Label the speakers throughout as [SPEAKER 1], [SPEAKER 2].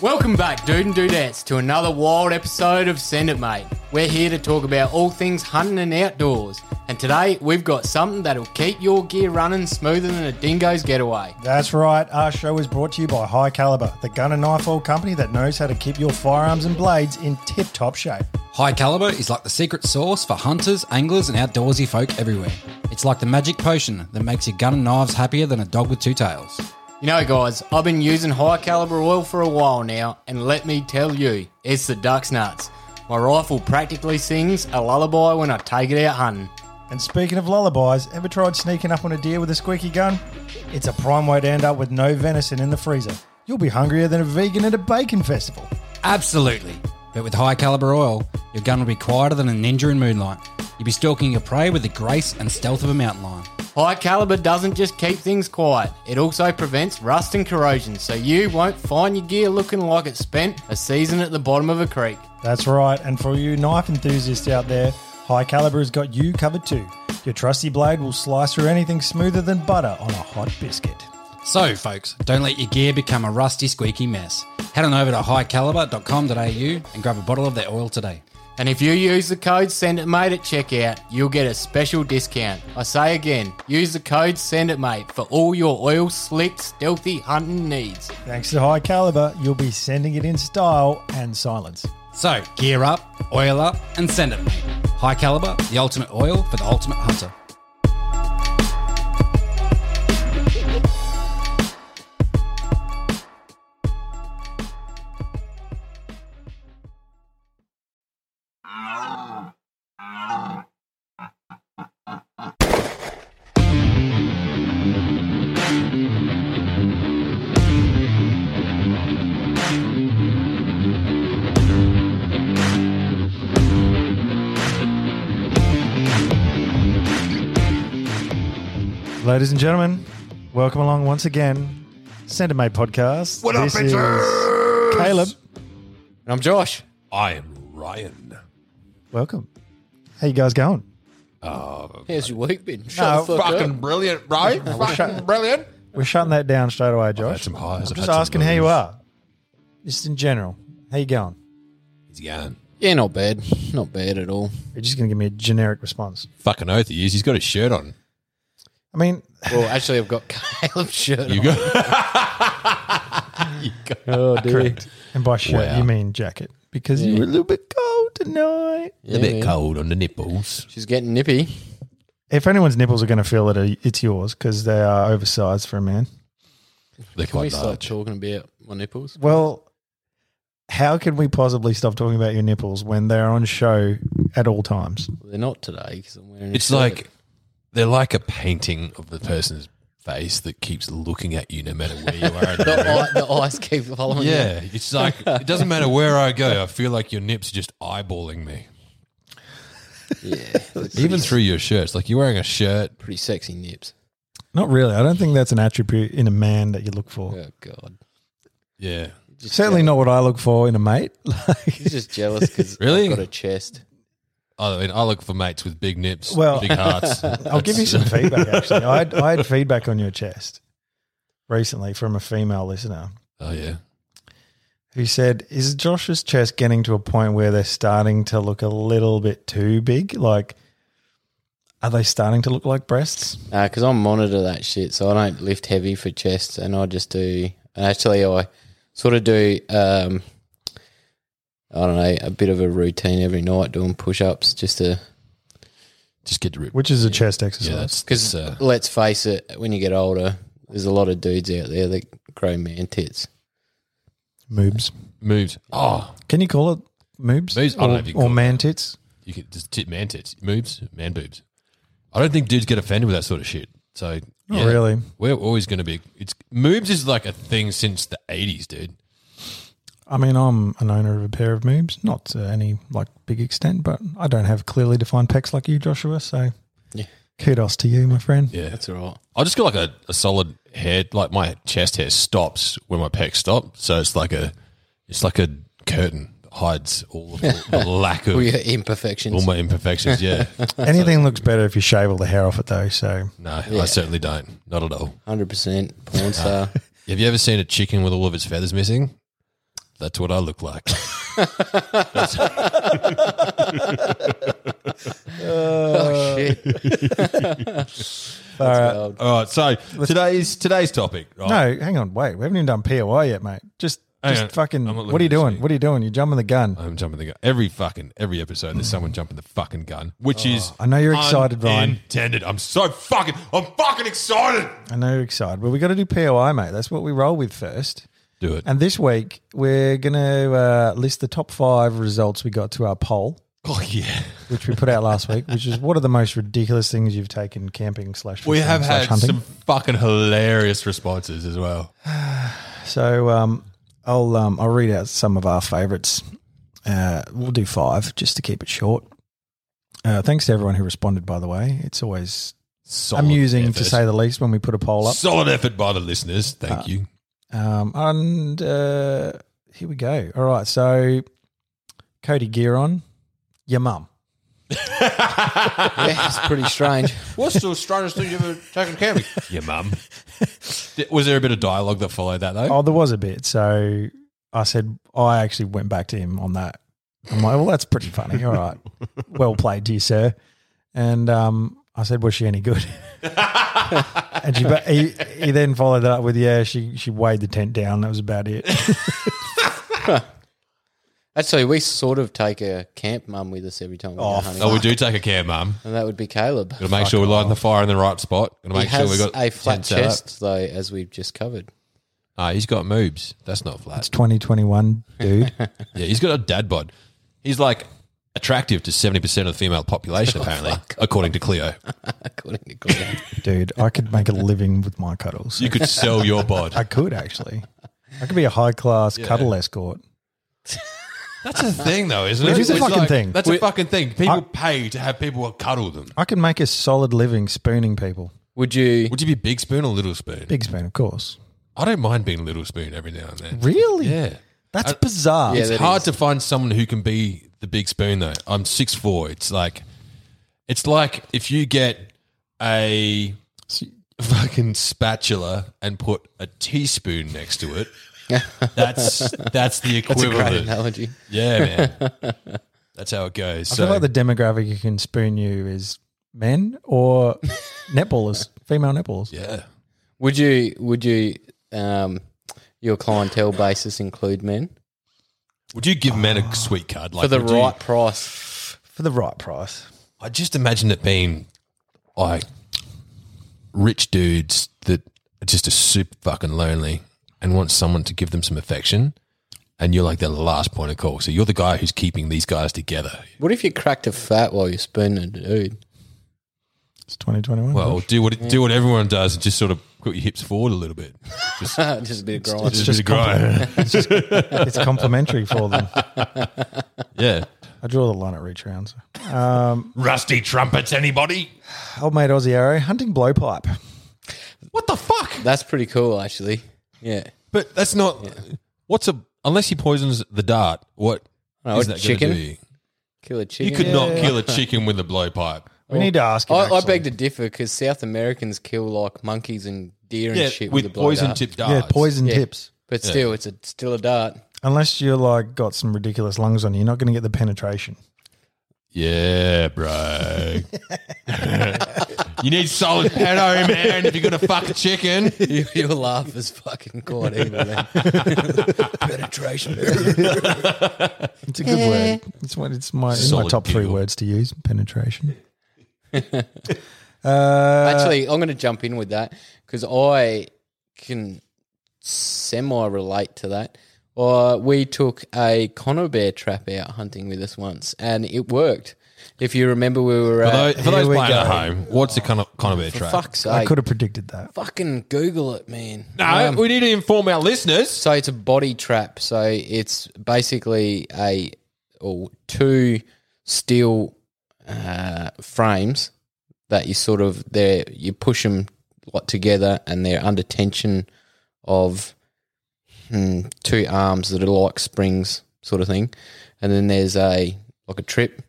[SPEAKER 1] Welcome back, dude and dudettes, to another wild episode of Send It Mate. We're here to talk about all things hunting and outdoors, and today we've got something that'll keep your gear running smoother than a dingo's getaway.
[SPEAKER 2] That's right. Our show is brought to you by High Caliber, the gun and knife oil company that knows how to keep your firearms and blades in tip-top shape.
[SPEAKER 3] High Caliber is like the secret sauce for hunters, anglers, and outdoorsy folk everywhere. It's like the magic potion that makes your gun and knives happier than a dog with two tails.
[SPEAKER 1] You know, guys, I've been using high caliber oil for a while now, and let me tell you, it's the duck's nuts. My rifle practically sings a lullaby when I take it out hunting.
[SPEAKER 2] And speaking of lullabies, ever tried sneaking up on a deer with a squeaky gun? It's a prime way to end up with no venison in the freezer. You'll be hungrier than a vegan at a bacon festival.
[SPEAKER 3] Absolutely. But with High Caliber oil, your gun will be quieter than a ninja in moonlight. You'll be stalking your prey with the grace and stealth of a mountain lion.
[SPEAKER 1] High caliber doesn't just keep things quiet, it also prevents rust and corrosion, so you won't find your gear looking like it spent a season at the bottom of a creek.
[SPEAKER 2] That's right. And for you knife enthusiasts out there, High Caliber has got you covered too. Your trusty blade will slice through anything smoother than butter on a hot biscuit.
[SPEAKER 3] So, folks, don't let your gear become a rusty, squeaky mess. Head on over to highcaliber.com.au and grab a bottle of their oil today.
[SPEAKER 1] And if you use the code SendItMate at checkout, you'll get a special discount. I say again, use the code SendItMate for all your oil slick, stealthy hunting needs.
[SPEAKER 2] Thanks to High Caliber, you'll be sending it in style and silence.
[SPEAKER 3] So, gear up, oil up, and send it, mate. High Caliber, the ultimate oil for the ultimate hunter.
[SPEAKER 2] Ladies and gentlemen, welcome along once again. Send a mate podcast. What this up, is Caleb,
[SPEAKER 1] And I'm Josh.
[SPEAKER 4] I am Ryan.
[SPEAKER 2] welcome. How you guys going?
[SPEAKER 1] How's your week been?
[SPEAKER 2] No,
[SPEAKER 1] the fuck up.
[SPEAKER 4] Fucking brilliant, right? Fucking brilliant.
[SPEAKER 2] We're shutting that down straight away, Josh.
[SPEAKER 4] had some highs,
[SPEAKER 2] I'm
[SPEAKER 4] I've
[SPEAKER 2] just
[SPEAKER 4] had some
[SPEAKER 2] asking how you
[SPEAKER 4] lows.
[SPEAKER 2] are, just in general. How you going?
[SPEAKER 4] He's going.
[SPEAKER 1] Yeah, not bad. Not bad at all.
[SPEAKER 2] You're just going to give me a generic response.
[SPEAKER 4] Fucking oath he is. He's got his shirt on.
[SPEAKER 2] I mean,
[SPEAKER 1] Well, actually, I've got Caleb's shirt
[SPEAKER 4] You
[SPEAKER 1] on.
[SPEAKER 4] got
[SPEAKER 1] Oh, dude.
[SPEAKER 2] and by shirt
[SPEAKER 4] Wow.
[SPEAKER 2] you mean jacket because you were a little bit cold tonight.
[SPEAKER 4] a bit cold on the nipples.
[SPEAKER 1] She's getting nippy.
[SPEAKER 2] If anyone's nipples are going to feel it, it's yours because they are oversized for a man.
[SPEAKER 4] They're
[SPEAKER 1] Can we
[SPEAKER 4] quite
[SPEAKER 1] stop
[SPEAKER 4] large.
[SPEAKER 1] talking about my nipples?
[SPEAKER 2] Well, how can we possibly stop talking about your nipples when they're on show at all times?
[SPEAKER 1] They're not today because I'm wearing. a
[SPEAKER 4] It's
[SPEAKER 1] shirt.
[SPEAKER 4] like they're like a painting of the person's face that keeps looking at you no matter where you are. in the room.
[SPEAKER 1] the, eye, the eyes keep following. you.
[SPEAKER 4] yeah, it's like it doesn't matter where I go. I feel like your nips are just eyeballing me,
[SPEAKER 1] yeah.
[SPEAKER 4] even through your shirt. It's like you're wearing a shirt.
[SPEAKER 1] Pretty sexy nips.
[SPEAKER 2] Not really. I don't think that's an attribute in a man that you look for.
[SPEAKER 1] Oh god.
[SPEAKER 4] Yeah,
[SPEAKER 1] Just
[SPEAKER 2] Certainly not what I look for in a mate. Like,
[SPEAKER 1] He's just jealous because
[SPEAKER 4] Really?
[SPEAKER 1] I've got a chest.
[SPEAKER 4] I mean, I look for mates with big nips,
[SPEAKER 2] Well-
[SPEAKER 4] big hearts.
[SPEAKER 2] I'll give you some
[SPEAKER 4] That's-
[SPEAKER 2] feedback. Actually, I had, I had feedback on your chest recently from a female listener
[SPEAKER 4] Oh yeah.
[SPEAKER 2] who said, "Is Josh's chest getting to a point where they're starting to look a little bit too big? Like, are they starting to look like breasts?"
[SPEAKER 1] Because I monitor that shit, so I don't lift heavy for chest, and I just do. And actually, I sort of do. Um, I don't know, a bit of a routine every night doing push ups just to.
[SPEAKER 4] Just get ripped.
[SPEAKER 2] Which is a chest exercise.
[SPEAKER 4] Yeah, that's
[SPEAKER 1] Because
[SPEAKER 4] because uh,
[SPEAKER 1] let's face it, when you get older, there's a lot of dudes out there that grow man tits.
[SPEAKER 2] Moobs.
[SPEAKER 4] moves. Oh,
[SPEAKER 2] Can you call it moobs?
[SPEAKER 4] Moobs? I don't
[SPEAKER 2] or,
[SPEAKER 4] know if you can
[SPEAKER 2] or
[SPEAKER 4] call it
[SPEAKER 2] man tits.
[SPEAKER 4] You could just tit man tits, moobs, man boobs. I don't think dudes get offended with that sort of shit. So
[SPEAKER 2] Not
[SPEAKER 4] yeah,
[SPEAKER 2] really.
[SPEAKER 4] we're always going to be. It's moobs is like a thing since the eighties, dude.
[SPEAKER 2] I mean, I'm an owner of a pair of moobs, not to any like big extent, but I don't have clearly defined pecs like you, Joshua. So,
[SPEAKER 1] Yeah.
[SPEAKER 2] kudos to you, my friend.
[SPEAKER 4] Yeah,
[SPEAKER 1] That's all right.
[SPEAKER 4] I just got like a, a solid hair. Like my chest hair stops when my pecs stop, so it's like a it's like a curtain that hides all of the, the lack of
[SPEAKER 1] All your
[SPEAKER 4] all
[SPEAKER 1] imperfections.
[SPEAKER 4] my imperfections. Yeah,
[SPEAKER 2] Anything looks better if you shave all the hair off it, though. So,
[SPEAKER 4] no, I certainly don't. Not at all.
[SPEAKER 1] 100% porn star.
[SPEAKER 4] Have you ever seen a chicken with all of its feathers missing? That's what I look like.
[SPEAKER 1] Oh shit!
[SPEAKER 2] All right.
[SPEAKER 1] Wild.
[SPEAKER 4] All right. So today's today's topic. Right?
[SPEAKER 2] No, hang on, wait. We haven't even done POI yet, mate. Just,
[SPEAKER 4] Oh. Hang
[SPEAKER 2] just
[SPEAKER 4] on.
[SPEAKER 2] fucking.
[SPEAKER 4] I'm not
[SPEAKER 2] What are you
[SPEAKER 4] looking at
[SPEAKER 2] doing?
[SPEAKER 4] this
[SPEAKER 2] What are you doing? You're jumping the gun.
[SPEAKER 4] I'm jumping the gun. Every fucking every episode, there's someone jumping the fucking gun, which is
[SPEAKER 2] Oh, I know you're excited, Ryan.
[SPEAKER 4] Intended. I'm so fucking. I'm fucking excited.
[SPEAKER 2] I know you're excited, but we got to do POI, mate. That's what we roll with first.
[SPEAKER 4] Do it.
[SPEAKER 2] And this week we're gonna uh, list the top five results we got to our poll,
[SPEAKER 4] oh yeah.
[SPEAKER 2] which we put out last week, which is what are the most ridiculous things you've taken camping slash
[SPEAKER 4] We
[SPEAKER 2] fishing
[SPEAKER 4] have
[SPEAKER 2] slash
[SPEAKER 4] had
[SPEAKER 2] hunting.
[SPEAKER 4] some fucking hilarious responses as well.
[SPEAKER 2] So um, I'll um, I'll read out some of our favourites. Uh, we'll do five just to keep it short. Uh, thanks to everyone who responded, by the way. It's always
[SPEAKER 4] Solid
[SPEAKER 2] amusing to
[SPEAKER 4] effort.
[SPEAKER 2] say the least when we put a Uh, poll up.
[SPEAKER 4] Solid effort by the listeners. Thank you.
[SPEAKER 2] Um, and uh, here we go. All right, so Cody Gearon, your mum.
[SPEAKER 1] Yeah, it's pretty strange.
[SPEAKER 4] What's the strangest thing you've ever taken camping? Your mum. Th- Was there a bit of dialogue that followed that though?
[SPEAKER 2] Oh, there was a bit. So I said I actually went back to him on that. I'm like, well, that's pretty funny. All right, well played to you, sir. And um, I said, was she any good? and she, but he, he then followed that up with, yeah, she she weighed the tent down. That was about it.
[SPEAKER 1] Actually, we sort of take a camp mum with us every time we go hunting,
[SPEAKER 4] Oh, we do take a camp, mum.
[SPEAKER 1] and that would be Caleb.
[SPEAKER 4] Gotta make sure we light the fire in the right spot. Gotta
[SPEAKER 1] He
[SPEAKER 4] make sure
[SPEAKER 1] has
[SPEAKER 4] we got
[SPEAKER 1] a flat
[SPEAKER 4] tent set up.
[SPEAKER 1] chest, though, as we've just covered.
[SPEAKER 4] Ah, he's got moobs. That's not
[SPEAKER 2] It's
[SPEAKER 4] flat.
[SPEAKER 2] 2021, dude.
[SPEAKER 4] Yeah, he's got a dad bod. He's like attractive to seventy percent of the female population, apparently, according to Cleo.
[SPEAKER 1] According to Glenn.
[SPEAKER 2] dude, I could make a living with my cuddles.
[SPEAKER 4] You could sell your bod.
[SPEAKER 2] I could actually. I could be a high class cuddle escort.
[SPEAKER 4] That's a thing, though, isn't it?
[SPEAKER 2] It is a
[SPEAKER 4] It's
[SPEAKER 2] fucking thing.
[SPEAKER 4] That's a fucking thing. People
[SPEAKER 2] I-
[SPEAKER 4] pay to have people cuddle them.
[SPEAKER 2] I could make a solid living spooning people.
[SPEAKER 1] would you?
[SPEAKER 4] Would you be big spoon or little spoon?
[SPEAKER 2] Big spoon, of course.
[SPEAKER 4] I don't mind being little spoon every now and then.
[SPEAKER 2] Really?
[SPEAKER 4] Yeah.
[SPEAKER 2] That's bizarre.
[SPEAKER 1] Yeah,
[SPEAKER 4] it's
[SPEAKER 1] that
[SPEAKER 4] hard
[SPEAKER 1] is.
[SPEAKER 4] to find someone who can be the big spoon though. I'm six four. It's like it's like if you get a fucking spatula and put a teaspoon next to it. That's that's the
[SPEAKER 1] Great
[SPEAKER 4] equivalent.
[SPEAKER 1] analogy.
[SPEAKER 4] yeah, man. That's how it goes.
[SPEAKER 2] I
[SPEAKER 4] so
[SPEAKER 2] feel like the demographic you can spoon you is men or netballers, female netballers.
[SPEAKER 4] yeah.
[SPEAKER 1] Would you? Would you? Um, your clientele basis include men
[SPEAKER 4] Would you give men a sweet card like
[SPEAKER 1] for the
[SPEAKER 4] would you-
[SPEAKER 1] right price.
[SPEAKER 2] For the right price.
[SPEAKER 4] I just imagine it being like rich dudes that are just are super fucking lonely and want someone to give them some affection. And you're like their last point of call. So you're the guy who's keeping these guys together.
[SPEAKER 1] What if you cracked a fat while you're spooning a dude?
[SPEAKER 2] It's 2021.
[SPEAKER 4] Well, do what do what everyone does and just sort of put your hips forward a little bit. Just,
[SPEAKER 1] Just a bit of grind.
[SPEAKER 4] just, a bit of grind.
[SPEAKER 2] it's complimentary for them.
[SPEAKER 4] yeah.
[SPEAKER 2] I draw the line at reach rounds.
[SPEAKER 4] Rusty trumpets, anybody?
[SPEAKER 2] Old mate Aussie Arrow, hunting blowpipe.
[SPEAKER 4] What the fuck?
[SPEAKER 1] That's pretty cool, actually. Yeah.
[SPEAKER 4] But that's not what's a unless he poisons the dart, what
[SPEAKER 1] No,
[SPEAKER 4] is that gonna
[SPEAKER 1] chicken?
[SPEAKER 4] do? You
[SPEAKER 1] Kill a
[SPEAKER 4] You
[SPEAKER 1] chicken.
[SPEAKER 4] could not kill a chicken with a blowpipe.
[SPEAKER 2] We need to ask him.
[SPEAKER 1] I, I
[SPEAKER 2] actually.
[SPEAKER 1] beg to differ because South Americans kill like monkeys and deer and
[SPEAKER 4] Yeah,
[SPEAKER 1] shit with,
[SPEAKER 4] with,
[SPEAKER 1] a blow
[SPEAKER 4] poison
[SPEAKER 1] dart.
[SPEAKER 4] tipped darts.
[SPEAKER 2] Yeah, poison
[SPEAKER 1] Yeah.
[SPEAKER 2] tips.
[SPEAKER 1] But still, it's a, still a dart.
[SPEAKER 2] Unless you're like got some ridiculous lungs on you, you're not going to get the penetration.
[SPEAKER 4] Yeah, bro. you need solid pedo, man. If you're gonna fuck a chicken,
[SPEAKER 1] You, your laugh is fucking quite evil. Then. Penetration.
[SPEAKER 2] It's a good word. It's what it's my, it's my
[SPEAKER 4] Solid
[SPEAKER 2] top three
[SPEAKER 4] giggle.
[SPEAKER 2] words to use. Penetration. uh,
[SPEAKER 1] Actually, I'm going to jump in with that because I can semi relate to that. Uh, we took a Connor bear trap out hunting with us once, and it worked. If you remember, we were
[SPEAKER 4] for
[SPEAKER 1] at,
[SPEAKER 4] those, for those
[SPEAKER 2] we
[SPEAKER 4] playing at
[SPEAKER 2] go.
[SPEAKER 4] home, what's the kind of kind of bear trap?
[SPEAKER 1] fuck's
[SPEAKER 2] I
[SPEAKER 1] sake,
[SPEAKER 2] could have predicted that.
[SPEAKER 1] fucking Google it, man. Um,
[SPEAKER 4] No, we need to inform our listeners.
[SPEAKER 1] So it's a body trap. So it's basically a or two steel uh, frames that you sort of they you push them like together and they're under tension of hmm, two arms that are like springs sort of thing, and then there's a like a trip.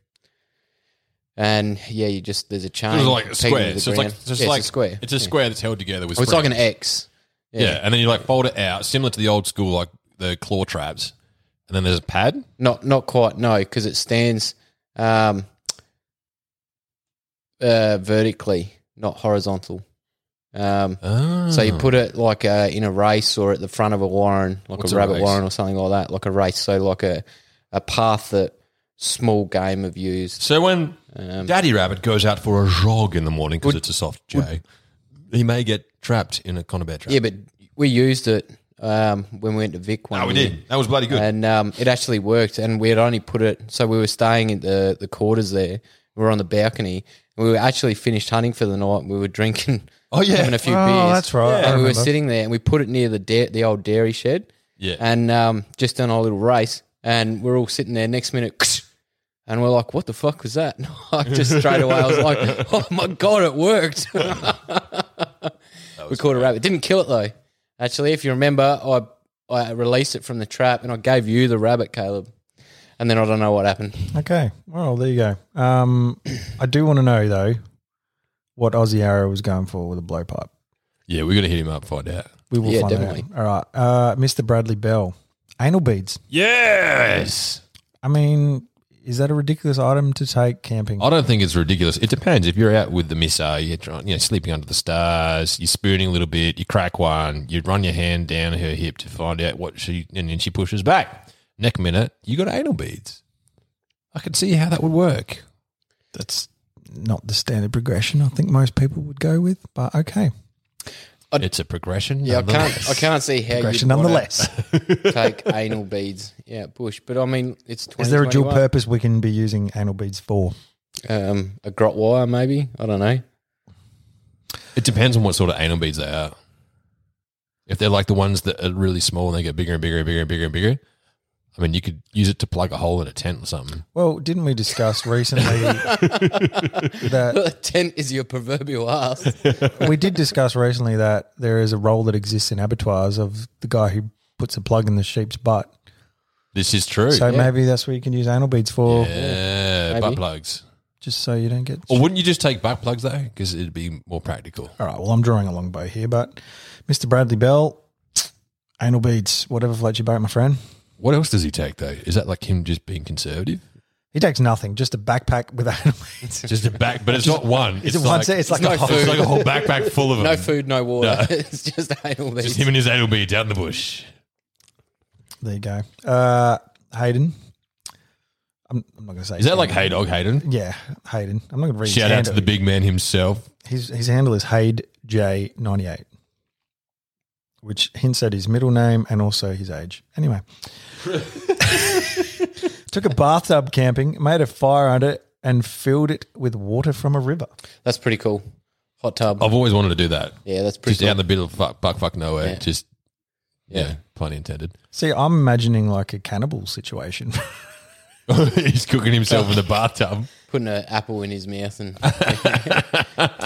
[SPEAKER 1] And yeah, you just there's a chain.
[SPEAKER 4] It's like a
[SPEAKER 1] pegging to
[SPEAKER 4] square.
[SPEAKER 1] the
[SPEAKER 4] So it's like
[SPEAKER 1] ground.
[SPEAKER 4] it's just
[SPEAKER 1] Yeah,
[SPEAKER 4] like
[SPEAKER 1] it's a square.
[SPEAKER 4] It's a
[SPEAKER 1] Yeah.
[SPEAKER 4] square that's held together with.
[SPEAKER 1] It's like an
[SPEAKER 4] springs.
[SPEAKER 1] X.
[SPEAKER 4] yeah. and then you like fold it out, similar to the old school like the claw traps, And then there's a pad.
[SPEAKER 1] Not not quite. No, because it stands um, uh, vertically, not horizontal. Um,
[SPEAKER 4] Oh.
[SPEAKER 1] So you put it like uh, in a race or at the front of a warren, like
[SPEAKER 4] What's
[SPEAKER 1] a
[SPEAKER 4] a
[SPEAKER 1] rabbit
[SPEAKER 4] race?
[SPEAKER 1] warren or something like that, like a race. So like a a path that small game have used.
[SPEAKER 4] So when
[SPEAKER 1] Um,
[SPEAKER 4] Daddy Rabbit goes out for a jog in the morning because it's a soft J, he may get trapped in a conibert trap.
[SPEAKER 1] yeah, but we used it um, when we went to Vic one.
[SPEAKER 4] no, we
[SPEAKER 1] year.
[SPEAKER 4] did. That was bloody good.
[SPEAKER 1] And um, it actually worked. And we had only put it, so we were staying at the, the quarters there. We were on the balcony. We were actually finished hunting for the night. We were drinking,
[SPEAKER 4] Oh, yeah.
[SPEAKER 1] having a few
[SPEAKER 2] Oh,
[SPEAKER 1] beers.
[SPEAKER 2] that's right. I
[SPEAKER 1] And we were
[SPEAKER 2] remember.
[SPEAKER 1] sitting there, and we put it near the da- the old dairy shed.
[SPEAKER 4] Yeah.
[SPEAKER 1] And um, just done our little race, and we're all sitting there. Next minute, and we're like, "What the fuck was that?" And I just straight away, I was like, "Oh my god, it worked!" we caught a rabbit. Didn't kill it though. Actually, if you remember, I I released it from the trap and I gave you the rabbit, Caleb. And then I don't know what happened.
[SPEAKER 2] Okay. Well, there you go. Um, I do want to know though what Aussie Arrow was going for with a blowpipe.
[SPEAKER 4] yeah, we're going to hit him up, find out.
[SPEAKER 2] We will
[SPEAKER 1] Yeah,
[SPEAKER 2] find
[SPEAKER 1] definitely.
[SPEAKER 2] that out. All right. Uh, Mr. Bradley Bell, anal beads.
[SPEAKER 4] Yes.
[SPEAKER 2] I mean, is that a ridiculous item to take camping?
[SPEAKER 4] I don't think it's ridiculous. It depends. If you're out with the missa, you're trying, you know, sleeping under the stars, you're spooning a little bit, you crack one, you run your hand down her hip to find out what she, and then she pushes back. Next minute, you got anal beads. I can see how that would work.
[SPEAKER 2] That's not the standard progression I think most people would go with, but okay.
[SPEAKER 4] It's a progression.
[SPEAKER 1] Yeah, I
[SPEAKER 4] nonetheless.
[SPEAKER 1] can't I can't see how you
[SPEAKER 2] Progression nonetheless.
[SPEAKER 1] take anal beads Yeah, bush. But I mean, it's
[SPEAKER 2] Is there a dual
[SPEAKER 1] 2021.
[SPEAKER 2] purpose we can be using anal beads for?
[SPEAKER 1] Um, a grot wire maybe. I don't know.
[SPEAKER 4] It depends on what sort of anal beads they are. If they're like the ones that are really small and they get bigger and bigger and bigger and bigger and bigger, I mean, you could use it to plug a hole in a tent or something.
[SPEAKER 2] Well, didn't we discuss recently that
[SPEAKER 1] A tent is your proverbial ass.
[SPEAKER 2] we did discuss recently that there is a role that exists in abattoirs of the guy who puts a plug in the sheep's butt.
[SPEAKER 4] This is true.
[SPEAKER 2] So maybe that's what you can use anal beads for,
[SPEAKER 4] yeah, Oh. butt
[SPEAKER 1] Maybe.
[SPEAKER 4] plugs.
[SPEAKER 2] just so you don't get.
[SPEAKER 4] Or wouldn't you just take butt plugs though? Because it'd be more practical.
[SPEAKER 2] All right. Well, I'm drawing a long bow here, but Mr. Bradley Bell, anal beads, whatever floats your boat, my friend.
[SPEAKER 4] What else does he take though? Is that like him just being conservative?
[SPEAKER 2] He takes nothing, just a backpack with anal beads.
[SPEAKER 4] Just a back, but it's not one.
[SPEAKER 2] Is it one set? It's like
[SPEAKER 1] no
[SPEAKER 2] a whole.
[SPEAKER 4] it's like a whole backpack full of them.
[SPEAKER 1] No food, no water. it's just anal beads.
[SPEAKER 4] Just him and his anal beads out in the bush.
[SPEAKER 2] There you go. Uh, Hayden. I'm, I'm not going to say.
[SPEAKER 4] Is that like Hey Dog Hayden?
[SPEAKER 2] Yeah, Hayden. I'm not going to read. his
[SPEAKER 4] Shout out to
[SPEAKER 2] handle.
[SPEAKER 4] the big man himself.
[SPEAKER 2] His his handle is Hayde J ninety eight, which hints at his middle name and also his age. Anyway, took a bathtub camping, made a fire under it, and filled it with water from a river.
[SPEAKER 1] That's pretty cool. Hot tub.
[SPEAKER 4] I've always wanted to do that.
[SPEAKER 1] yeah, that's pretty
[SPEAKER 4] Oh, Just
[SPEAKER 1] cool.
[SPEAKER 4] out in the middle of fuck, fuck, fuck nowhere.
[SPEAKER 1] Yeah.
[SPEAKER 4] Just yeah,
[SPEAKER 1] Yeah.
[SPEAKER 4] pun intended.
[SPEAKER 2] See, I'm imagining like a cannibal situation.
[SPEAKER 4] He's cooking himself in the bathtub.
[SPEAKER 1] Putting an apple in his mouth and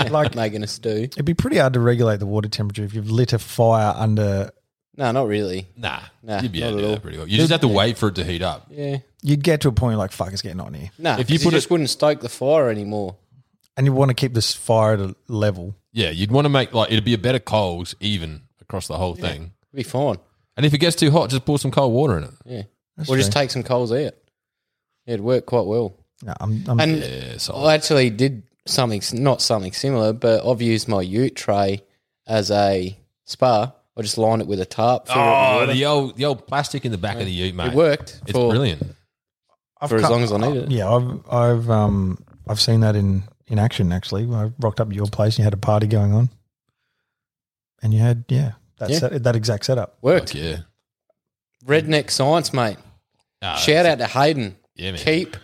[SPEAKER 2] like
[SPEAKER 1] making a stew.
[SPEAKER 2] it'd be pretty hard to regulate the water temperature if you've lit a fire under.
[SPEAKER 1] No, not really.
[SPEAKER 4] Nah,
[SPEAKER 1] Nah,
[SPEAKER 4] you'd be
[SPEAKER 1] not at
[SPEAKER 4] able to do
[SPEAKER 1] all.
[SPEAKER 4] that pretty well. You just have to wait for it to heat up.
[SPEAKER 1] Yeah.
[SPEAKER 2] You'd get to a point like fuck, it's getting on here,
[SPEAKER 1] No,
[SPEAKER 4] If
[SPEAKER 1] if
[SPEAKER 4] you
[SPEAKER 1] you,
[SPEAKER 4] put
[SPEAKER 1] just
[SPEAKER 4] it-
[SPEAKER 1] wouldn't stoke the fire anymore.
[SPEAKER 2] and you want to keep this fire at a level.
[SPEAKER 4] Yeah, you'd want to make like it'd be a better coals even across the whole thing.
[SPEAKER 1] It'd be fine.
[SPEAKER 4] And if it gets too hot, just pour some cold water in it.
[SPEAKER 1] Yeah. or just take some coals out. It'd work quite well.
[SPEAKER 2] No, I'm, I'm,
[SPEAKER 1] And
[SPEAKER 4] Yeah, so
[SPEAKER 1] I actually did something, not something similar, but I've used my ute tray as a spa. I just lined it with a tarp. filled it with
[SPEAKER 4] Oh,
[SPEAKER 1] water.
[SPEAKER 4] the old the old plastic in the back of the ute, mate.
[SPEAKER 1] it worked
[SPEAKER 4] It's
[SPEAKER 1] for,
[SPEAKER 4] brilliant.
[SPEAKER 2] I've
[SPEAKER 1] for as
[SPEAKER 2] cut-
[SPEAKER 1] long as I needed it.
[SPEAKER 2] Yeah, I've I've um I've seen that in in action actually. I rocked up at your place and you had a party going on, and you had yeah that
[SPEAKER 1] Yeah.
[SPEAKER 2] Set, that exact setup.
[SPEAKER 4] Fuck
[SPEAKER 1] Worked.
[SPEAKER 4] yeah.
[SPEAKER 1] Redneck science, mate.
[SPEAKER 4] Ah,
[SPEAKER 1] Shout out to Hayden.
[SPEAKER 4] Yeah, man.
[SPEAKER 1] Keep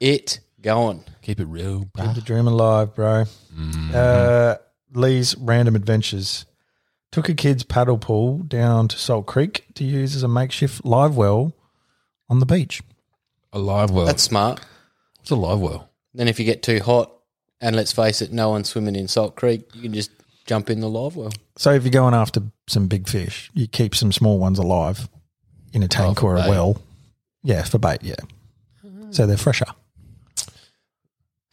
[SPEAKER 1] it going.
[SPEAKER 4] Keep it real,
[SPEAKER 1] Ah.
[SPEAKER 4] bro.
[SPEAKER 2] Keep the dream alive, bro. Uh, Lee's random adventures. Took a kid's paddle pool down to Salt Creek to use as a makeshift live well on the beach.
[SPEAKER 4] A live well.
[SPEAKER 1] That's smart.
[SPEAKER 4] What's a live well?
[SPEAKER 1] Then if you get too hot, and let's face it, no one's swimming in Salt Creek, you can just jump in the live well.
[SPEAKER 2] So if you're going after some big fish, you keep some small ones alive in a tank
[SPEAKER 1] Oh,
[SPEAKER 4] for
[SPEAKER 2] or a
[SPEAKER 4] bait.
[SPEAKER 2] well. Yeah, for bait, yeah.
[SPEAKER 1] Mm-hmm.
[SPEAKER 2] So they're fresher.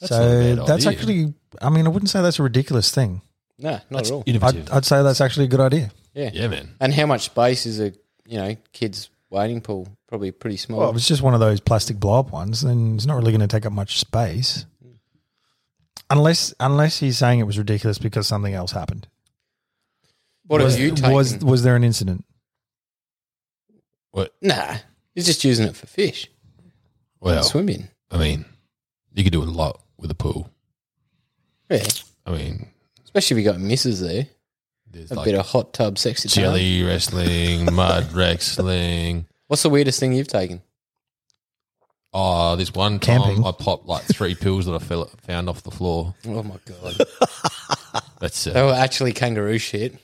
[SPEAKER 4] That's not a
[SPEAKER 2] so
[SPEAKER 4] bad
[SPEAKER 2] that's
[SPEAKER 4] idea.
[SPEAKER 2] actually I mean, I wouldn't say that's a ridiculous thing.
[SPEAKER 1] No, not
[SPEAKER 4] That's
[SPEAKER 1] at all.
[SPEAKER 4] innovative.
[SPEAKER 2] I'd, I'd say that's actually a good idea.
[SPEAKER 1] Yeah.
[SPEAKER 4] yeah, man.
[SPEAKER 1] And how much space is a you know kid's wading pool, probably pretty small.
[SPEAKER 2] Well, if it's just one of those plastic blow up ones, then it's not really going to take up much space. Unless, unless he's saying it was ridiculous because something else happened.
[SPEAKER 1] what
[SPEAKER 2] was,
[SPEAKER 1] have you taken?
[SPEAKER 2] was was there an incident?
[SPEAKER 4] What?
[SPEAKER 1] nah, he's just using it for fish and
[SPEAKER 4] Well,
[SPEAKER 1] swimming.
[SPEAKER 4] I mean, you could do a lot with a pool.
[SPEAKER 1] Yeah,
[SPEAKER 4] I mean,
[SPEAKER 1] especially if you got misses there.
[SPEAKER 4] there's
[SPEAKER 1] A
[SPEAKER 4] like
[SPEAKER 1] bit of hot tub sexy time.
[SPEAKER 4] jelly wrestling, mud wrestling.
[SPEAKER 1] What's the weirdest thing you've taken?
[SPEAKER 4] Oh, this one time
[SPEAKER 2] Camping.
[SPEAKER 4] I popped like three pills that I fell, found off the floor.
[SPEAKER 1] Oh my god,
[SPEAKER 4] That's
[SPEAKER 1] they
[SPEAKER 4] uh,
[SPEAKER 1] were actually kangaroo shit.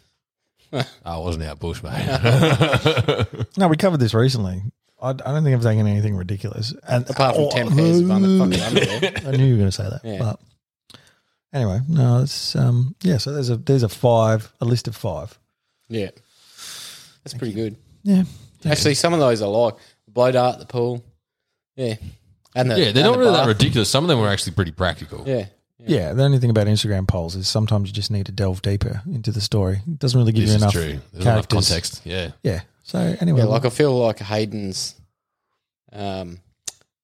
[SPEAKER 4] I wasn't out bush, mate.
[SPEAKER 2] No, we covered this recently. I, I don't think I've taken anything ridiculous. And,
[SPEAKER 1] Apart from
[SPEAKER 2] oh,
[SPEAKER 1] ten pairs of under,
[SPEAKER 4] Oh.
[SPEAKER 1] fucking underwear.
[SPEAKER 2] I knew you were going to say that.
[SPEAKER 1] Yeah.
[SPEAKER 2] But anyway, no, it's um, yeah. So there's a there's a five, a list of five.
[SPEAKER 1] Yeah, that's pretty good.
[SPEAKER 2] Yeah,
[SPEAKER 1] Actually, some of those I like. Blow dart, the pool. Yeah, and the
[SPEAKER 4] yeah, they're
[SPEAKER 1] and
[SPEAKER 4] not
[SPEAKER 1] the
[SPEAKER 4] really that
[SPEAKER 1] bath.
[SPEAKER 4] ridiculous. Some of them were actually pretty practical.
[SPEAKER 1] Yeah,
[SPEAKER 2] yeah. The only thing about Instagram polls is sometimes you just need to delve deeper into the story. It doesn't really give
[SPEAKER 4] This
[SPEAKER 2] you
[SPEAKER 4] is
[SPEAKER 2] enough
[SPEAKER 4] true. There's enough
[SPEAKER 2] characters.
[SPEAKER 4] context. Yeah.
[SPEAKER 2] Yeah. So anyway,
[SPEAKER 1] yeah. Like I feel like Hayden's. Um,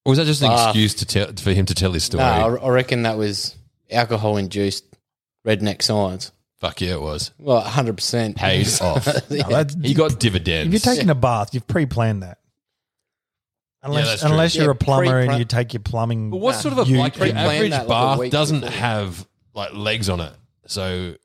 [SPEAKER 4] Or was that just an
[SPEAKER 1] Ah.
[SPEAKER 4] excuse to tell for him to tell his story?
[SPEAKER 1] no, I, I reckon that was alcohol induced redneck science.
[SPEAKER 4] Fuck yeah, it was.
[SPEAKER 1] Well, hundred percent
[SPEAKER 4] Paid off.
[SPEAKER 2] No, that's-
[SPEAKER 4] He got
[SPEAKER 2] if
[SPEAKER 4] dividends.
[SPEAKER 2] you're taking a bath, you've pre-planned that. Unless
[SPEAKER 4] that's true.
[SPEAKER 2] unless you're
[SPEAKER 1] Yeah,
[SPEAKER 2] a plumber
[SPEAKER 1] pre-plan-
[SPEAKER 2] and you take your plumbing.
[SPEAKER 4] but what
[SPEAKER 1] Nah,
[SPEAKER 4] sort of a
[SPEAKER 2] you
[SPEAKER 4] like the
[SPEAKER 1] pre-planned
[SPEAKER 4] average
[SPEAKER 1] that like a
[SPEAKER 4] bath
[SPEAKER 1] week
[SPEAKER 4] doesn't
[SPEAKER 1] before.
[SPEAKER 4] have like legs on it. So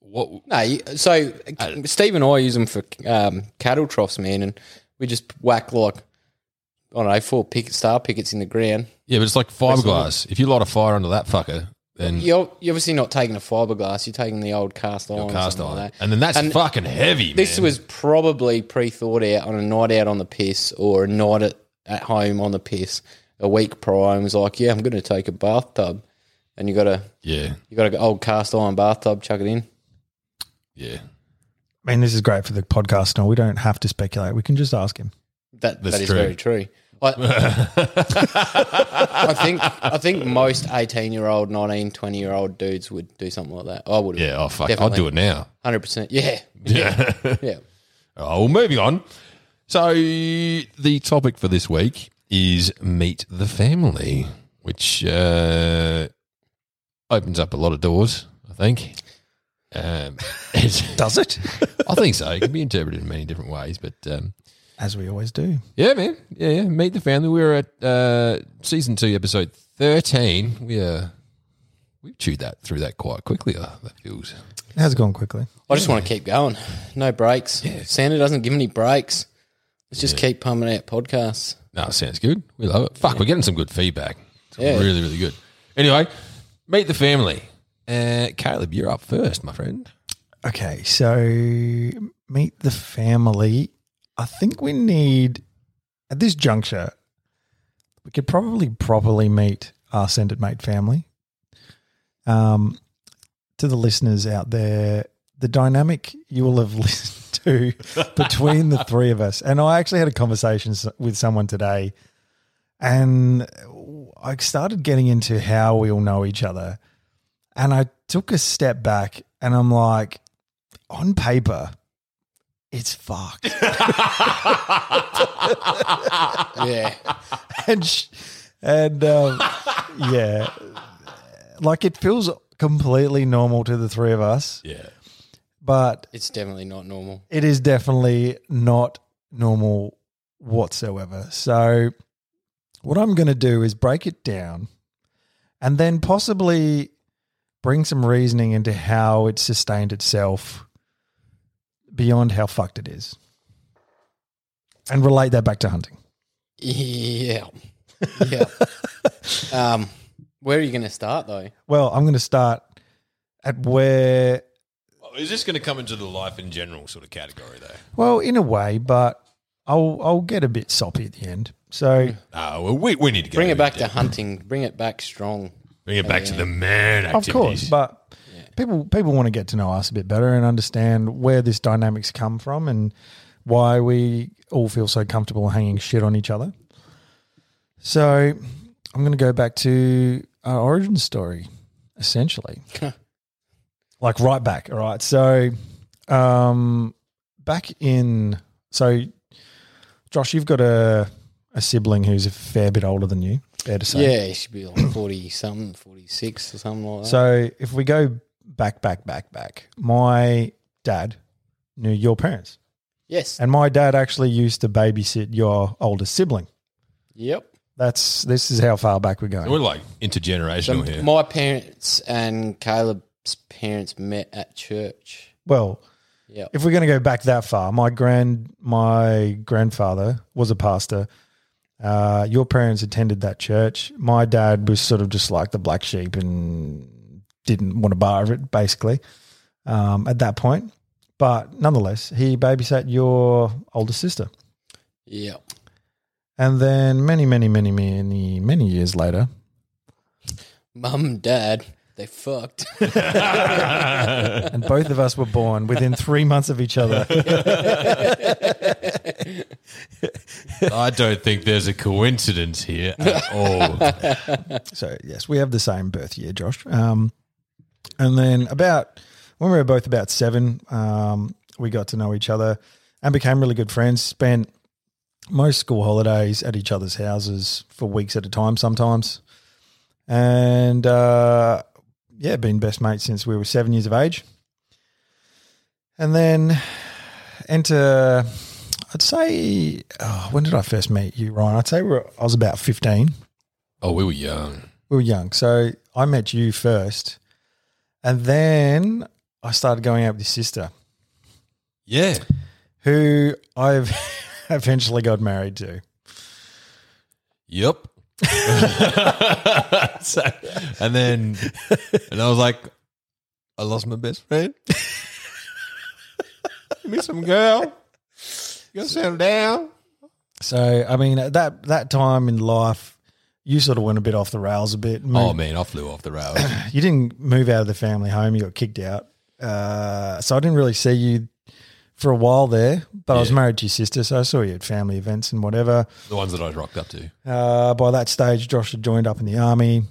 [SPEAKER 4] what?
[SPEAKER 1] No, you- so uh, Steve and I use them for um, cattle troughs, man, and we just whack like I don't know four picket star pickets in the ground.
[SPEAKER 4] Yeah, but it's like fiberglass. If you light a fire under that fucker, then
[SPEAKER 1] You're, you're obviously not taking a fiberglass; you're taking the old cast iron. or
[SPEAKER 4] cast
[SPEAKER 1] something
[SPEAKER 4] iron,
[SPEAKER 1] like that.
[SPEAKER 4] and then that's
[SPEAKER 1] And
[SPEAKER 4] fucking heavy.
[SPEAKER 1] This
[SPEAKER 4] man.
[SPEAKER 1] was probably pre thought out on a night out on the piss or a night at, at home on the piss a week prior, and was like, "Yeah, I'm going to take a bathtub," and you got a
[SPEAKER 4] yeah,
[SPEAKER 1] you got an old cast iron bathtub, chuck it in.
[SPEAKER 4] yeah.
[SPEAKER 2] I mean, this is great for the podcast. Now we don't have to speculate. We can just ask him.
[SPEAKER 1] That
[SPEAKER 4] That's
[SPEAKER 1] that is
[SPEAKER 4] true.
[SPEAKER 1] very true. I, I think I think most eighteen year old, 19, 20 year old dudes would do something like that. I would
[SPEAKER 4] Yeah, oh fuck,
[SPEAKER 1] Definitely.
[SPEAKER 4] I'll do it now.
[SPEAKER 1] hundred percent. Yeah.
[SPEAKER 4] Yeah.
[SPEAKER 1] Yeah.
[SPEAKER 4] oh, well, moving on. So the topic for this week is meet the family, which uh, opens up a lot of doors. I think. Um, it's-
[SPEAKER 2] Does it?
[SPEAKER 4] I think so. It can be interpreted in many different ways, but um,
[SPEAKER 2] As we always do.
[SPEAKER 4] Yeah, man. Yeah, yeah. Meet the family. We're at uh, season two, episode thirteen. We uh, we chewed that through that quite quickly. Uh, that feels.
[SPEAKER 2] It has gone quickly.
[SPEAKER 1] I just want to keep going. No breaks. Santa doesn't give any breaks. Let's just keep pumping out podcasts.
[SPEAKER 4] No, sounds good. We love it. Fuck, we're getting some good feedback. It's
[SPEAKER 1] Yeah.
[SPEAKER 4] really, really good. Anyway, meet the family. Uh, Caleb, you're up first, my friend.
[SPEAKER 2] Okay, so meet the family. I think we need at this juncture, we could probably properly meet our send it mate family. Um, to the listeners out there, the dynamic you will have listened to between the three of us, and I actually had a conversation s- with someone today, and I started getting into how we all know each other, and I took a step back, and I'm like, on paper, it's fucked.
[SPEAKER 1] Yeah.
[SPEAKER 2] and sh- and um, yeah, like it feels completely normal to the three of us,
[SPEAKER 4] Yeah.
[SPEAKER 2] but
[SPEAKER 1] it's definitely not normal.
[SPEAKER 2] it is definitely not normal whatsoever. So, what I'm going to do is break it down, and then possibly bring some reasoning into how it sustained itself beyond how fucked it is, and relate that back to hunting.
[SPEAKER 1] Yeah. Yeah. um, where are you going to start though?
[SPEAKER 2] Well, I'm going to start at where,
[SPEAKER 4] Is this going to come into the life in general sort of category though?
[SPEAKER 2] well, in a way, but I'll I'll get a bit soppy at the end. So
[SPEAKER 4] Ah, well, we, we need to go
[SPEAKER 1] Bring it back to
[SPEAKER 4] deep.
[SPEAKER 1] hunting. Bring it back strong.
[SPEAKER 4] bring it back to the man
[SPEAKER 2] of course,
[SPEAKER 4] activities.
[SPEAKER 2] but people people want to get to know us a bit better and understand where this dynamics come from and why we all feel so comfortable hanging shit on each other. So I'm going to go back to our origin story, essentially, like right back. All right, so um, back in so Josh, you've got a a sibling who's a fair bit older than you. Fair to say.
[SPEAKER 1] yeah, it should be like 40 something, 46 or something like that.
[SPEAKER 2] So if we go back, back, back, back, my dad knew your parents,
[SPEAKER 1] yes.
[SPEAKER 2] and my dad actually used to babysit your older sibling.
[SPEAKER 1] Yep.
[SPEAKER 2] That's this is how far back we're
[SPEAKER 4] We're
[SPEAKER 2] going.
[SPEAKER 4] like intergenerational here.
[SPEAKER 1] My parents and Caleb's parents met at church.
[SPEAKER 2] Well,
[SPEAKER 1] Yep.
[SPEAKER 2] if we're going to go back that far, my grand my grandfather was a pastor. Uh, your parents attended that church. My dad was sort of just like the black sheep and didn't want a bar of it, basically, um, at that point. But nonetheless, he babysat your older sister.
[SPEAKER 1] Yep.
[SPEAKER 2] And then many, many, many, many, many years later,
[SPEAKER 1] Mum and dad, they fucked.
[SPEAKER 2] and both of us were born within three months of each other.
[SPEAKER 4] I don't think there's a coincidence here at all.
[SPEAKER 2] So yes, we have the same birth year, Josh. Um, and then about when we were both about seven, um, we got to know each other and became really good friends. Spent most school holidays at each other's houses for weeks at a time, sometimes, and uh, yeah, been best mates since we were seven years of age. And then enter, I'd say, oh, when did I first meet you, Ryan? I'd say we were, I was about fifteen
[SPEAKER 4] Oh, we were young.
[SPEAKER 2] we were young. So I met you first, and then I started going out with your sister,
[SPEAKER 4] Yeah.
[SPEAKER 2] who I've eventually got married to.
[SPEAKER 4] Yep. so, and then, and I was like, I lost my best friend. Meet some girl. Go settle down.
[SPEAKER 2] So I mean, at that that time in life, you sort of went a bit off the rails a bit.
[SPEAKER 4] Oh
[SPEAKER 2] Moved-
[SPEAKER 4] man, I flew off the rails.
[SPEAKER 2] You didn't move out of the family home. You got kicked out. Uh, so I didn't really see you for a while there. But I was
[SPEAKER 4] Yeah.
[SPEAKER 2] married to your sister, so I saw you at family events and whatever.
[SPEAKER 4] the ones that I rocked up to.
[SPEAKER 2] Uh, by that stage, Josh had joined up in the army.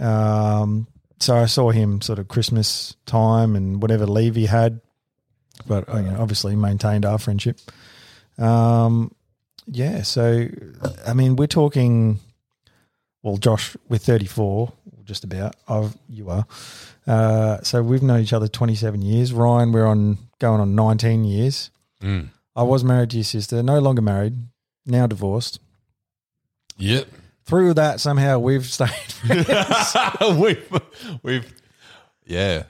[SPEAKER 2] Um, so I saw him sort of Christmas time and whatever leave he had, but uh, you know, obviously maintained our friendship. Um, yeah, so I mean, we're talking. Well, Josh, we're thirty-four, just about. I've, you are. Uh, so we've known each other twenty-seven years. Ryan, we're on going on nineteen years.
[SPEAKER 4] Mm.
[SPEAKER 2] I was married to your sister, no longer married, now divorced
[SPEAKER 4] Yep.
[SPEAKER 2] through that somehow we've stayed friends.
[SPEAKER 4] we've, we've, yeah. I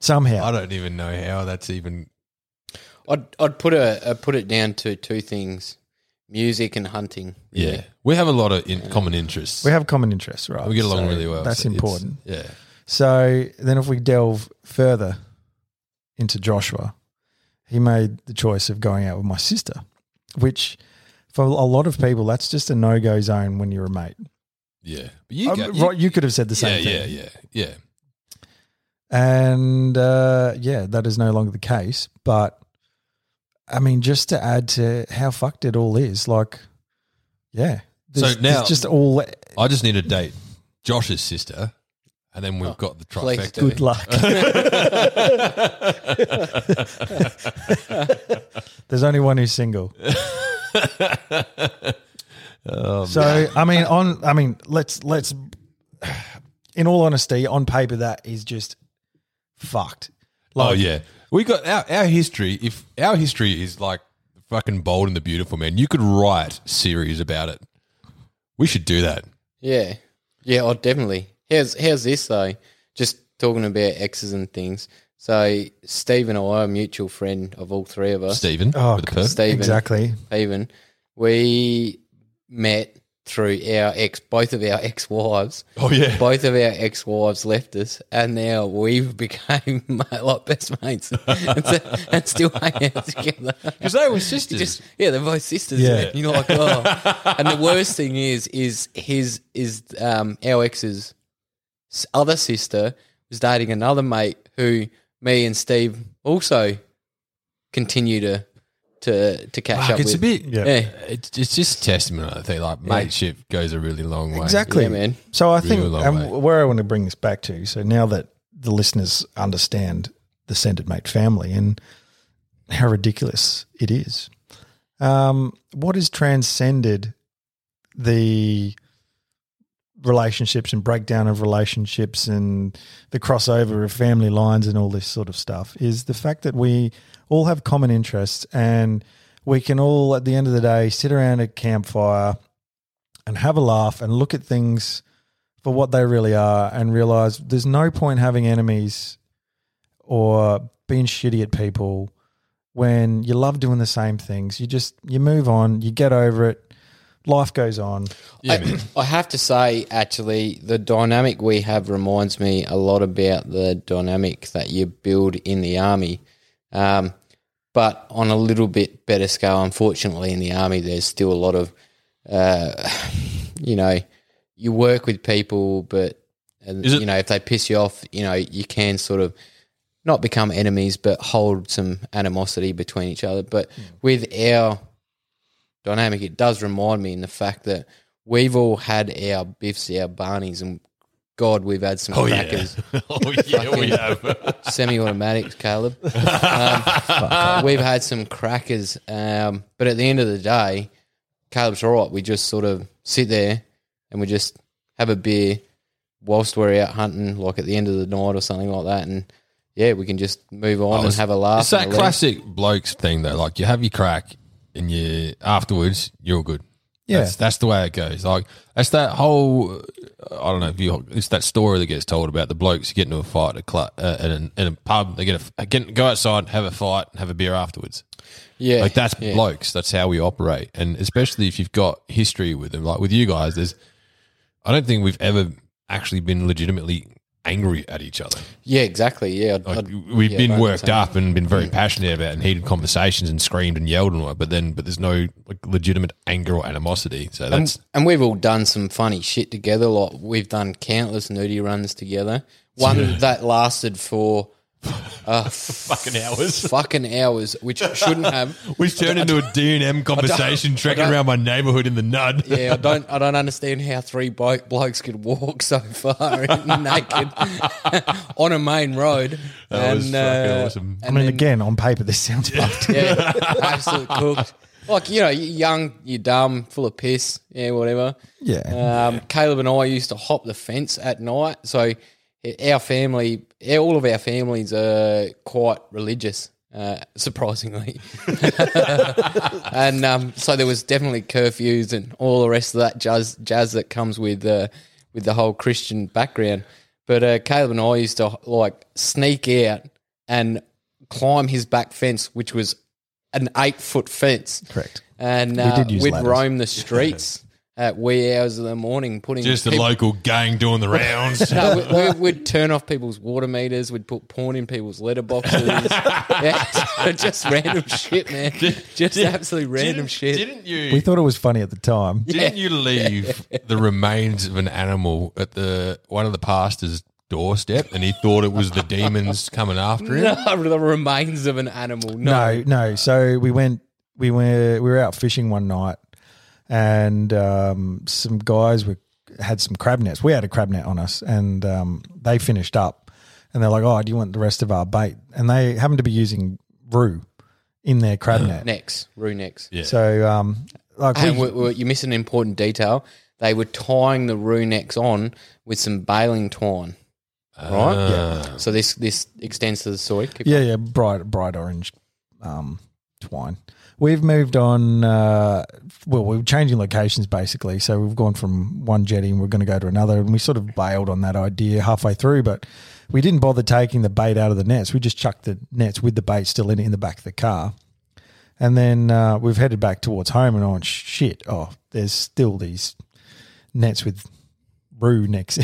[SPEAKER 2] somehow.
[SPEAKER 4] don't even know how that's even.
[SPEAKER 1] I'd, I'd put a I'd put it down to two things: music and hunting. really.
[SPEAKER 4] Yeah. We have a lot of in, common interests.
[SPEAKER 2] We have common interests, right?
[SPEAKER 4] we get along
[SPEAKER 2] So
[SPEAKER 4] really well.
[SPEAKER 2] That's
[SPEAKER 4] so it's-
[SPEAKER 2] important.
[SPEAKER 4] Yeah.
[SPEAKER 2] So then, if we delve further into Joshua, he made the choice of going out with my sister, which for a lot of people, that's just a no go zone when you're a mate.
[SPEAKER 4] Yeah. But you
[SPEAKER 2] Um,
[SPEAKER 4] got,
[SPEAKER 2] right, you could have said the
[SPEAKER 4] yeah,
[SPEAKER 2] same thing.
[SPEAKER 4] yeah, yeah, yeah.
[SPEAKER 2] And uh, yeah, that is no longer the case. But I mean, just to add to how fucked it all is, like, yeah. There's- there's
[SPEAKER 4] now-
[SPEAKER 2] just all
[SPEAKER 4] I just need to date Josh's sister, and then we've got the
[SPEAKER 1] Oh, please
[SPEAKER 4] trifecta.
[SPEAKER 1] do.
[SPEAKER 2] good luck. There's only one who's single.
[SPEAKER 4] Oh,
[SPEAKER 2] so I mean, on I mean, let's let's. In all honesty, on paper, that is just fucked.
[SPEAKER 4] oh yeah, we got our, our history. If our history is like fucking bold and the beautiful, man, you could write series about it. We should do that.
[SPEAKER 1] Yeah, yeah, oh, definitely. How's how's this though? Just talking about exes and things. So Steve and I are a mutual friend of all three of us.
[SPEAKER 4] Stephen,
[SPEAKER 2] Oh,
[SPEAKER 4] with a
[SPEAKER 2] God.
[SPEAKER 4] perp.
[SPEAKER 1] Steven.
[SPEAKER 2] Exactly.
[SPEAKER 1] Even we met through our ex, both of our ex wives.
[SPEAKER 4] Oh yeah,
[SPEAKER 1] Both of our ex wives left us, and now we've became my, like best mates and, so- and still hang out together.
[SPEAKER 4] because they were sisters.
[SPEAKER 1] Just yeah, they're both sisters.
[SPEAKER 2] Yeah.
[SPEAKER 1] Yeah. You're like, oh. and the worst thing is, is his is um our ex's s- other sister was dating another mate who me and Steve also continue to to to catch
[SPEAKER 4] Fuck,
[SPEAKER 1] up
[SPEAKER 4] it's
[SPEAKER 1] with.
[SPEAKER 4] a bit.
[SPEAKER 2] Yeah.
[SPEAKER 1] yeah,
[SPEAKER 4] It's, it's just testament. I think like mateship goes a really long way.
[SPEAKER 2] Exactly.
[SPEAKER 1] Yeah, man.
[SPEAKER 2] So I
[SPEAKER 4] Really
[SPEAKER 2] think
[SPEAKER 4] long
[SPEAKER 2] and
[SPEAKER 4] way.
[SPEAKER 2] where I want to bring this back to, so now that the listeners understand the Scented Mate family and how ridiculous it is, Um, what has transcended the relationships and breakdown of relationships and the crossover of family lines and all this sort of stuff is the fact that we all have common interests and we can all, at the end of the day, sit around a campfire and have a laugh and look at things for what they really are and realize there's no point having enemies or being shitty at people when you love doing the same things. You just you move on, you get over it. Life goes on.
[SPEAKER 1] I, I have to say, actually, the dynamic we have reminds me a lot about the dynamic that you build in the army, um, but on a little bit better scale. Unfortunately, in the army, there's still a lot of, uh, you know, you work with people, but and,
[SPEAKER 4] Is it-
[SPEAKER 1] you know, if they piss you off, you know, you can sort of not become enemies, but hold some animosity between each other. But
[SPEAKER 4] Hmm.
[SPEAKER 1] with our dynamic, it does remind me in the fact that we've all had our biffs, our barneys, and God, we've had some
[SPEAKER 4] Oh yeah.
[SPEAKER 1] crackers,
[SPEAKER 4] oh yeah, we have.
[SPEAKER 1] semi-automatics, Caleb. Um, we've had some crackers, um, but at the end of the day, Caleb's all right. We just sort of sit there and we just have a beer whilst we're out hunting, like at the end of the night or something like that, and. Yeah, we can just move on and
[SPEAKER 4] it's-
[SPEAKER 1] have a laugh.
[SPEAKER 4] It's Oh, that
[SPEAKER 1] and relax.
[SPEAKER 4] classic blokes thing though. Like you have your crack and you afterwards you're all good.
[SPEAKER 2] Yeah.
[SPEAKER 4] That's, that's the way it goes. Like that's that whole. uh, I don't know if you. It's that story that gets told about the blokes who get into a fight at a club, uh, at an, in a pub. They get a get, go outside, have a fight, and have a beer afterwards.
[SPEAKER 1] Yeah,
[SPEAKER 4] Like that's
[SPEAKER 1] yeah.
[SPEAKER 4] blokes. That's how we operate, and especially if you've got history with them. Like with you guys, there's. I don't think we've ever actually been legitimately angry at each other.
[SPEAKER 1] Yeah, exactly. Yeah, I'd,
[SPEAKER 4] Like
[SPEAKER 1] I'd-
[SPEAKER 4] we've
[SPEAKER 1] yeah, uh,
[SPEAKER 4] been
[SPEAKER 1] I'd
[SPEAKER 4] worked
[SPEAKER 1] say-
[SPEAKER 4] up and been very passionate about and heated conversations and screamed and yelled and all that, but then but there's no like legitimate anger or animosity. So that's
[SPEAKER 1] And, and we've all done some funny shit together. Like we've done countless nudie runs together. One that lasted for uh, fucking
[SPEAKER 4] hours.
[SPEAKER 1] fucking hours, which shouldn't have.
[SPEAKER 4] We've turned into a D and M conversation trekking around my neighbourhood in the nud.
[SPEAKER 1] Yeah, I don't, I don't understand how three blo- blokes could walk so far naked on a main road.
[SPEAKER 4] That was fucking
[SPEAKER 1] uh,
[SPEAKER 4] awesome.
[SPEAKER 2] I
[SPEAKER 1] and
[SPEAKER 2] mean,
[SPEAKER 1] then-
[SPEAKER 2] again, on paper, this sounds fucked.
[SPEAKER 1] Yeah, absolute cooked. Like, you know, you're young, you're dumb, full of piss, yeah, whatever.
[SPEAKER 2] Yeah.
[SPEAKER 1] Um, Caleb and I used to hop the fence at night. So our family, all of our families are quite religious, uh, surprisingly. and um, so there was definitely curfews and all the rest of that jazz, jazz that comes with uh, with the whole Christian background. But uh, Caleb and I used to like sneak out and climb his back fence, which was an eight foot fence.
[SPEAKER 2] Correct.
[SPEAKER 1] And uh,
[SPEAKER 2] did
[SPEAKER 1] we
[SPEAKER 2] use
[SPEAKER 1] would
[SPEAKER 2] ladders.
[SPEAKER 1] roam the streets at wee hours of the morning, putting
[SPEAKER 4] Just the
[SPEAKER 1] people-
[SPEAKER 4] local gang doing the rounds.
[SPEAKER 1] No, we, we, we'd turn off people's water meters. We'd put porn in people's letterboxes. yeah, just random shit, man. Just absolutely random
[SPEAKER 4] didn't,
[SPEAKER 1] shit.
[SPEAKER 4] Didn't you
[SPEAKER 2] We thought it was funny at the time.
[SPEAKER 4] didn't you leave the remains of an animal at the one of the pastor's doorstep and he thought it was the demons coming after him?
[SPEAKER 1] No, the remains of an animal. No,
[SPEAKER 2] No, no. So we went, we were, we were out fishing one night, and um, some guys were had some crab nets. We had a crab net on us, and um, they finished up, and they're like, "Oh, do you want the rest of our bait?" And they happened to be using rue in their crab net.
[SPEAKER 1] necks, rue necks.
[SPEAKER 4] Yeah.
[SPEAKER 2] So, um, like,
[SPEAKER 1] And
[SPEAKER 2] we,
[SPEAKER 1] we, we, you miss an important detail. They were tying the rue necks on with some baling twine. Right.
[SPEAKER 4] Ah.
[SPEAKER 1] So this this extends to the soy. Keep
[SPEAKER 2] yeah, yeah, bright, bright orange um, twine. We've moved on. Uh, well, we're changing locations basically. So we've gone from one jetty and we're going to go to another. And we sort of bailed on that idea halfway through, but we didn't bother taking the bait out of the nets. We just chucked the nets with the bait still in it in the back of the car. And then uh, we've headed back towards home and I went, shit, oh, there's still these nets with brew necks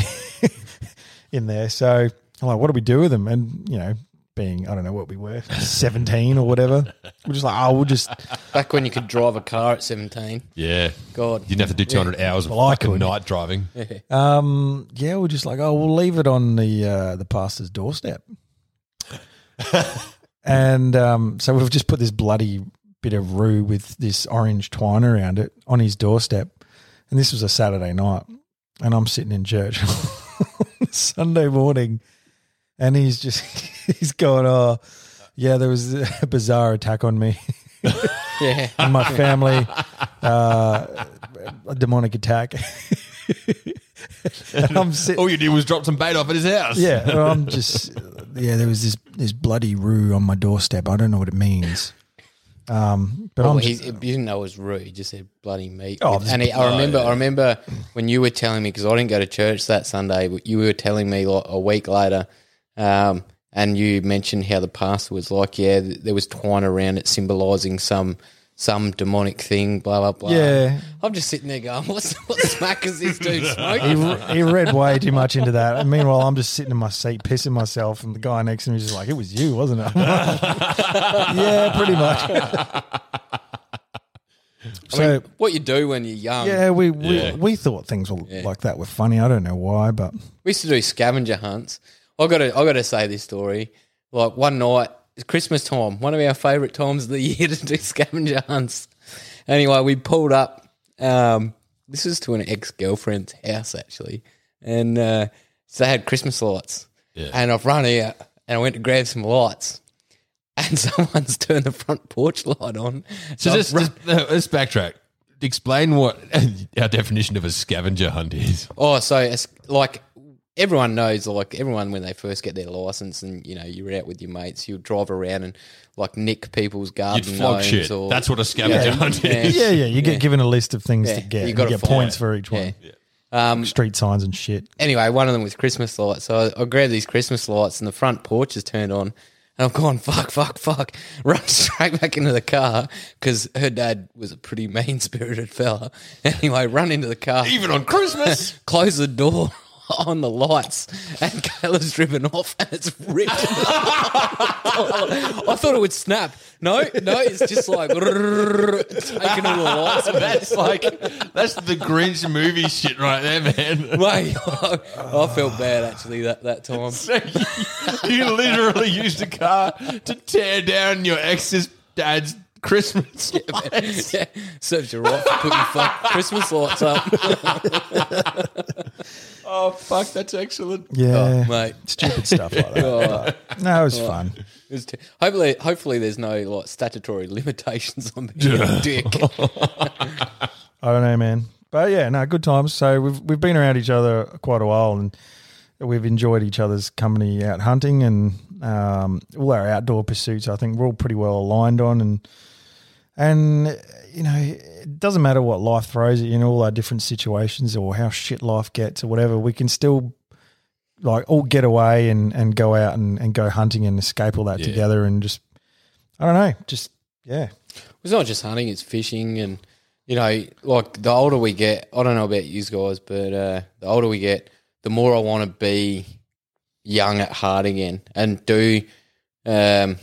[SPEAKER 2] in there. So I'm like, what do we do with them? And, you know, being, I don't know what we were, 17 or whatever. We're just like, oh, we'll just,
[SPEAKER 1] Back when you could drive a car at 17.
[SPEAKER 4] Yeah.
[SPEAKER 1] God.
[SPEAKER 4] You didn't have to do 200 hours of
[SPEAKER 2] Well, I
[SPEAKER 4] fucking
[SPEAKER 2] couldn't.
[SPEAKER 4] night driving.
[SPEAKER 2] um, yeah, we're just like, oh, we'll leave it on the, uh, the pastor's doorstep. and, um, so we've just put this bloody bit of rue with this orange twine around it on his doorstep. And this was a Saturday night and I'm sitting in church Sunday morning, and he's just he's going, "Oh, yeah, there was a bizarre attack on me."
[SPEAKER 1] Yeah.
[SPEAKER 2] in my family, uh, a demonic attack. And I'm sitting,
[SPEAKER 4] All you did was drop some bait off at his house.
[SPEAKER 2] yeah, well, I'm just, yeah. There was this this bloody roo on my doorstep. I don't know what it means, um, but
[SPEAKER 1] Oh,
[SPEAKER 2] I'm
[SPEAKER 1] he,
[SPEAKER 2] just,
[SPEAKER 1] he didn't know it was rude. He just said bloody meat.
[SPEAKER 2] Oh,
[SPEAKER 1] and he, I remember, I remember when you were telling me because I didn't go to church that Sunday. You were telling me like a week later, um, and you mentioned how the pastor was like, yeah, th- there was twine around it symbolising some some demonic thing. Blah blah blah.
[SPEAKER 2] yeah.
[SPEAKER 1] I'm just sitting there going, what's, what smack is this dude
[SPEAKER 2] He,
[SPEAKER 1] smoking?
[SPEAKER 2] he read way too much into that. And meanwhile, I'm just sitting in my seat pissing myself, and the guy next to me is just like, "It was you, wasn't it?" yeah, pretty much.
[SPEAKER 1] I mean,
[SPEAKER 2] so
[SPEAKER 1] what you do when you're young?
[SPEAKER 2] yeah, we we,
[SPEAKER 4] Yeah.
[SPEAKER 2] we thought things were like that were funny. I don't know why, but
[SPEAKER 1] We used to do scavenger hunts. I got to, I got to say this story. Like one night, it's Christmas time, one of our favourite times of the year to do scavenger hunts. Anyway, we pulled up. Um, this was to an ex girlfriend's house actually, and uh, so they had Christmas lights. And I've run out, and I went to grab some lights, and someone's turned the front porch light on.
[SPEAKER 4] So
[SPEAKER 1] I've
[SPEAKER 4] just,
[SPEAKER 1] run-
[SPEAKER 4] just- no, let's backtrack. Explain what our definition of a scavenger hunt is.
[SPEAKER 1] Oh, so it's like everyone knows, like everyone when they first get their license, and you know you're out with your mates, you'll drive around and like nick people's
[SPEAKER 4] You'd
[SPEAKER 1] garden
[SPEAKER 4] flog
[SPEAKER 1] gnomes
[SPEAKER 4] shit.
[SPEAKER 1] or
[SPEAKER 4] That's what a scavenger
[SPEAKER 1] Yeah.
[SPEAKER 4] hunt
[SPEAKER 1] Yeah.
[SPEAKER 4] is.
[SPEAKER 2] yeah, yeah, you get given a list of things
[SPEAKER 1] Yeah,
[SPEAKER 2] to get.
[SPEAKER 1] you
[SPEAKER 2] You,
[SPEAKER 1] gotta
[SPEAKER 2] get
[SPEAKER 1] follow
[SPEAKER 2] points
[SPEAKER 1] it.
[SPEAKER 2] for each one.
[SPEAKER 1] Yeah. Um,
[SPEAKER 2] Street signs and shit.
[SPEAKER 1] anyway, one of them was Christmas lights. So I, I grabbed these Christmas lights and the front porch is turned on. And I've gone, fuck, fuck, fuck. Run straight back into the car because her dad was a pretty mean spirited fella. Anyway, run into the car.
[SPEAKER 4] Even on Christmas.
[SPEAKER 1] Close the door on the lights and Kayla's driven off and it's ripped. I thought it would snap. No, no, it's just like taking all the lights. away. It's like,
[SPEAKER 4] That's the Grinch movie shit right there, man.
[SPEAKER 1] mate, I, I felt bad actually that, that time.
[SPEAKER 4] you literally used a car to tear down your ex's dad's Christmas.
[SPEAKER 1] yeah, serves you right for putting fuck Christmas lights up,
[SPEAKER 4] Oh fuck, that's excellent.
[SPEAKER 1] oh,
[SPEAKER 2] Yeah,
[SPEAKER 1] mate.
[SPEAKER 2] stupid stuff like that. But, no, it was fun.
[SPEAKER 1] It was too- hopefully, hopefully, there's no like statutory limitations on being a dick.
[SPEAKER 2] I don't know, man. But yeah, no, good times. So we've we've been around each other quite a while, and we've enjoyed each other's company out hunting and um, all our outdoor pursuits. I think we're all pretty well aligned on, and and you know, it doesn't matter what life throws at you in all our different situations or how shit life gets or whatever. We can still like all get away and and go out and and go hunting and escape all that together and just I don't know, just yeah,
[SPEAKER 1] It's not just hunting; it's fishing, and you know, like the older we get, I don't know about you guys, but uh, the older we get, the more I want to be young at heart again and do, um,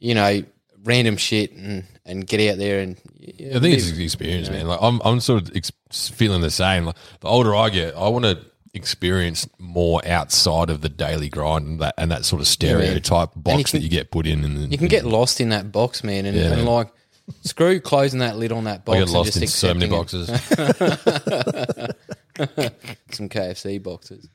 [SPEAKER 1] you know, random shit and and get out there and.
[SPEAKER 4] I think it's the experience, man. Like I'm, I'm sort of ex- feeling the same. Like the older I get, I want to experience more outside of the daily grind and that and that sort of stereotype box
[SPEAKER 1] can-
[SPEAKER 4] that you get put in. And
[SPEAKER 1] You can get lost in that box, man, and, and like screw closing that lid on that box.
[SPEAKER 4] I get
[SPEAKER 1] and
[SPEAKER 4] lost
[SPEAKER 1] just
[SPEAKER 4] in so many
[SPEAKER 1] accepting it.
[SPEAKER 4] boxes.
[SPEAKER 1] Some KFC boxes.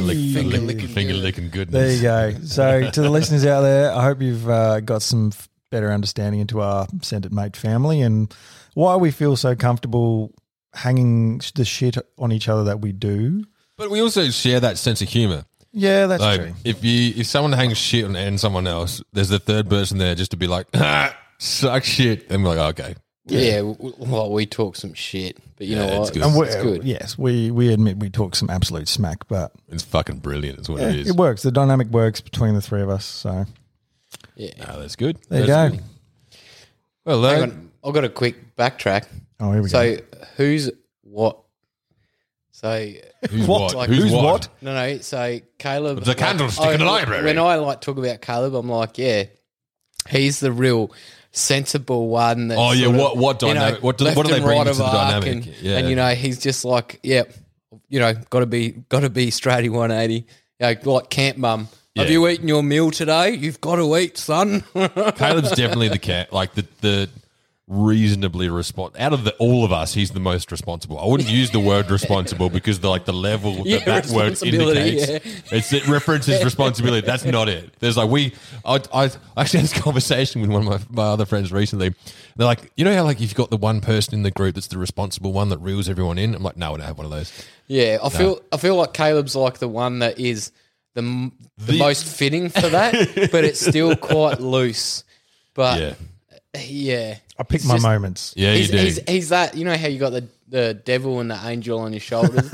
[SPEAKER 4] lick, finger,
[SPEAKER 1] licking
[SPEAKER 4] licking, finger licking
[SPEAKER 2] There
[SPEAKER 4] goodness.
[SPEAKER 2] you go. So, to the listeners out there, I hope you've uh, got some f- better understanding into our Send It Mate family and why we feel so comfortable hanging sh- the shit on each other that we do.
[SPEAKER 4] But we also share that sense of humor.
[SPEAKER 2] Yeah, that's
[SPEAKER 4] Like
[SPEAKER 2] true.
[SPEAKER 4] if you if someone hangs shit on and someone else, there's the third person there just to be like, ah, suck shit, and we're like, "Oh, okay,
[SPEAKER 1] Yeah, w- well, we talk some shit, but you know
[SPEAKER 4] it's
[SPEAKER 1] what?
[SPEAKER 4] good.
[SPEAKER 2] And we-
[SPEAKER 1] It's good.
[SPEAKER 2] Yes, we, we admit we talk some absolute smack, but
[SPEAKER 4] it's fucking brilliant. Is what
[SPEAKER 2] yeah,
[SPEAKER 4] it is.
[SPEAKER 2] it works. The dynamic works between the three of us. So,
[SPEAKER 1] Yeah.
[SPEAKER 4] Ah, that's good.
[SPEAKER 2] there you
[SPEAKER 4] That's
[SPEAKER 2] go.
[SPEAKER 4] good. Well, that-
[SPEAKER 1] Hang on, I got a quick backtrack.
[SPEAKER 2] Oh, here we
[SPEAKER 1] So who's what? So
[SPEAKER 4] who's
[SPEAKER 2] What?
[SPEAKER 4] what?
[SPEAKER 1] Like,
[SPEAKER 4] who's
[SPEAKER 1] who's
[SPEAKER 4] what?
[SPEAKER 1] no, no. So Caleb,
[SPEAKER 4] The candlestick in the library.
[SPEAKER 1] When I like talk about Caleb, I'm like, yeah, he's the real sensible one. That
[SPEAKER 4] Oh, yeah,
[SPEAKER 1] sort of,
[SPEAKER 4] what- what
[SPEAKER 1] you know,
[SPEAKER 4] dynamic- what do-
[SPEAKER 1] left
[SPEAKER 4] what do they
[SPEAKER 1] and
[SPEAKER 4] bring
[SPEAKER 1] right
[SPEAKER 4] into
[SPEAKER 1] of
[SPEAKER 4] the
[SPEAKER 1] arc
[SPEAKER 4] dynamic?
[SPEAKER 1] And,
[SPEAKER 4] Yeah.
[SPEAKER 1] and you know, he's just like, yeah, you know, got to be, got to be straighty 180. You know, like camp mum. Have
[SPEAKER 4] Yeah.
[SPEAKER 1] you eaten your meal today? You've got to eat, son.
[SPEAKER 4] Caleb's definitely the cat, like the the reasonably respond out of the, all of us he's the most responsible i wouldn't use the word responsible because the like the level that
[SPEAKER 1] Yeah,
[SPEAKER 4] that word
[SPEAKER 1] responsibility,
[SPEAKER 4] indicates it's it references responsibility that's not it there's like we i, I I actually had this conversation with one of my, my other friends recently they're like you know how like you've got the one person in the group that's the responsible one that reels everyone in i'm like no i don't have one of those
[SPEAKER 1] Yeah, I feel I feel like Caleb's like the one that is the m- the,
[SPEAKER 4] The-
[SPEAKER 1] most fitting for that, but it's still quite loose.
[SPEAKER 4] yeah
[SPEAKER 1] But yeah,
[SPEAKER 2] I pick
[SPEAKER 1] It's
[SPEAKER 2] my
[SPEAKER 1] just-
[SPEAKER 2] moments.
[SPEAKER 4] yeah
[SPEAKER 1] he's,
[SPEAKER 4] you do
[SPEAKER 1] he's he's that you know how you got the the devil and the angel on your shoulders.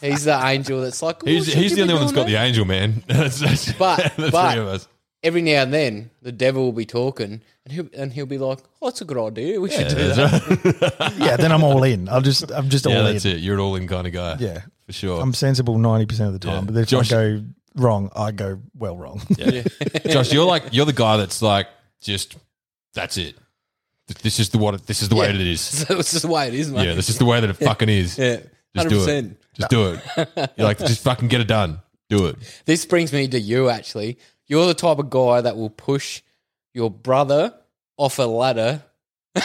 [SPEAKER 1] he's the angel that's like
[SPEAKER 4] He's,
[SPEAKER 1] "Oh,
[SPEAKER 4] he's
[SPEAKER 1] should
[SPEAKER 4] the
[SPEAKER 1] you be
[SPEAKER 4] only one that's
[SPEAKER 1] doing
[SPEAKER 4] got
[SPEAKER 1] that?"
[SPEAKER 4] the angel, man. that's, that's,
[SPEAKER 1] But-
[SPEAKER 4] the
[SPEAKER 1] but-
[SPEAKER 4] three of us.
[SPEAKER 1] Every now and then, the devil will be talking, and he'll and he'll be like, "Oh, that's a good idea. We should do that."
[SPEAKER 4] That's right.
[SPEAKER 2] Yeah, then I'm all in. I'm just I'm just
[SPEAKER 4] Yeah,
[SPEAKER 2] all
[SPEAKER 4] that's
[SPEAKER 2] in.
[SPEAKER 4] it. You're an all in kind of guy.
[SPEAKER 2] Yeah.
[SPEAKER 4] For sure.
[SPEAKER 2] I'm sensible ninety percent of the time,
[SPEAKER 4] Yeah.
[SPEAKER 2] but if I
[SPEAKER 4] Josh-
[SPEAKER 2] go wrong, I go well wrong.
[SPEAKER 4] Josh, you're like you're the guy that's like just that's it. Th- This is the what this is the way
[SPEAKER 1] Yeah.
[SPEAKER 4] that it is.
[SPEAKER 1] So it's just the way it is, mate.
[SPEAKER 4] Yeah, this is the way that it fucking is.
[SPEAKER 1] Yeah,
[SPEAKER 4] Just
[SPEAKER 1] hundred
[SPEAKER 4] do
[SPEAKER 1] percent.
[SPEAKER 4] it. Just do it. You're like just fucking get it done. Do it.
[SPEAKER 1] This brings me to you, actually. You're the type of guy that will push your brother off a ladder for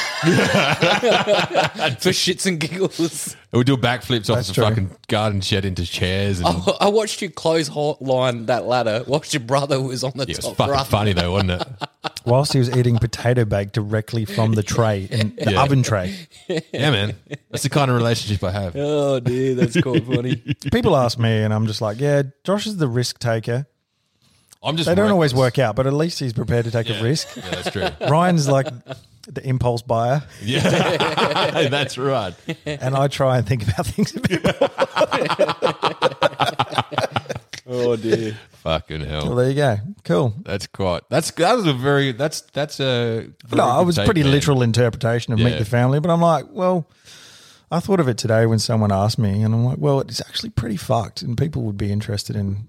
[SPEAKER 1] shits and giggles.
[SPEAKER 4] And we do backflips off
[SPEAKER 2] That's
[SPEAKER 4] the
[SPEAKER 2] true. Oh,
[SPEAKER 4] fucking garden shed into chairs and
[SPEAKER 1] I I watched you close hot line that ladder whilst your brother was on the
[SPEAKER 4] yeah, it was
[SPEAKER 1] top
[SPEAKER 4] fucking
[SPEAKER 1] rung.
[SPEAKER 4] funny though, wasn't it?
[SPEAKER 2] Whilst he was eating potato bake directly from the tray and the
[SPEAKER 4] Yeah.
[SPEAKER 2] oven tray.
[SPEAKER 4] Yeah, man. That's the kind of relationship I have.
[SPEAKER 1] Oh dear, that's quite funny.
[SPEAKER 2] People ask me and I'm just like, Yeah, Josh is the risk taker.
[SPEAKER 4] I'm just
[SPEAKER 2] They don't always
[SPEAKER 4] reckless.
[SPEAKER 2] work out, but at least he's prepared to take a risk.
[SPEAKER 4] Yeah, that's true.
[SPEAKER 2] Ryan's like the impulse buyer,
[SPEAKER 4] Yeah, that's right.
[SPEAKER 2] and I try and think about things a bit. more.
[SPEAKER 1] Oh dear.
[SPEAKER 4] Fucking
[SPEAKER 2] Well,
[SPEAKER 4] hell.
[SPEAKER 2] there you go. Cool.
[SPEAKER 4] That's quite. That's that was a very. That's that's a. very
[SPEAKER 2] No, I
[SPEAKER 4] good
[SPEAKER 2] was
[SPEAKER 4] take,
[SPEAKER 2] pretty
[SPEAKER 4] man.
[SPEAKER 2] literal interpretation of meet
[SPEAKER 4] Yeah.
[SPEAKER 2] the family, but I'm like, well, I thought of it today when someone asked me, and I'm like, well, it's actually pretty fucked, and people would be interested in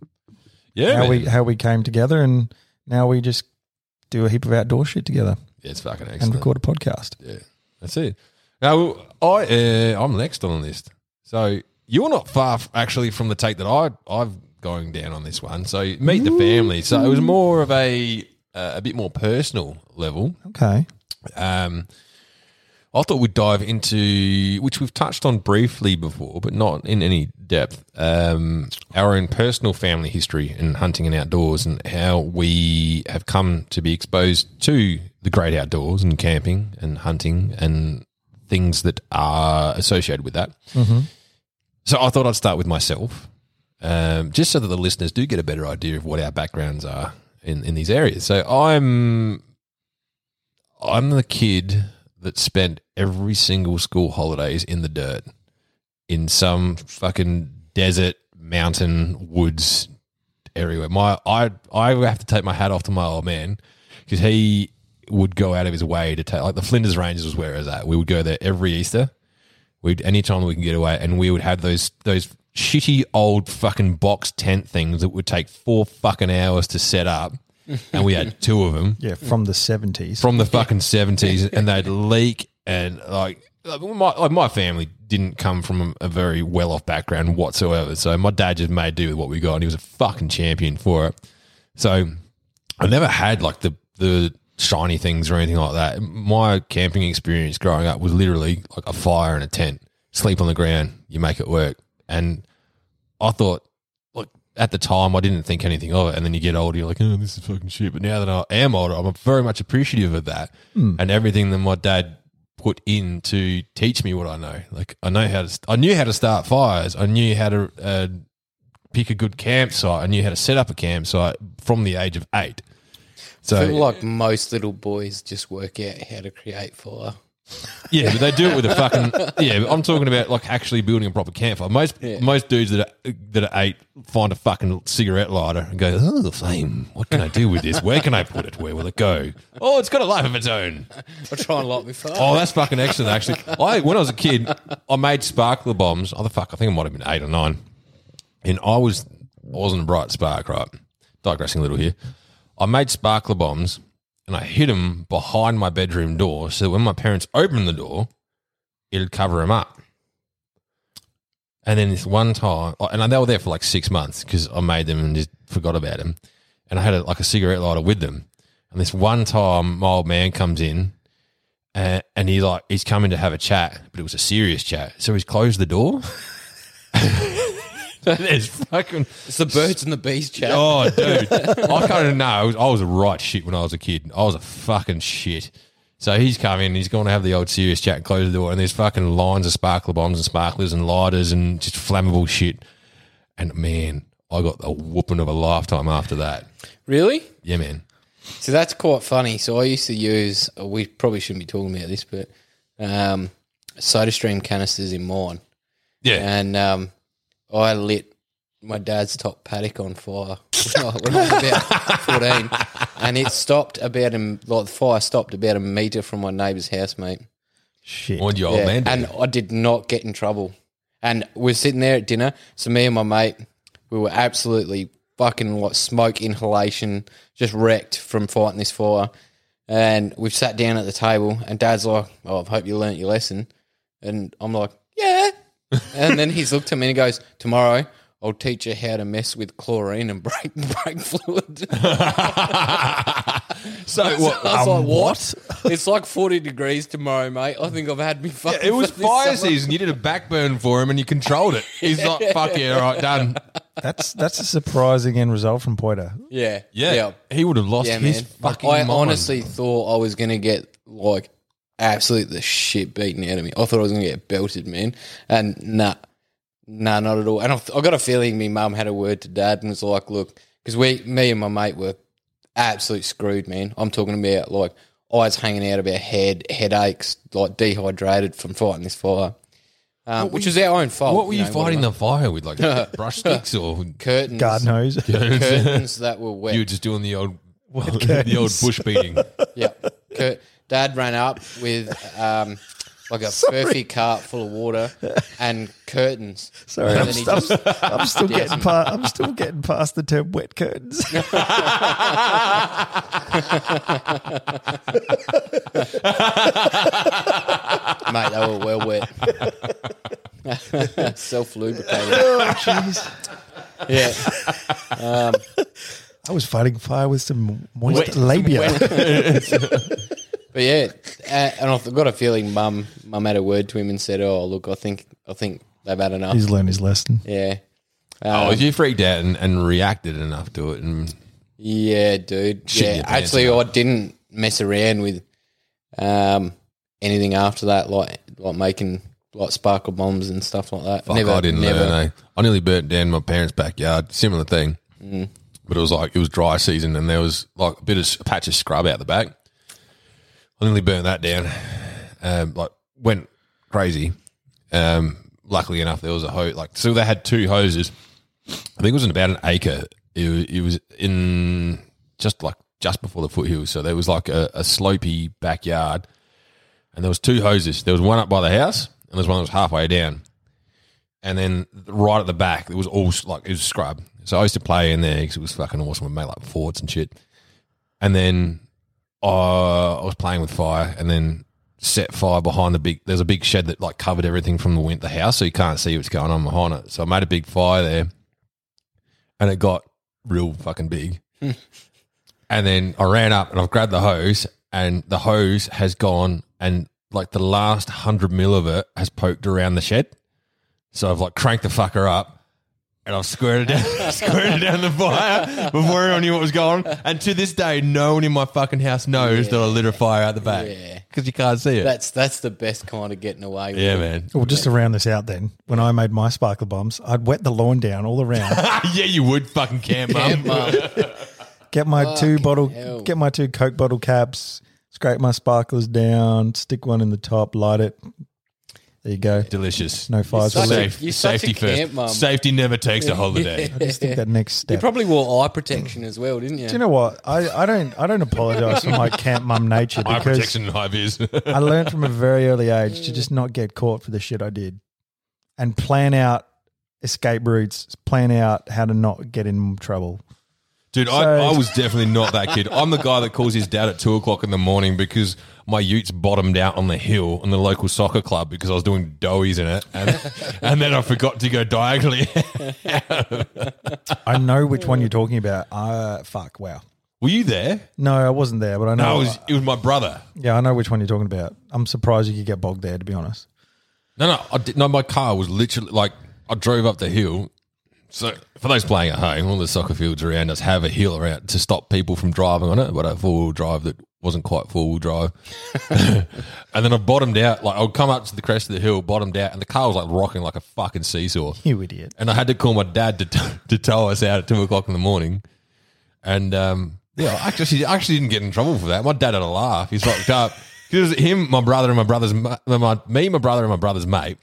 [SPEAKER 4] Yeah,
[SPEAKER 2] how
[SPEAKER 4] man.
[SPEAKER 2] we how we came together, and now we just do a heap of outdoor shit together
[SPEAKER 4] Yeah, it's fucking
[SPEAKER 2] and
[SPEAKER 4] excellent.
[SPEAKER 2] record a podcast.
[SPEAKER 4] That's it. Now I uh, I'm next on the list, so you're not far f- actually from the take that I I've going down on this one. So meet the family. So it was more of a uh, a bit more personal level.
[SPEAKER 2] Okay,
[SPEAKER 4] Um, I thought we'd dive into which we've touched on briefly before, but not in any depth. Um, our own personal family history in hunting and outdoors, and how we have come to be exposed to the great outdoors and camping and hunting and things that are associated with that. So I thought I'd start with myself, um, just so that the listeners do get a better idea of what our backgrounds are in, in these areas. So I'm I'm the kid that spent every single school holidays in the dirt, in some fucking desert, mountain, woods, everywhere. My I I have to take my hat off to my old man because he would go out of his way to take like the Flinders Ranges was where it was at. We would go there every Easter. We'd anytime we can get away, and we would have those those shitty old fucking box tent things that would take four fucking hours to set up, and we had two of them
[SPEAKER 2] yeah, from the seventies.
[SPEAKER 4] from the fucking seventies, and they'd leak and like like, my like my family didn't come from a very well off background whatsoever. So my dad just made do with what we got, and he was a fucking champion for it. So I never had like the the shiny things or anything like that. My camping experience growing up was literally like a fire and a tent, sleep on the ground, you make it work. And I thought, look, at the time I didn't think anything of it, and then you get older, you're like, oh, this is fucking shit. But now that I am older, I'm very much appreciative of that and everything that my dad put in to teach me what I know. Like I know how to, I knew how to start fires, I knew how to uh, pick a good campsite, I knew how to set up a campsite from the age of eight. So
[SPEAKER 1] I feel like most little boys just work out how to create fire.
[SPEAKER 4] Yeah, but they do it with a fucking yeah. but I'm talking about like actually building a proper campfire. Most most dudes that are, that are eight find a fucking cigarette lighter and go, "Oh, the flame! What can I do with this? Where can I put it? Where will it go? Oh, it's got a life of its own.
[SPEAKER 1] I try and light me fire.
[SPEAKER 4] Oh, that's fucking excellent. Actually, I when I was a kid, I made sparkler bombs. Oh, the fuck! I think I might have been eight or nine, and I was I wasn't a bright spark, right? Digressing a little here. I made sparkler bombs, and I hid them behind my bedroom door, so that when my parents opened the door, it'd cover them up. And then this one time, and they were there for like six months because I made them and just forgot about them. And I had a, like a cigarette lighter with them. And this one time, my old man comes in and, and he like he's coming to have a chat, but it was a serious chat. So he's closed the door. So There's fucking
[SPEAKER 1] It's the birds and the bees chat.
[SPEAKER 4] oh, dude, I kind of know. I was, I was a right shit when I was a kid. I was a fucking shit. So he's come in, he's going to have the old serious chat, and close the door, and there's fucking lines of sparkler bombs and sparklers and lighters and just flammable shit. And man, I got a whooping of a lifetime after that.
[SPEAKER 1] Really?
[SPEAKER 4] Yeah, man.
[SPEAKER 1] So that's quite funny. So I used to use. oh, We probably shouldn't be talking about this, but um, soda stream canisters in mine,
[SPEAKER 4] Yeah.
[SPEAKER 1] and um, I lit my dad's top paddock on fire when I when I was about fourteen, and it stopped about a like the fire stopped about a meter from my neighbour's house, mate.
[SPEAKER 2] Shit.
[SPEAKER 4] Mind your old
[SPEAKER 1] Yeah,
[SPEAKER 4] man. do?
[SPEAKER 1] and I did not get in trouble. And we're sitting there at dinner. So me and my mate, we were absolutely fucking like smoke inhalation, just wrecked from fighting this fire. And we've sat down at the table, and Dad's like, "Oh, I hope you learnt your lesson." And I'm like, "Yeah." and then he's looked at me and he goes, "Tomorrow." I'll teach you how to mess with chlorine and brake brake fluid. I
[SPEAKER 4] so what?
[SPEAKER 1] was
[SPEAKER 2] Um,
[SPEAKER 1] like, "What? it's like forty degrees tomorrow, mate. I think I've had me fucking."
[SPEAKER 4] It was
[SPEAKER 1] for this
[SPEAKER 4] fire
[SPEAKER 1] summer."
[SPEAKER 4] season. You did a backburn for him, and you controlled it. He's like, "Fuck yeah, all right, done."
[SPEAKER 2] That's that's a surprising end result from Poiter.
[SPEAKER 1] Yeah,
[SPEAKER 4] Yeah, he would have lost
[SPEAKER 1] Yeah,
[SPEAKER 4] his
[SPEAKER 1] man.
[SPEAKER 4] fucking.
[SPEAKER 1] I
[SPEAKER 4] mind.
[SPEAKER 1] honestly thought I was gonna get like absolute the shit beaten out of me. I thought I was gonna get belted, man. And nah, nah, not at all. And I, I got a feeling me mum had a word to dad and was like, "Look, because we, me and my mate were absolute screwed, man. I'm talking about like eyes hanging out of our head, headaches, like dehydrated from fighting this fire." Um, which was our own fault.
[SPEAKER 4] What were you,
[SPEAKER 1] know,
[SPEAKER 4] fighting
[SPEAKER 1] whatever.
[SPEAKER 4] the fire with, like brush sticks, or
[SPEAKER 1] curtains?
[SPEAKER 2] God knows.
[SPEAKER 1] curtains that were wet.
[SPEAKER 4] you were just doing the old, the old bush beating?
[SPEAKER 1] Yeah. Kurt, Dad ran up with um, like a furfy cart full of water and curtains.
[SPEAKER 2] Sorry,
[SPEAKER 1] And
[SPEAKER 2] I'm,
[SPEAKER 1] then he
[SPEAKER 2] I'm-
[SPEAKER 1] just-
[SPEAKER 2] I'm still
[SPEAKER 1] Yeah.
[SPEAKER 2] getting past. I'm still getting past the term wet curtains.
[SPEAKER 1] mate, they were well wet. Self lubricated.
[SPEAKER 2] Jeez.
[SPEAKER 1] Yeah.
[SPEAKER 2] I was fighting fire with some moist
[SPEAKER 1] Wet-
[SPEAKER 2] labia.
[SPEAKER 1] But yeah, uh, and I've got a feeling mum mum had a word to him and said, "Oh, look, I think I think they've had enough."
[SPEAKER 2] He's learned his lesson.
[SPEAKER 1] Yeah.
[SPEAKER 4] oh,
[SPEAKER 1] Um,
[SPEAKER 4] you freaked out and, and reacted enough to it, and
[SPEAKER 1] Yeah, dude.
[SPEAKER 4] Shit in
[SPEAKER 1] yeah,
[SPEAKER 4] your pants
[SPEAKER 1] actually,
[SPEAKER 4] and
[SPEAKER 1] I didn't mess around with um, anything after that, like like making like sparkle bombs and stuff like that.
[SPEAKER 4] fuck, I didn't learn. Eh? I nearly burnt down my parents' backyard. Similar thing, but it was like it was dry season, and there was like a bit of a patch of scrub out the back. I nearly burnt that down. Um, like went crazy. Um, luckily enough, there was a hose. Like so, they had two hoses. I think it was in about an acre. It, wa- it was in just like just before the foothills. So there was like a, a slopey backyard, and there was two hoses. There was one up by the house, and there was one that was halfway down. And then right at the back, it was all s- like it was scrub. So I used to play in there because it was fucking awesome. We made like forts and shit. And then uh, I was playing with fire, and then set fire behind the big. There's a big shed that like covered everything from the wind, the house, so you can't see what's going on behind it. So I made a big fire there, and it got real fucking big.
[SPEAKER 1] Hmm.
[SPEAKER 4] and then I ran up and I've grabbed the hose, and the hose has gone, and like the last hundred mil of it has poked around the shed. So I've like cranked the fucker up. And I've squirted it down, squirted it down the fire before everyone knew what was going on. And to this day, no one in my fucking house knows that I lit a fire out the back
[SPEAKER 1] Yeah.
[SPEAKER 4] because you can't see it.
[SPEAKER 1] That's that's the best kind of getting away. with
[SPEAKER 4] yeah,
[SPEAKER 1] it.
[SPEAKER 4] man.
[SPEAKER 2] Well, just to round this out, then when I made my sparkle bombs, I'd wet the lawn down all around.
[SPEAKER 4] yeah, you would fucking camp up.
[SPEAKER 1] Mum,
[SPEAKER 2] Get my two bottle,
[SPEAKER 1] hell.
[SPEAKER 2] get my two Coke bottle caps, scrape my sparklers down, stick one in the top, light it. There you go.
[SPEAKER 4] Delicious.
[SPEAKER 2] No fires.
[SPEAKER 1] You're
[SPEAKER 2] for
[SPEAKER 1] such
[SPEAKER 2] me.
[SPEAKER 1] a-
[SPEAKER 4] Safe,
[SPEAKER 1] you're such
[SPEAKER 4] safety
[SPEAKER 1] a
[SPEAKER 4] first.
[SPEAKER 1] camp mum.
[SPEAKER 4] Safety never takes a holiday.
[SPEAKER 2] I just think that next
[SPEAKER 1] you
[SPEAKER 2] step.
[SPEAKER 1] probably wore eye protection as well, didn't you?
[SPEAKER 2] Do you know what? I, I don't I don't apologize for my camp mum nature
[SPEAKER 4] Eye
[SPEAKER 2] because
[SPEAKER 4] protection and high vis.
[SPEAKER 2] I learned from a very early age to just not get caught for the shit I did, and plan out escape routes, plan out how to not get in trouble.
[SPEAKER 4] Dude,
[SPEAKER 2] So-
[SPEAKER 4] I, I was definitely not that kid. I'm the guy that calls his dad at two o'clock in the morning because my utes bottomed out on the hill in the local soccer club because I was doing doughies in it. And, and then I forgot to go diagonally.
[SPEAKER 2] I know which one you're talking about. Uh, fuck, wow.
[SPEAKER 4] Were you there?
[SPEAKER 2] No, I wasn't there, but I know.
[SPEAKER 4] No, it was, it was my brother.
[SPEAKER 2] yeah, I know which one you're talking about. I'm surprised you could get bogged there, to be honest.
[SPEAKER 4] No, no, I did, no. My car was literally like I drove up the hill. So for those playing at home, all the soccer fields around us have a hill around to stop people from driving on it, but a four wheel drive that wasn't quite four wheel drive. and then I bottomed out. Like I'd come up to the crest of the hill, bottomed out, and the car was like rocking like a fucking seesaw.
[SPEAKER 2] You idiot.
[SPEAKER 4] And I had to call my dad to t- to tow us out at two o'clock in the morning. And um, yeah, I actually, I actually didn't get in trouble for that. My dad had a laugh. He's locked up. 'Cause It was him, my brother, and my brother's ma- my, me, my brother, and my brother's mate,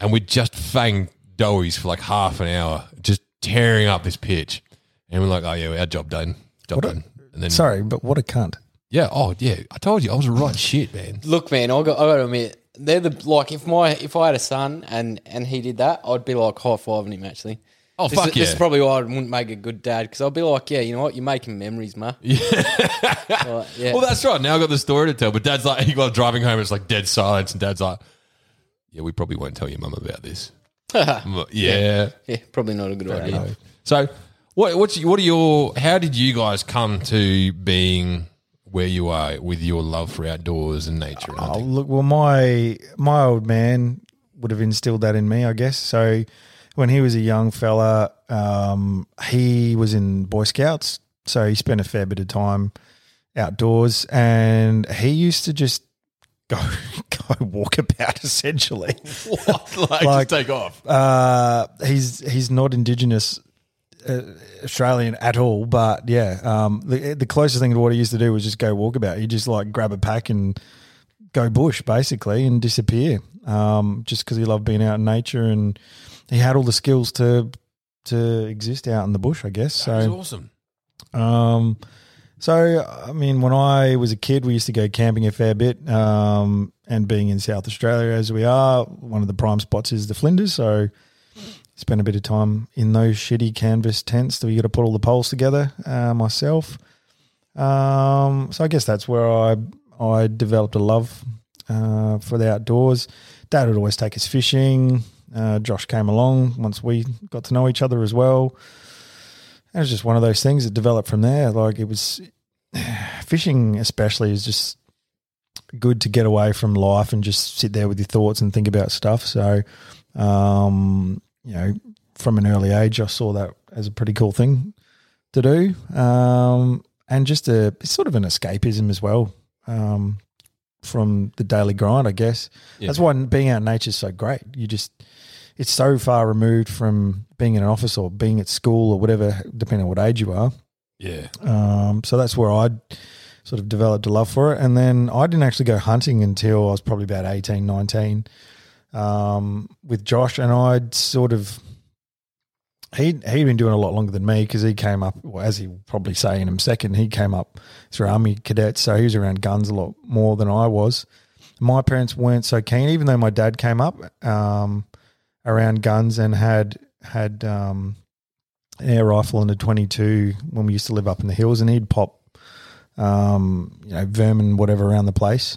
[SPEAKER 4] and we just fanged doughies for like half an hour, just tearing up this pitch. And we're like, oh yeah, our job done, job done. and then
[SPEAKER 2] Sorry, but what a cunt.
[SPEAKER 4] yeah, oh yeah, I told you I was a right shit man.
[SPEAKER 1] Look, man, I got, I got to admit, they're the like if my if I had a son and and he did that, I'd be like high fiving him actually.
[SPEAKER 4] Oh
[SPEAKER 1] This,
[SPEAKER 4] fuck
[SPEAKER 1] is, this is
[SPEAKER 4] yeah.
[SPEAKER 1] probably why I wouldn't make a good dad because I'd be like, yeah, you know what, you're making memories, ma. Yeah, yeah.
[SPEAKER 4] Well, that's right. Now I've got the story to tell. But dad's like, he was driving home. It's like dead silence. And dad's like, yeah, we probably won't tell your mum about this. I'm like, yeah.
[SPEAKER 1] yeah, probably not a good idea.
[SPEAKER 4] So, what, what's, what are your, how did you guys come to being where you are with your love for outdoors and nature? And
[SPEAKER 2] Oh,
[SPEAKER 4] hunting?
[SPEAKER 2] look, well, my my old man would have instilled that in me, I guess. So when he was a young fella, um, he was in Boy Scouts, so he spent a fair bit of time outdoors, and he used to just go go walk about essentially.
[SPEAKER 4] what? Like,
[SPEAKER 2] Like-
[SPEAKER 4] just take off.
[SPEAKER 2] Uh, he's he's not Indigenous uh, Australian at all, but yeah, um, the, the closest thing to what he used to do was just go walkabout. He just like grab a pack and go bush basically and disappear, um, just because he loved being out in nature and he had all the skills to to exist out in the bush, I guess.
[SPEAKER 4] That's
[SPEAKER 2] So,
[SPEAKER 4] awesome.
[SPEAKER 2] um, so I mean, when I was a kid, we used to go camping a fair bit, um, and being in South Australia as we are, one of the prime spots is the Flinders, so spent a bit of time in those shitty canvas tents that we got to put all the poles together uh, myself. Um, so I guess that's where I I developed a love uh, for the outdoors. Dad would always take us fishing. Uh, Josh came along once we got to know each other as well. It was just one of those things that developed from there. Like it was fishing, especially, is just good to get away from life and just sit there with your thoughts and think about stuff. So, um, you know, from an early age, I saw that as a pretty cool thing to do, um, and just a it's sort of an escapism as well um, from the daily grind, I guess. That's why being out in nature is so great. You just it's so far removed from being in an office or being at school or whatever, depending on what age you are.
[SPEAKER 4] Yeah.
[SPEAKER 2] Um, so that's where I sort of developed a love for it. And then I didn't actually go hunting until I was probably about 18, 19 um, with Josh. And I'd sort of, he'd, he'd been doing a lot longer than me because he came up, well, as he'll probably say in a second, he came up through army cadets. So he was around guns a lot more than I was. My parents weren't so keen, even though my dad came up um, around guns and had, had, um, an air rifle and a 22 when we used to live up in the hills, and he'd pop, um, you know, vermin, whatever, around the place.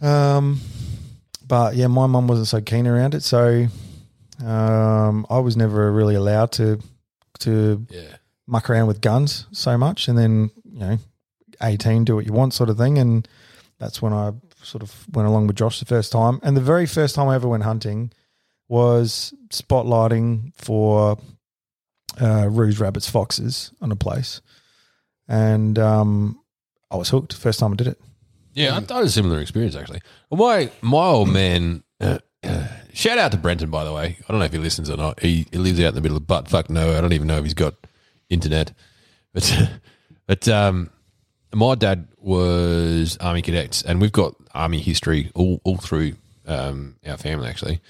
[SPEAKER 2] Um, but yeah, my mum wasn't so keen around it, so um, I was never really allowed to to
[SPEAKER 4] Yeah.
[SPEAKER 2] muck around with guns so much, and then you know, 18, do what you want, sort of thing, and that's when I sort of went along with Josh the first time, and the very first time I ever went hunting was spotlighting for uh, roos, rabbits, foxes on a place, and um, I was hooked. First time I did it.
[SPEAKER 4] Yeah, I I had a similar experience actually. My my old man, uh, shout out to Brenton by the way. I don't know if he listens or not. He, he lives out in the middle of butt fuck no. I don't even know if he's got internet, but but um, my dad was army cadets, and we've got army history all all through um, our family actually.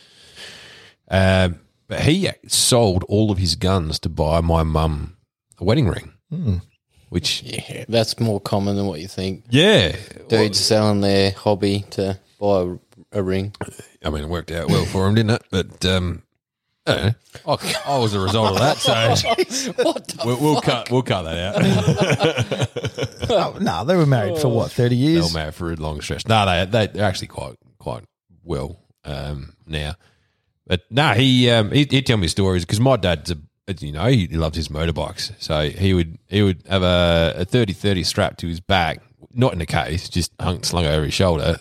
[SPEAKER 4] Um, but he sold all of his guns to buy my mum a wedding ring, which
[SPEAKER 1] Yeah, that's more common than what you think.
[SPEAKER 4] yeah,
[SPEAKER 1] Dudes selling their hobby to buy a, a ring.
[SPEAKER 4] I mean, it worked out well for him, didn't it? But um, I, don't know. I, I was a result of that, so
[SPEAKER 1] what the
[SPEAKER 4] we'll, we'll cut we'll cut that out.
[SPEAKER 2] Oh, no, they were married for what thirty
[SPEAKER 4] they were
[SPEAKER 2] years.
[SPEAKER 4] married for a long stretch. No, they they- they're actually quite quite well um, now. But no, he um, he he'd tell me stories because my dad's a as you know, he loved his motorbikes. So he would he would have a, a 30 30 strapped to his back, not in a case, just hung slung over his shoulder.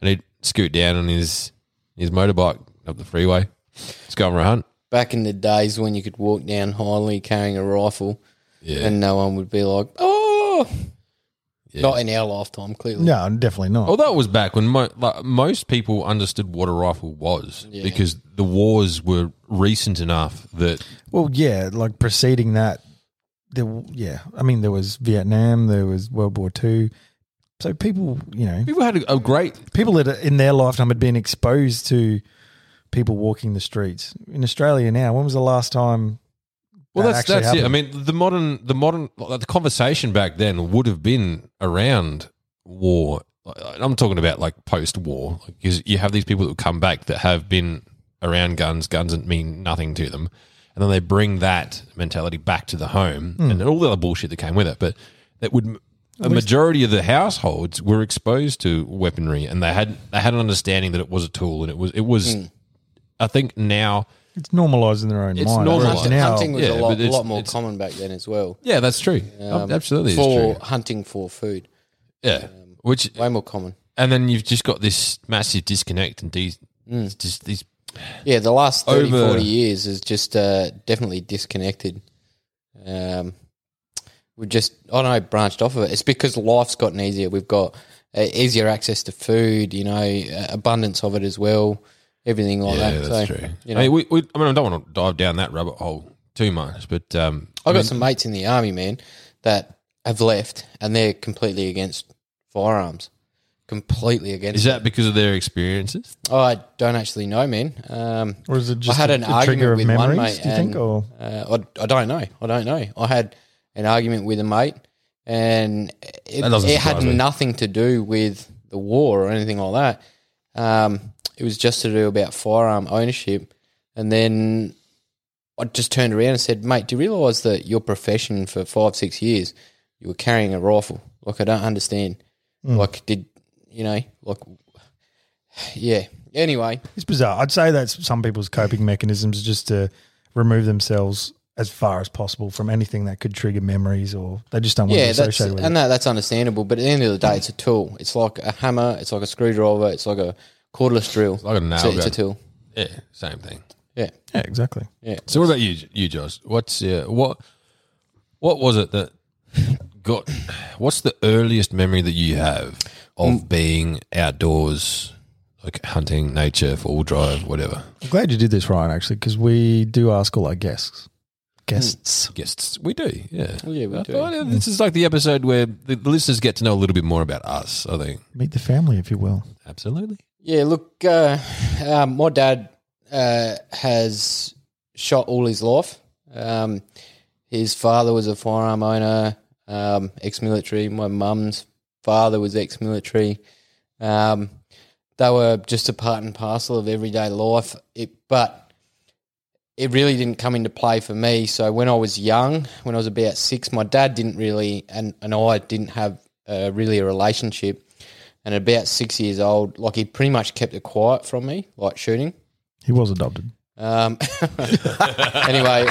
[SPEAKER 4] And he'd scoot down on his his motorbike up the freeway. Just go for a hunt.
[SPEAKER 1] Back in the days when you could walk down Highly carrying a rifle
[SPEAKER 4] Yeah.
[SPEAKER 1] and no one would be like, oh.
[SPEAKER 4] Yeah.
[SPEAKER 1] Not in our lifetime, clearly.
[SPEAKER 2] No, definitely not.
[SPEAKER 4] Although it Oh, was back when mo- like, most people understood what a rifle was
[SPEAKER 1] Yeah.
[SPEAKER 4] because the wars were recent enough that
[SPEAKER 2] Well, yeah, like preceding that, there. w- Yeah, I mean, there was Vietnam, there was World War Two, so people, you know,
[SPEAKER 4] people had a, a great
[SPEAKER 2] people that are- in their lifetime had been exposed to people walking the streets in Australia. Now, when was the last time?
[SPEAKER 4] Well,
[SPEAKER 2] that
[SPEAKER 4] that's
[SPEAKER 2] actually
[SPEAKER 4] that's it. I
[SPEAKER 2] happened?
[SPEAKER 4] mean, the modern the modern like, the conversation back then would have been around war. Like, I'm talking about like post war because you have these people that come back that have been around guns. Guns mean nothing to them, and then they bring that mentality back to the home
[SPEAKER 2] Hmm.
[SPEAKER 4] and all the other bullshit that came with it. But that would a majority of the households were exposed to weaponry, and they had they had an understanding that it was a tool, and it was it
[SPEAKER 2] Hmm.
[SPEAKER 4] was. I think now
[SPEAKER 2] it's normalised in their own
[SPEAKER 4] It's
[SPEAKER 2] mind.
[SPEAKER 4] normalised.
[SPEAKER 2] whereas Now,
[SPEAKER 1] Hunting was
[SPEAKER 4] Yeah,
[SPEAKER 1] a lot,
[SPEAKER 4] but it's-
[SPEAKER 1] lot more
[SPEAKER 4] it's-
[SPEAKER 1] common back then as well.
[SPEAKER 4] Yeah, that's true.
[SPEAKER 1] Um,
[SPEAKER 4] Absolutely, it's
[SPEAKER 1] For
[SPEAKER 4] true.
[SPEAKER 1] hunting for food,
[SPEAKER 4] Yeah,
[SPEAKER 1] Um,
[SPEAKER 4] which
[SPEAKER 1] way more common.
[SPEAKER 4] and then you've just got this massive disconnect and these
[SPEAKER 1] Mm.
[SPEAKER 4] just these.
[SPEAKER 1] Yeah, the last 30,
[SPEAKER 4] Over-
[SPEAKER 1] 40 years is just uh, definitely disconnected. Um, we've just, I don't know, branched off of it. It's because life's gotten easier. We've got uh, easier access to food, you know, uh, abundance of it as well, everything like Oh, that. so, You know,
[SPEAKER 4] I mean, we, we, I mean, I don't want to dive down that rabbit hole too much, but um,
[SPEAKER 1] I've got some mates in the army, man, that have left and they're completely against firearms. Completely against.
[SPEAKER 4] is that because of their experiences?
[SPEAKER 1] Oh, I don't actually know, man. Um,
[SPEAKER 2] or is it just
[SPEAKER 1] I had
[SPEAKER 2] a-
[SPEAKER 1] an
[SPEAKER 2] a trigger
[SPEAKER 1] argument
[SPEAKER 2] of
[SPEAKER 1] with one
[SPEAKER 2] memories?
[SPEAKER 1] mate.
[SPEAKER 2] do you
[SPEAKER 1] and,
[SPEAKER 2] think, or
[SPEAKER 1] uh, I, I don't know. I don't know. I had an argument with a mate, and it,
[SPEAKER 4] That doesn't
[SPEAKER 1] it had
[SPEAKER 4] surprise me.
[SPEAKER 1] nothing to do with the war or anything like that. Um, it was just to do about firearm ownership, and then I just turned around and said, "Mate, do you realise that your profession for five, six years, you were carrying a rifle? Like, I don't understand.
[SPEAKER 4] Hmm.
[SPEAKER 1] Like, did you know? Like, yeah. Anyway,
[SPEAKER 2] it's bizarre. I'd say that's some people's coping mechanisms just to remove themselves as far as possible from anything that could trigger memories, or they just don't want to
[SPEAKER 1] Yeah,
[SPEAKER 2] be
[SPEAKER 1] that's
[SPEAKER 2] associated with it.
[SPEAKER 1] and that, that's understandable. But at the end of the day, it's a tool. It's like a hammer. It's like a screwdriver. It's like a cordless drill. It's
[SPEAKER 4] like a nail
[SPEAKER 1] It's a,
[SPEAKER 4] gun.
[SPEAKER 1] tool.
[SPEAKER 4] Yeah, same thing.
[SPEAKER 1] Yeah.
[SPEAKER 2] Yeah, exactly.
[SPEAKER 4] So, what about you, you Josh? What's uh, what? What was it that got? What's the earliest memory that you have
[SPEAKER 1] Mm.
[SPEAKER 4] of being outdoors, like hunting, nature, four drive, whatever?
[SPEAKER 2] I'm glad you did this, Ryan, actually, because we do ask all our guests. Guests.
[SPEAKER 4] guests. We do, yeah.
[SPEAKER 1] Well, Oh, yeah, we
[SPEAKER 4] I
[SPEAKER 1] do.
[SPEAKER 4] thought, uh, This is like the episode where the, the listeners get to know a little bit more about us. I think
[SPEAKER 2] Meet the family, if you will.
[SPEAKER 4] absolutely.
[SPEAKER 1] Yeah. Look, uh, um, my dad uh, has shot all his life. Um, his father was a firearm owner, um, ex-military. My mum's father was ex-military. Um, they were just a part and parcel of everyday life. It, but it really didn't come into play for me. So when I was young, when I was about six, my dad didn't really, and, and I didn't have uh, really a relationship. And at about six years old, like he pretty much kept it quiet from me, like shooting.
[SPEAKER 2] He was adopted.
[SPEAKER 1] Um, anyway,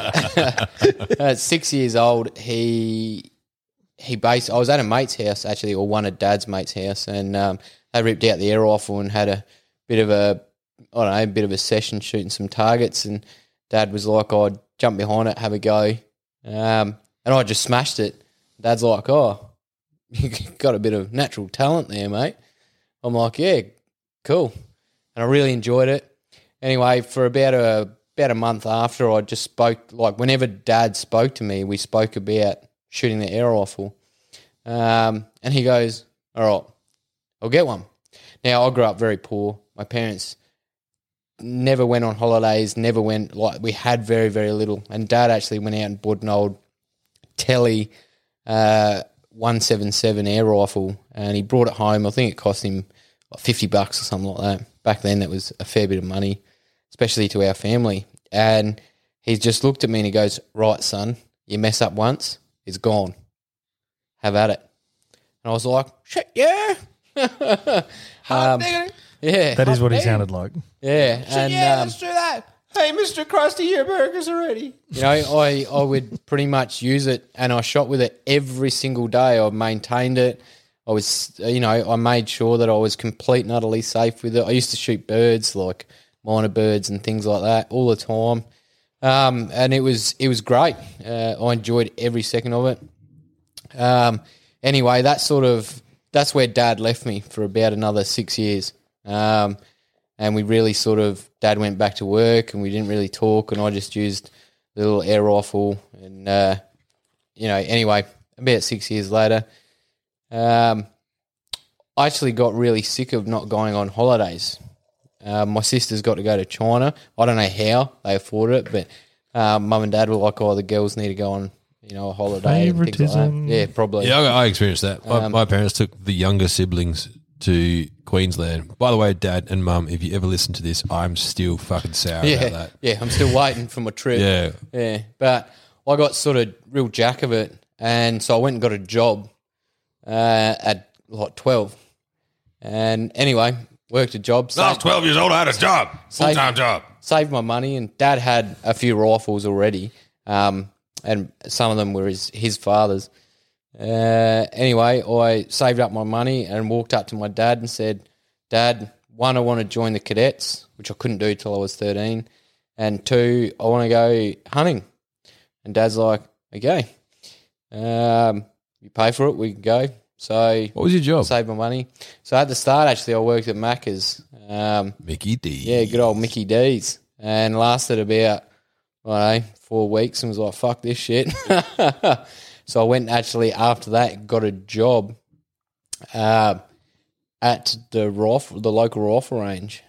[SPEAKER 1] at six years old, he he based. I was at a mate's house actually, or one of Dad's mates' house, and um, they ripped out the air rifle and had a bit of a I don't know, a bit of a session shooting some targets. And Dad was like, "I'd jump behind it, have a go," um, and I just smashed it. Dad's like, "Oh, you got a bit of natural talent there, mate." I'm like, "Yeah, cool," and I really enjoyed it anyway, for about a about a month after, I just spoke like whenever Dad spoke to me, we spoke about shooting the air rifle, um, and he goes, "All right, I'll get one." Now I grew up very poor. My parents never went on holidays. Never went like we had very very little. And Dad actually went out and bought an old Telly uh, 177 air rifle, and he brought it home. I think it cost him like 50 bucks or something like that. Back then, that was a fair bit of money, especially to our family. And he just looked at me and he goes, Right, son, you mess up once, it's gone. Have at it. And I was like, Shit, yeah. um, yeah.
[SPEAKER 2] That is what he sounded like.
[SPEAKER 1] Yeah. and, um,
[SPEAKER 4] do that. Hey, Mr. Krusty, your burgers are ready.
[SPEAKER 1] You know, I, I would pretty much use it and I shot with it every single day. I maintained it. I was, you know, I made sure that I was complete and utterly safe with it. I used to shoot birds, like minor birds and things like that, all the time. Um, and it was it was great. Uh, I enjoyed every second of it. Um, anyway, that sort of that's where Dad left me for about another six years. Um, and we really sort of dad went back to work and we didn't really talk and i just used the little air rifle and uh, you know anyway about six years later um, i actually got really sick of not going on holidays uh, my sister's got to go to china i don't know how they afford it but uh, mum and dad were like oh the girls need to go on you know a holiday and things like that.
[SPEAKER 2] Favoritism.
[SPEAKER 1] yeah probably
[SPEAKER 4] Yeah, I, I experienced that.
[SPEAKER 1] Um,
[SPEAKER 4] My, my parents took the younger siblings to Queensland. By the way, Dad and Mum, if you ever listen to this, I'm still fucking sour
[SPEAKER 1] yeah,
[SPEAKER 4] about that.
[SPEAKER 1] yeah. I'm still waiting for my trip.
[SPEAKER 4] Yeah.
[SPEAKER 1] yeah. But I got sort of real jack of it, and so I went and got a job uh, at like twelve. And anyway, worked a job,
[SPEAKER 4] I was
[SPEAKER 1] saved,
[SPEAKER 4] 12 years old. I had a job, full time job.
[SPEAKER 1] saved my money, and Dad had a few rifles already, um, and some of them were his his father's. Uh, anyway, I saved up my money and walked up to my dad and said, Dad, one, I want to join the cadets, which I couldn't do till I was 13. And two, I want to go hunting. And dad's like, okay, um, you pay for it, we can go. So
[SPEAKER 4] What was your job?
[SPEAKER 1] save my money. So at the start, actually, I worked at Macca's. Um,
[SPEAKER 4] Mickey D.
[SPEAKER 1] yeah, good old Mickey D's. And lasted about, I don't know, four weeks and was like, fuck this shit. so I went actually after that, got a job uh, at the rifle, the local rifle range.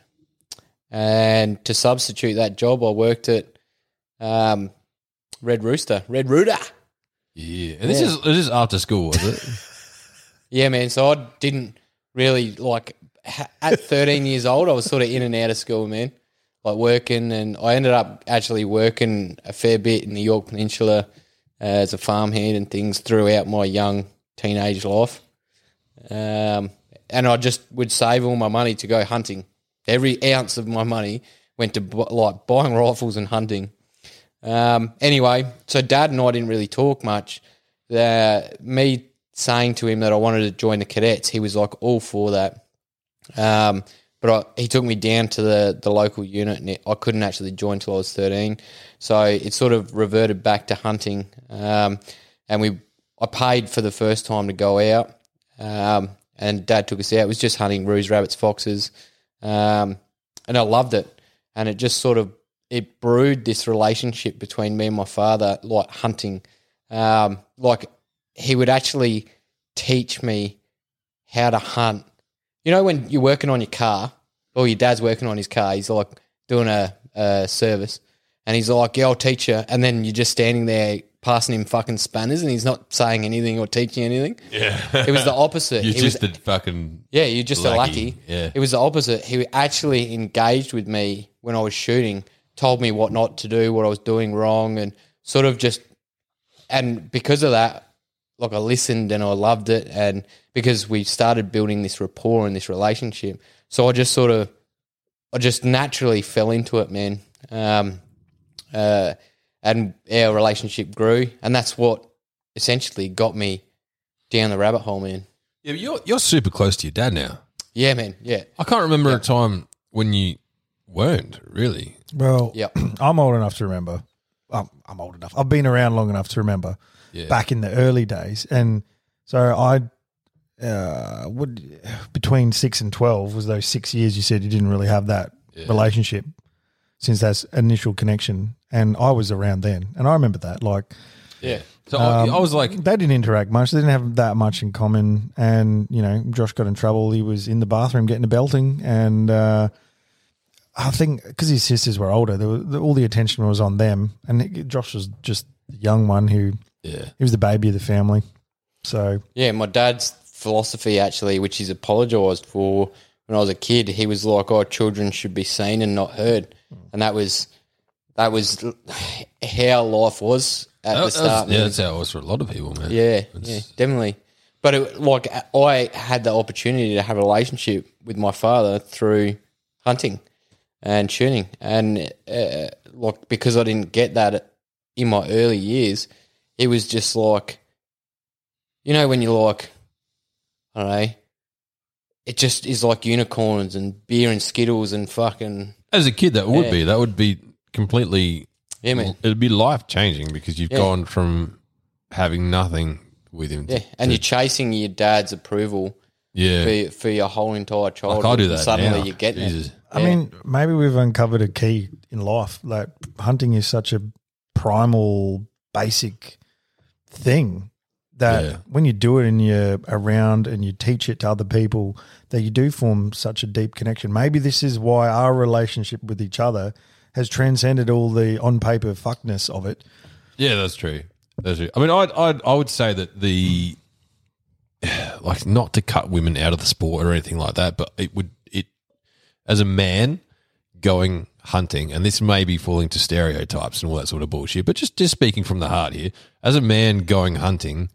[SPEAKER 1] And to substitute that job, I worked at um, Red Rooster. Red Rooter.
[SPEAKER 4] Yeah. And this is this is after school, was it?
[SPEAKER 1] Yeah, man. So I didn't really like ha- at 13 years old, I was sort of in and out of school, man. Like working, and I ended up actually working a fair bit in the York Peninsula uh, as a farmhand and things throughout my young teenage life. Um, and I just would save all my money to go hunting. Every ounce of my money went to bu- like buying rifles and hunting. Um, anyway, so dad and I didn't really talk much. The, me saying to him that I wanted to join the cadets, he was like all for that. Um, but I, he took me down to the, the local unit and it, I couldn't actually join till I was 13. So it sort of reverted back to hunting. Um, and we, I paid for the first time to go out. Um, and dad took us out. It was just hunting roos, rabbits, foxes. Um, and I loved it. And it just sort of, it brewed this relationship between me and my father, like hunting. Um, like he would actually teach me how to hunt. You know, when you're working on your car or your dad's working on his car, he's like doing a, a service and he's like, Yeah, I'll teach you. And then you're just standing there passing him fucking spanners and he's not saying anything or teaching anything.
[SPEAKER 4] Yeah.
[SPEAKER 1] It was the opposite.
[SPEAKER 4] you
[SPEAKER 1] He was
[SPEAKER 4] just did fucking.
[SPEAKER 1] yeah, you're just a
[SPEAKER 4] Lucky,
[SPEAKER 1] lucky.
[SPEAKER 4] yeah.
[SPEAKER 1] It was the opposite. He actually engaged with me when I was shooting, told me what not to do, what I was doing wrong, and sort of just and because of that, like I listened and I loved it and because we started building this rapport and this relationship. So I just sort of I just naturally fell into it, man. Um uh and our relationship grew and that's what essentially got me down the rabbit hole, man.
[SPEAKER 4] Yeah, but you're, you're super close to your dad now.
[SPEAKER 1] Yeah, man. Yeah.
[SPEAKER 4] I can't remember a time when you weren't, really.
[SPEAKER 2] Well,
[SPEAKER 1] Yep.
[SPEAKER 2] I'm old enough to remember. I'm, I'm old enough. I've been around long enough to remember
[SPEAKER 4] Yeah.
[SPEAKER 2] back in the early days. And so I uh, would, between six and 12 was those six years you said you didn't really have that relationship since that initial connection. And I was around then. And I remember that. Like,
[SPEAKER 1] Yeah.
[SPEAKER 4] So
[SPEAKER 1] Um,
[SPEAKER 4] I, I was like,
[SPEAKER 2] they didn't interact much. They didn't have that much in common. And you know, Josh got in trouble. He was in the bathroom getting a belting, and uh, I think because his sisters were older, there were, the, all the attention was on them. And it- Josh was just the young one who
[SPEAKER 4] yeah.
[SPEAKER 2] he was the baby of the family. So
[SPEAKER 1] Yeah, my dad's philosophy actually, which he's apologised for when I was a kid, he was like, "Oh, children should be seen and not heard,"
[SPEAKER 4] Hmm.
[SPEAKER 1] and that was that was how life was at
[SPEAKER 4] That-
[SPEAKER 1] the
[SPEAKER 4] that was-
[SPEAKER 1] start.
[SPEAKER 4] yeah,
[SPEAKER 1] man.
[SPEAKER 4] that's how it was for a lot of people, man.
[SPEAKER 1] Yeah, yeah, definitely. But it, like I had the opportunity to have a relationship with my father through hunting, and shooting. And uh, like because I didn't get that in my early years, it was just like, you know, when you're like, I don't know, it just is like unicorns and beer and skittles and fucking
[SPEAKER 4] As a kid, that would
[SPEAKER 1] Yeah.
[SPEAKER 4] be that would be completely.
[SPEAKER 1] yeah, man.
[SPEAKER 4] It'd be life changing because you've
[SPEAKER 1] Yeah.
[SPEAKER 4] gone from having nothing with him. to-
[SPEAKER 1] Yeah, and you're chasing your dad's approval
[SPEAKER 4] yeah.
[SPEAKER 1] for, for your whole entire childhood.
[SPEAKER 4] like I do that.
[SPEAKER 1] and suddenly
[SPEAKER 4] now.
[SPEAKER 1] you're getting
[SPEAKER 4] Jesus.
[SPEAKER 1] it.
[SPEAKER 2] I
[SPEAKER 1] Yeah.
[SPEAKER 2] mean, maybe we've uncovered a key in life. Like hunting is such a primal, basic thing that
[SPEAKER 4] Yeah.
[SPEAKER 2] when you do it and you're around and you teach it to other people, that you do form such a deep connection. Maybe this is why our relationship with each other has transcended all the on paper fuckness of it.
[SPEAKER 4] Yeah, that's true. That's true. I mean, I'd, I'd, I would say that the like not to cut women out of the sport or anything like that, but it would it as a man going hunting, and this may be falling to stereotypes and all that sort of bullshit, but just just speaking from the heart here, as a man going hunting,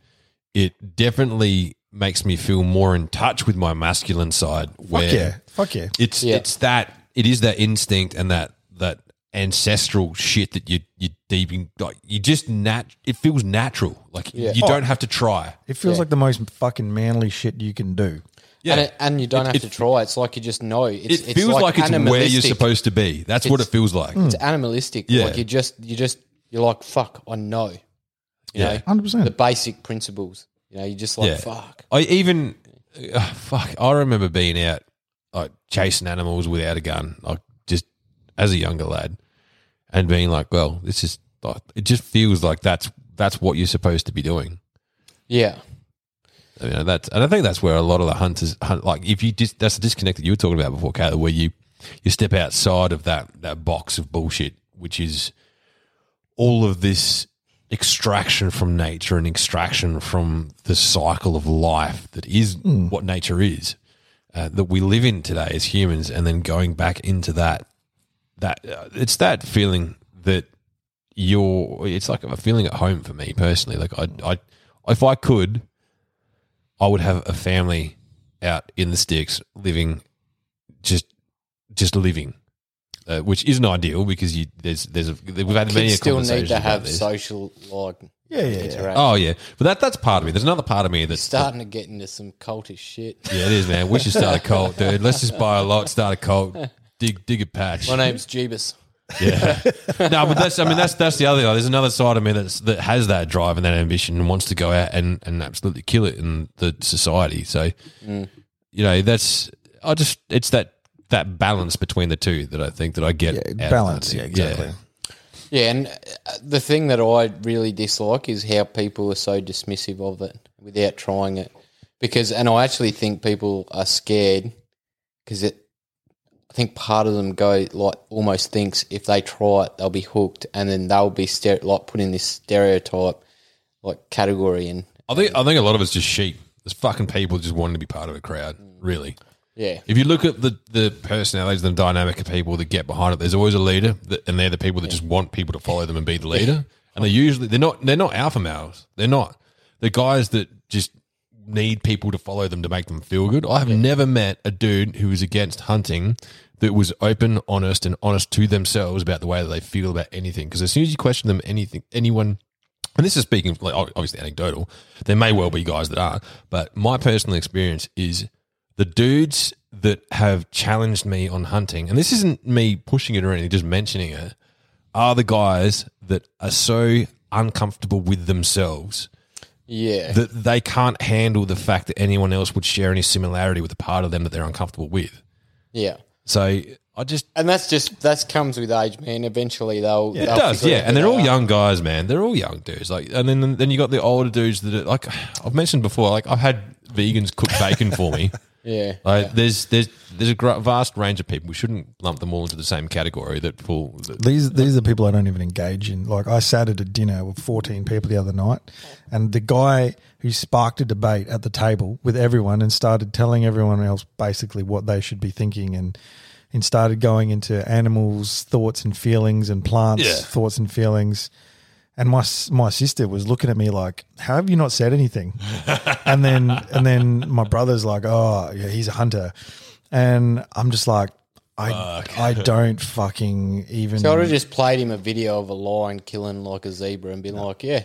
[SPEAKER 4] it definitely makes me feel more in touch with my masculine side.
[SPEAKER 2] Fuck
[SPEAKER 4] where
[SPEAKER 2] yeah. Fuck yeah.
[SPEAKER 4] it's
[SPEAKER 1] Yeah.
[SPEAKER 4] it's that it is that instinct and that that ancestral shit that you you deep in, like you just nat it feels natural like
[SPEAKER 1] Yeah. Oh.
[SPEAKER 4] you don't have to try
[SPEAKER 2] It feels
[SPEAKER 1] Yeah.
[SPEAKER 2] like the most fucking manly shit you can do.
[SPEAKER 4] yeah
[SPEAKER 1] And, it, and you don't
[SPEAKER 4] It-
[SPEAKER 1] have
[SPEAKER 4] it-
[SPEAKER 1] to try. It's like you just know. It's,
[SPEAKER 4] it feels like, it's where you're
[SPEAKER 1] animalistic.
[SPEAKER 4] supposed to be that's what it
[SPEAKER 1] It's- Hmm.
[SPEAKER 4] feels like
[SPEAKER 1] It's animalistic.
[SPEAKER 4] Yeah.
[SPEAKER 1] Like you just, you just, you're like, fuck, I know. You
[SPEAKER 4] Yeah.
[SPEAKER 1] know,
[SPEAKER 2] 100%.
[SPEAKER 1] the basic principles. You know, you're just like,
[SPEAKER 4] Yeah.
[SPEAKER 1] fuck.
[SPEAKER 4] I even uh, fuck. I remember being out like chasing animals without a gun, like just as a younger lad, and being like, "Well, this is like it just feels like that's that's what you're supposed to be doing."
[SPEAKER 1] Yeah.
[SPEAKER 4] I mean, that's and I think that's where a lot of the hunters hunt, like if you just that's the disconnect that you were talking about before, Caleb, where you you step outside of that that box of bullshit, which is all of this extraction from nature and extraction from the cycle of life that is what nature is uh, that we live in today as humans, and then going back into that that uh, it's that feeling that you're it's like a feeling at home for me personally. Like I I if I could. I would have a family out in the sticks, living, just, just living, uh, which isn't ideal because you there's there's a, we've had many
[SPEAKER 1] Kids still
[SPEAKER 4] conversations
[SPEAKER 1] need to
[SPEAKER 4] about
[SPEAKER 1] have
[SPEAKER 4] this.
[SPEAKER 1] social, like,
[SPEAKER 2] Yeah, yeah, yeah.
[SPEAKER 1] interaction.
[SPEAKER 4] Oh yeah, but that that's part of me. There's another part of me that's
[SPEAKER 1] Starting to get into some cultish shit.
[SPEAKER 4] yeah, it is, man. We should start a cult, dude. Let's just buy a lot, start a cult, dig dig a patch.
[SPEAKER 1] My name's Jeebus.
[SPEAKER 4] Yeah. no, but that's I mean that's that's the other There's another side of me that's that has that drive and that ambition and wants to go out and, and absolutely kill it in the society. So you know, that's I just it's that that balance between the two that I think that I get. out of
[SPEAKER 2] Balance.
[SPEAKER 4] hunting.
[SPEAKER 2] Yeah, exactly.
[SPEAKER 1] Yeah, and uh, the thing that I really dislike is how people are so dismissive of it without trying it. Because, and I actually think people are scared because it, I think part of them go like almost thinks if they try it, they'll be hooked, and then they'll be stere- like put in this stereotype like category, and
[SPEAKER 4] I think I think a lot of it's just sheep. There's fucking people just wanting to be part of a crowd, really.
[SPEAKER 1] yeah,
[SPEAKER 4] If you look at the, the personalities and the dynamic of people that get behind it, there's always a leader, that, and they're the people that just want people to follow them and be the leader. And they usually they're not they're not alpha males. They're not. They're guys that just need people to follow them to make them feel good. I have never met a dude who is against hunting that was open, honest, and honest to themselves about the way that they feel about anything. Because as soon as you question them, anything, anyone and this is speaking like ob- obviously anecdotal. There may well be guys that are, but my personal experience is the dudes that have challenged me on hunting, and this isn't me pushing it or anything, just mentioning it, are the guys that are so uncomfortable with themselves
[SPEAKER 1] yeah,
[SPEAKER 4] that they can't handle the fact that anyone else would share any similarity with a part of them that they're uncomfortable with.
[SPEAKER 1] yeah.
[SPEAKER 4] So I just
[SPEAKER 1] And that's just that comes with age, man. Eventually, they'll
[SPEAKER 4] It does, yeah. And they're all young guys, man. They're all young dudes. Like, and then then you got the older dudes that are like I've mentioned before. Like I've had vegans cook bacon for me.
[SPEAKER 1] yeah.
[SPEAKER 4] Like there's there's there's a gr- vast range of people. We shouldn't lump them all into the same category. That fall. That,
[SPEAKER 2] These these are people I don't even engage in. Like I sat at a dinner with fourteen people the other night, and the guy who sparked a debate at the table with everyone and started telling everyone else basically what they should be thinking and and started going into animals' thoughts and feelings and plants'
[SPEAKER 4] Yeah.
[SPEAKER 2] thoughts and feelings. And my s- my sister was looking at me like, "How have you not said anything?" and then and then my brother's like, "Oh, yeah, he's a hunter," and I'm just like, I
[SPEAKER 4] Fuck.
[SPEAKER 2] I don't fucking even.
[SPEAKER 1] So I'd have just played him a video of a lion killing like a zebra and been like, yeah,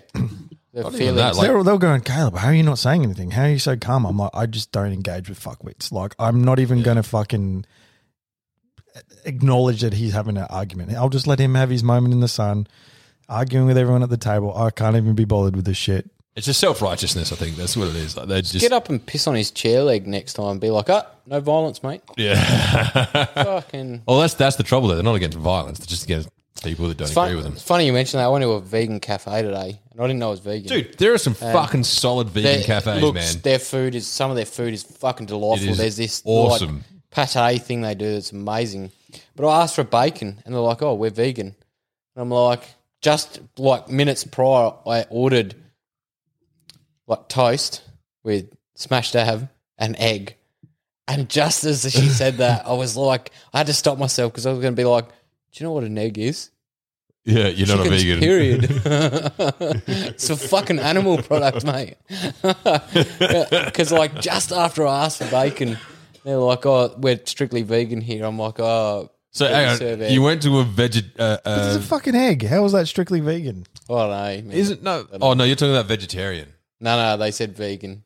[SPEAKER 1] the feelings.
[SPEAKER 4] that, like-
[SPEAKER 2] they're, they're going, Caleb, how are you not saying anything? How are you so calm? I'm like, I just don't engage with fuckwits. Like, I'm not even going to fucking acknowledge that he's having an argument. I'll just let him have his moment in the sun, arguing with everyone at the table. I can't even be bothered with this shit.
[SPEAKER 4] It's just self righteousness. I think that's what it is. Like they just
[SPEAKER 1] Get up and piss on his chair leg next time and be like, ah, no violence, mate.
[SPEAKER 4] yeah.
[SPEAKER 1] Fucking.
[SPEAKER 4] well, that's that's the trouble. Though. They're not against violence. They're just against people that don't
[SPEAKER 1] Fun-
[SPEAKER 4] agree with them.
[SPEAKER 1] It's funny you mentioned that. I went to a vegan cafe today and I didn't know it was vegan.
[SPEAKER 4] Dude, there are some fucking solid vegan
[SPEAKER 1] Their-
[SPEAKER 4] cafes,
[SPEAKER 1] looks,
[SPEAKER 4] man.
[SPEAKER 1] Their food is, some of their food is fucking delightful.
[SPEAKER 4] It is
[SPEAKER 1] There's this
[SPEAKER 4] awesome.
[SPEAKER 1] like, pate thing they do that's amazing. But I asked for bacon and they're like, oh, we're vegan. And I'm like, just like minutes prior, I ordered like toast with smashed ab and egg. And just as she said that, I was like, I had to stop myself because I was going to be like, do you know what an egg is?
[SPEAKER 4] Yeah, you're not a
[SPEAKER 1] Chicken's
[SPEAKER 4] vegan.
[SPEAKER 1] Period. it's a fucking animal product, mate. Because like just after I asked for bacon, they're like, "Oh, we're strictly vegan here." I'm like, "Oh,
[SPEAKER 4] So
[SPEAKER 1] Yeah, we
[SPEAKER 4] hang
[SPEAKER 1] serve
[SPEAKER 4] on,
[SPEAKER 1] egg.
[SPEAKER 4] you went to a veg. Uh,
[SPEAKER 2] It's
[SPEAKER 4] uh,
[SPEAKER 2] a fucking egg. How is that strictly vegan?
[SPEAKER 1] I don't know." man."
[SPEAKER 4] isn't no? Oh no, you're talking about vegetarian.
[SPEAKER 1] no, no, they said vegan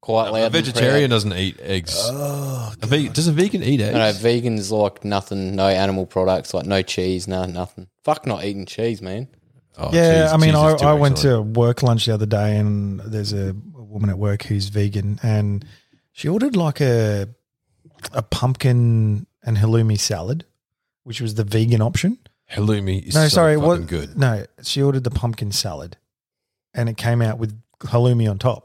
[SPEAKER 1] quite loud.
[SPEAKER 4] A
[SPEAKER 1] and proud.
[SPEAKER 4] vegetarian doesn't eat eggs.
[SPEAKER 2] Oh,
[SPEAKER 4] A ve- does a vegan eat eggs?
[SPEAKER 1] No, no, vegan's like nothing. No animal products, like no cheese, no nothing. Fuck, not eating cheese, man.
[SPEAKER 4] Oh,
[SPEAKER 2] yeah,
[SPEAKER 4] cheese-
[SPEAKER 2] I mean,
[SPEAKER 4] cheese is
[SPEAKER 2] I,
[SPEAKER 4] too
[SPEAKER 2] I went
[SPEAKER 4] excellent.
[SPEAKER 2] to work lunch the other day, and there's a woman at work who's vegan, and she ordered like a a pumpkin and halloumi salad, which was the vegan option.
[SPEAKER 4] halloumi. Is
[SPEAKER 2] No,
[SPEAKER 4] so
[SPEAKER 2] sorry, it
[SPEAKER 4] fucking
[SPEAKER 2] was
[SPEAKER 4] good.
[SPEAKER 2] No, she ordered the pumpkin salad, and it came out with halloumi on top.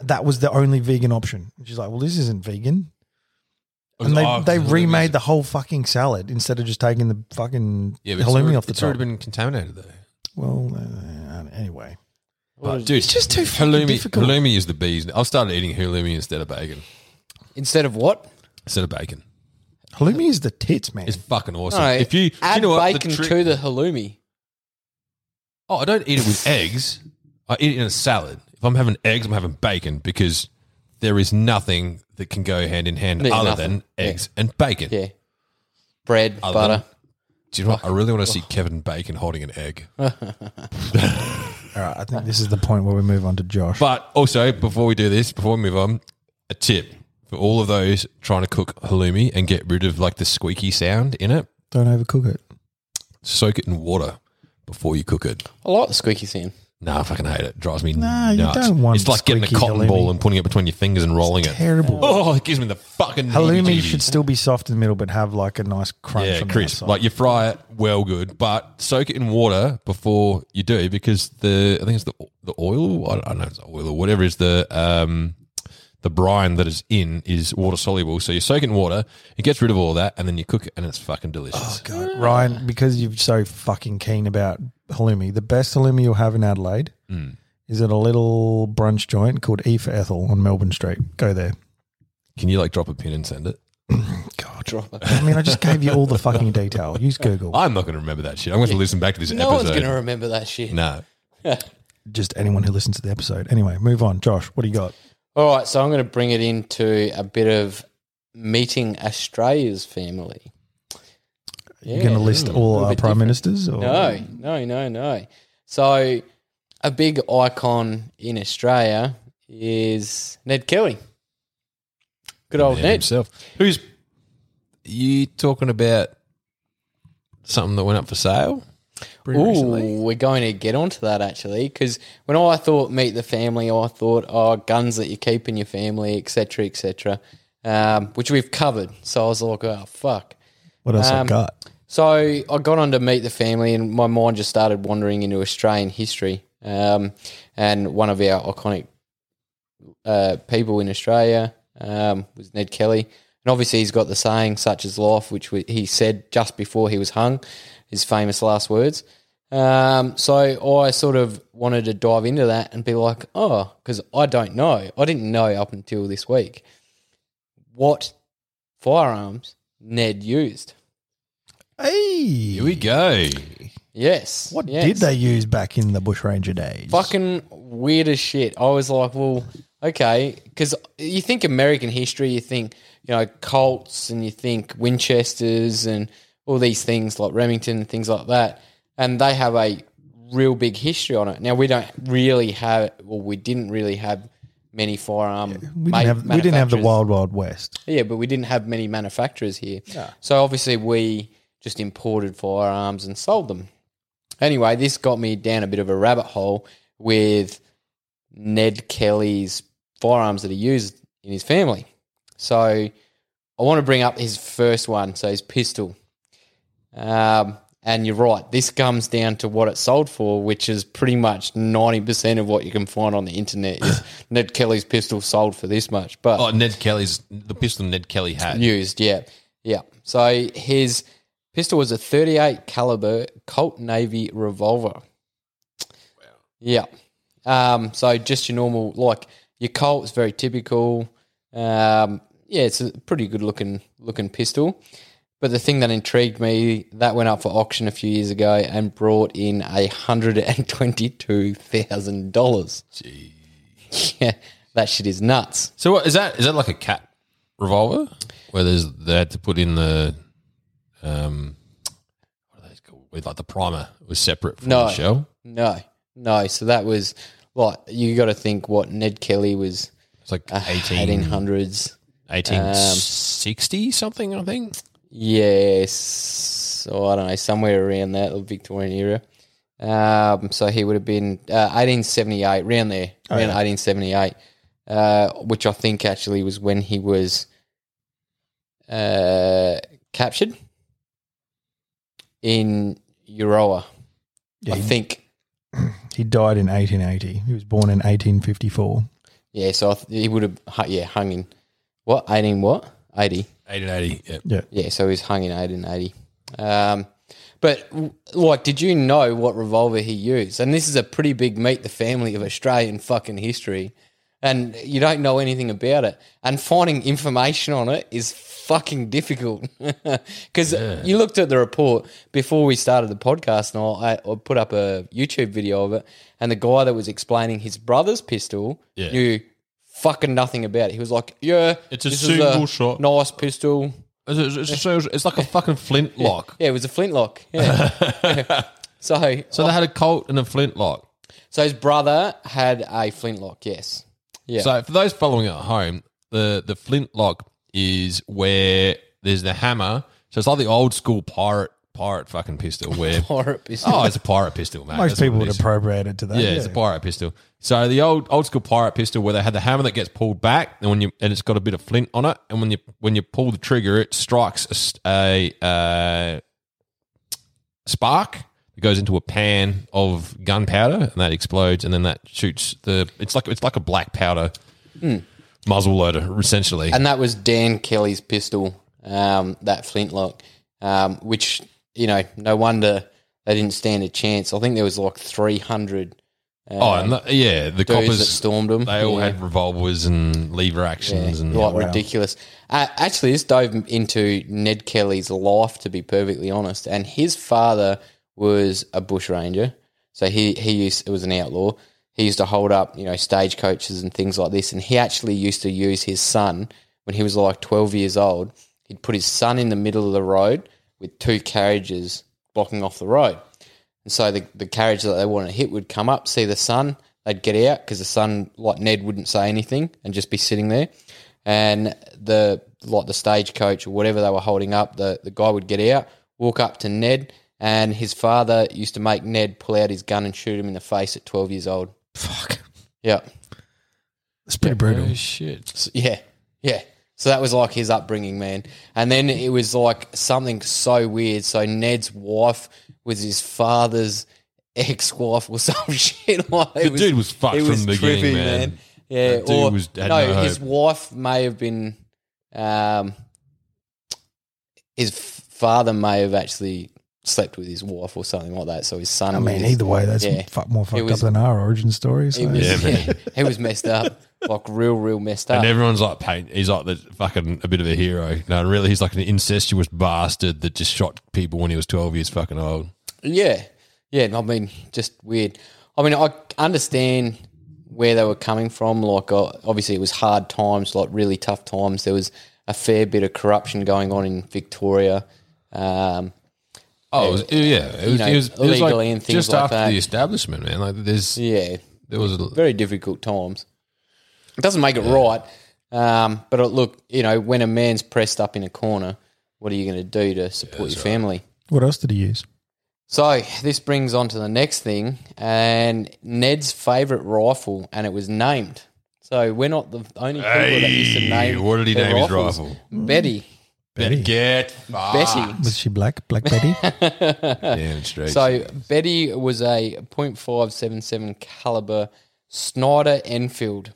[SPEAKER 2] That was the only vegan option. And She's like, "Well, this isn't vegan," and they
[SPEAKER 4] Oh,
[SPEAKER 2] they
[SPEAKER 4] halloumi's-
[SPEAKER 2] remade the whole fucking salad instead of just taking the fucking
[SPEAKER 4] it's
[SPEAKER 2] halloumi
[SPEAKER 4] already-
[SPEAKER 2] off the
[SPEAKER 4] It's
[SPEAKER 2] top.
[SPEAKER 4] already been contaminated though.
[SPEAKER 2] well, uh, anyway.
[SPEAKER 4] But dude,
[SPEAKER 2] It's just too fucking
[SPEAKER 4] halloumi.
[SPEAKER 2] difficult.
[SPEAKER 4] Halloumi is the bees. I've started eating halloumi instead of bacon.
[SPEAKER 1] Instead of what?
[SPEAKER 4] Instead of bacon,
[SPEAKER 2] Halloumi is the tits, man.
[SPEAKER 4] it's fucking awesome.
[SPEAKER 1] No,
[SPEAKER 4] if you do
[SPEAKER 1] add
[SPEAKER 4] you know what, the
[SPEAKER 1] bacon
[SPEAKER 4] trick-
[SPEAKER 1] to the halloumi.
[SPEAKER 4] oh, I don't eat it with eggs. I eat it in a salad. If I'm having eggs, I'm having bacon because there is nothing that can go hand in hand
[SPEAKER 1] Yeah,
[SPEAKER 4] other
[SPEAKER 1] nothing.
[SPEAKER 4] than eggs and bacon.
[SPEAKER 1] Yeah, bread,
[SPEAKER 4] Other than-
[SPEAKER 1] butter.
[SPEAKER 4] Do you know what? I really want to
[SPEAKER 1] Oh.
[SPEAKER 4] see Kevin Bacon holding an egg.
[SPEAKER 2] All right, I think this is the point where we move on to Josh.
[SPEAKER 4] But also, before we do this, before we move on, a tip for all of those trying to cook halloumi and get rid of like the squeaky sound in it,
[SPEAKER 2] Don't overcook it.
[SPEAKER 4] soak it in water before you cook it.
[SPEAKER 1] I like the squeaky sound.
[SPEAKER 4] Nah, I fucking hate it. Drives me
[SPEAKER 2] Nah, you
[SPEAKER 4] nuts.
[SPEAKER 2] don't want
[SPEAKER 4] it's like getting a
[SPEAKER 2] squeaky
[SPEAKER 4] cotton
[SPEAKER 2] halloumi.
[SPEAKER 4] ball and putting it between your fingers and rolling it.
[SPEAKER 2] Terrible.
[SPEAKER 4] Oh, it gives me the fucking
[SPEAKER 2] Halloumi
[SPEAKER 4] heebie-jeebies.
[SPEAKER 2] should still be soft in the middle, but have like a nice crunch.
[SPEAKER 4] yeah,
[SPEAKER 2] on the
[SPEAKER 4] crisp.
[SPEAKER 2] outside.
[SPEAKER 4] Like you fry it well good, but soak it in water before you do because the I think it's the the oil. I don't, I don't know if it's oil or whatever is the um the brine that is in is water soluble. So you soak it in water, it gets rid of all that, and then you cook it, and it's fucking
[SPEAKER 2] Oh,
[SPEAKER 4] delicious.
[SPEAKER 2] God. Ryan, because you're so fucking keen about halloumi, the best halloumi you'll have in Adelaide is at a little brunch joint called E for Ethel on Melbourne Street. Go there.
[SPEAKER 4] Can you like drop a pin and send it?
[SPEAKER 2] God.
[SPEAKER 1] Drop it.
[SPEAKER 2] I mean, I just gave you all the fucking detail. Use Google.
[SPEAKER 4] I'm not going to remember that shit. I'm going to listen back to this
[SPEAKER 1] No one's
[SPEAKER 4] episode.
[SPEAKER 1] going to remember that shit.
[SPEAKER 4] no,
[SPEAKER 2] Just anyone who listens to the episode. Anyway, move on. Josh, what do you got?
[SPEAKER 1] All right, so I'm going to bring it into a bit of meeting Australia's family.
[SPEAKER 2] You're going to list all
[SPEAKER 1] little
[SPEAKER 2] our
[SPEAKER 1] bit
[SPEAKER 2] prime
[SPEAKER 1] different.
[SPEAKER 2] ministers? Or?
[SPEAKER 1] No, no, no, no. So a big icon in Australia is Ned Kelly. Good old
[SPEAKER 4] Yeah,
[SPEAKER 1] Ned.
[SPEAKER 4] himself. Who's you talking about? Something that went up for sale pretty recently.
[SPEAKER 1] Ooh, we're going to get onto that actually, because when I thought meet the family, I thought oh guns that you keep in your family, etc., etc., um, which we've covered. So I was like, oh fuck.
[SPEAKER 2] What else
[SPEAKER 1] Um,
[SPEAKER 2] I got?
[SPEAKER 1] So I got on to meet the family, and my mind just started wandering into Australian history um, and one of our iconic uh, people in Australia um, was Ned Kelly. And obviously, he's got the saying, such is life, which we, he said just before he was hung, his famous last words. Um, so I sort of wanted to dive into that and be like, oh, because I don't know. I didn't know up until this week what firearms Ned used.
[SPEAKER 4] Here
[SPEAKER 2] Hey,
[SPEAKER 4] we go.
[SPEAKER 1] Yes.
[SPEAKER 2] what
[SPEAKER 1] yes.
[SPEAKER 2] did they use back in the bushranger days?
[SPEAKER 1] Fucking weird as shit. I was like, well, Okay, because you think American history, you think you know Colts, and you think Winchesters, and all these things like Remington and things like that, and they have a real big history on it. Now we don't really have, well, we didn't really have many firearm.
[SPEAKER 2] We didn't, have, we didn't have the Wild Wild West.
[SPEAKER 1] Yeah, but we didn't have many manufacturers here. So obviously we just imported firearms and sold them. Anyway, this got me down a bit of a rabbit hole with Ned Kelly's firearms that he used in his family. So I want to bring up his first one, so his pistol. Um, and you're right, this comes down to what it sold for, which is pretty much 90% of what you can find on the internet is Ned Kelly's pistol sold for this much. But
[SPEAKER 4] Oh, Ned Kelly's the pistol Ned Kelly had.
[SPEAKER 1] used. Yeah, yeah. So his pistol was a 38 caliber Colt Navy revolver. Wow. Yeah. Um, so just your normal like your Colt's very typical. Um, yeah, it's a pretty good looking looking pistol. But the thing that intrigued me that went up for auction a few years ago and brought in a hundred and twenty two thousand dollars. Yeah, that shit is nuts.
[SPEAKER 4] So what is that? Is that like a cat revolver where there's they had to put in the um what are those called? With like the primer was separate from
[SPEAKER 1] No.
[SPEAKER 4] the shell.
[SPEAKER 1] No, no. So that was like you got to think what Ned Kelly was
[SPEAKER 4] It's like
[SPEAKER 1] Ah, eighteen
[SPEAKER 4] 18,
[SPEAKER 1] hundreds.
[SPEAKER 4] 1860 something, I think.
[SPEAKER 1] Yes, oh, I don't know, somewhere around that or Victorian era. Um, so he would have been uh, eighteen seventy eight, around there, around eighteen seventy eight, uh, which I think actually was when he was uh, captured in Euroa. I think.
[SPEAKER 2] He died in 1880. He was born in 1854.
[SPEAKER 1] Yeah, so I th- he would have hu- yeah hung in what eighteen what eighty
[SPEAKER 4] 1880. Yeah.
[SPEAKER 1] yeah. So he's hung in eighteen eighty. Um, but w- like, did you know what revolver he used? And this is a pretty big meet the family of Australian fucking history, and you don't know anything about it. And finding information on it is fucking difficult because you looked at the report before we started the podcast, and I, I put up a YouTube video of it, and the guy that was explaining his brother's pistol
[SPEAKER 4] Yeah.
[SPEAKER 1] knew fucking nothing about it. He was like, "Yeah,
[SPEAKER 4] It's a
[SPEAKER 1] this
[SPEAKER 4] single shot.
[SPEAKER 1] nice pistol."
[SPEAKER 4] It's, it's- it's- it's like a fucking flintlock.
[SPEAKER 1] Yeah, it was a flintlock. Yeah. so,
[SPEAKER 4] So they had a Colt and a flintlock.
[SPEAKER 1] so his brother had a flintlock. Yes. Yeah.
[SPEAKER 4] So for those following at home, the the flintlock is where there's the hammer. So it's like the old school pirate pirate fucking pistol where
[SPEAKER 1] Pirate pistol.
[SPEAKER 4] Oh, it's a pirate pistol, man.
[SPEAKER 2] Most people would appropriate it to that.
[SPEAKER 4] Yeah, it's a pirate pistol. So the old old school pirate pistol where they had the hammer that gets pulled back, and when you and it's got a bit of flint on it, and when you when you pull the trigger, it strikes a s- a, uh, spark. It goes into a pan of gunpowder, and that explodes, and then that shoots the. It's like it's like a black powder muzzle loader, essentially.
[SPEAKER 1] Hmm. and that was Dan Kelly's pistol, um, that flintlock, um, which you know, no wonder they didn't stand a chance. I think there was like three hundred uh,
[SPEAKER 4] oh, and the, yeah, the
[SPEAKER 1] dudes that
[SPEAKER 4] coppers.
[SPEAKER 1] stormed them.
[SPEAKER 4] They all
[SPEAKER 1] Yeah.
[SPEAKER 4] had revolvers and lever actions, and
[SPEAKER 1] like ridiculous. Uh, actually, this dove into Ned Kelly's life, to be perfectly honest. And his father was a bushranger, so he he used it was an outlaw. He used to hold up, you know, stagecoaches and things like this. And he actually used to use his son when he was like twelve years old. He'd put his son in the middle of the road with two carriages blocking off the road. And so the, the carriage that they wanted to hit would come up, see the sun, they'd get out because the sun, like Ned, wouldn't say anything and just be sitting there. And the like the stagecoach or whatever they were holding up, the, the guy would get out, walk up to Ned, and his father used to make Ned pull out his gun and shoot him in the face at 12 years old.
[SPEAKER 2] Fuck.
[SPEAKER 1] Yeah.
[SPEAKER 2] It's pretty brutal.
[SPEAKER 4] Oh, shit.
[SPEAKER 1] Yeah, yeah. So that was like his upbringing, man. And then it was like something so weird. So Ned's wife was his father's ex-wife or some shit. Like it
[SPEAKER 4] The dude was fucked
[SPEAKER 1] it
[SPEAKER 4] from
[SPEAKER 1] was
[SPEAKER 4] the beginning,
[SPEAKER 1] trippy,
[SPEAKER 4] man.
[SPEAKER 1] Yeah,
[SPEAKER 4] That dude
[SPEAKER 1] or
[SPEAKER 4] was- had
[SPEAKER 1] no,
[SPEAKER 4] no
[SPEAKER 1] his
[SPEAKER 4] hope.
[SPEAKER 1] wife may have been, um, his f- father may have actually slept with his wife or something like that. So his son.
[SPEAKER 2] I mean,
[SPEAKER 1] was-
[SPEAKER 2] either way, that's
[SPEAKER 1] Yeah.
[SPEAKER 2] fuck more fucked
[SPEAKER 1] was-
[SPEAKER 2] up than our origin story. So.
[SPEAKER 1] He was,
[SPEAKER 4] Yeah, man.
[SPEAKER 1] yeah, he was messed up, like real, real messed up.
[SPEAKER 4] And everyone's like, paint. He's like the fucking a bit of a hero. No, really, he's like an incestuous bastard that just shot people when he was twelve years fucking old.
[SPEAKER 1] Yeah, yeah. and I mean, just weird. I mean, I understand where they were coming from. Like, uh, obviously, it was hard times, like really tough times. There was a fair bit of corruption going on in Victoria. Um,
[SPEAKER 4] Oh, it was, yeah. It was,
[SPEAKER 1] know,
[SPEAKER 4] it was, it was like
[SPEAKER 1] illegally and things
[SPEAKER 4] just
[SPEAKER 1] like
[SPEAKER 4] after
[SPEAKER 1] that.
[SPEAKER 4] the establishment, man. Like there's
[SPEAKER 1] yeah,
[SPEAKER 4] there was a,
[SPEAKER 1] very difficult times. It doesn't make it right, um, but uh, look, you know, when a man's pressed up in a corner, what are you going to do to support your family?
[SPEAKER 2] What else did he use?
[SPEAKER 1] So this brings on to the next thing, and Ned's favorite rifle, and it was named. So we're not the only people that used to
[SPEAKER 4] Hey,
[SPEAKER 1] name.
[SPEAKER 4] what did he
[SPEAKER 1] their
[SPEAKER 4] name his
[SPEAKER 1] rifles.
[SPEAKER 4] rifle? Ah,
[SPEAKER 1] Betty.
[SPEAKER 4] Betty. get
[SPEAKER 1] Betty.
[SPEAKER 2] Was she black? Black Betty?
[SPEAKER 4] damn straight.
[SPEAKER 1] So Betty was a .577 caliber Snyder Enfield,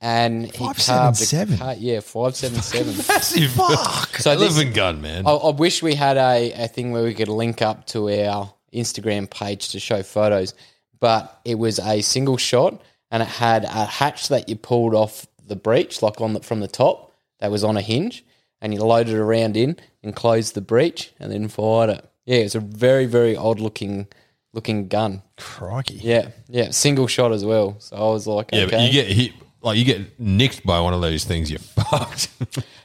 [SPEAKER 1] and he carved a
[SPEAKER 2] 577?
[SPEAKER 1] car- yeah, five seven seven.
[SPEAKER 4] massive. Fuck.
[SPEAKER 1] So this- Oh,
[SPEAKER 4] Elephant gun, man.
[SPEAKER 1] I, I wish we had a, a thing where we could link up to our Instagram page to show photos, but it was a single shot and it had a hatch that you pulled off the breech, like on the, from the top, that was on a hinge, and you loaded a round in and closed the breech and then fired it. Yeah, it's a very very odd looking looking gun.
[SPEAKER 2] Crikey.
[SPEAKER 1] Yeah, yeah, single shot as well. So I was like,
[SPEAKER 4] yeah,
[SPEAKER 1] okay.
[SPEAKER 4] but you get hit like you get nicked by one of those things. You're fucked.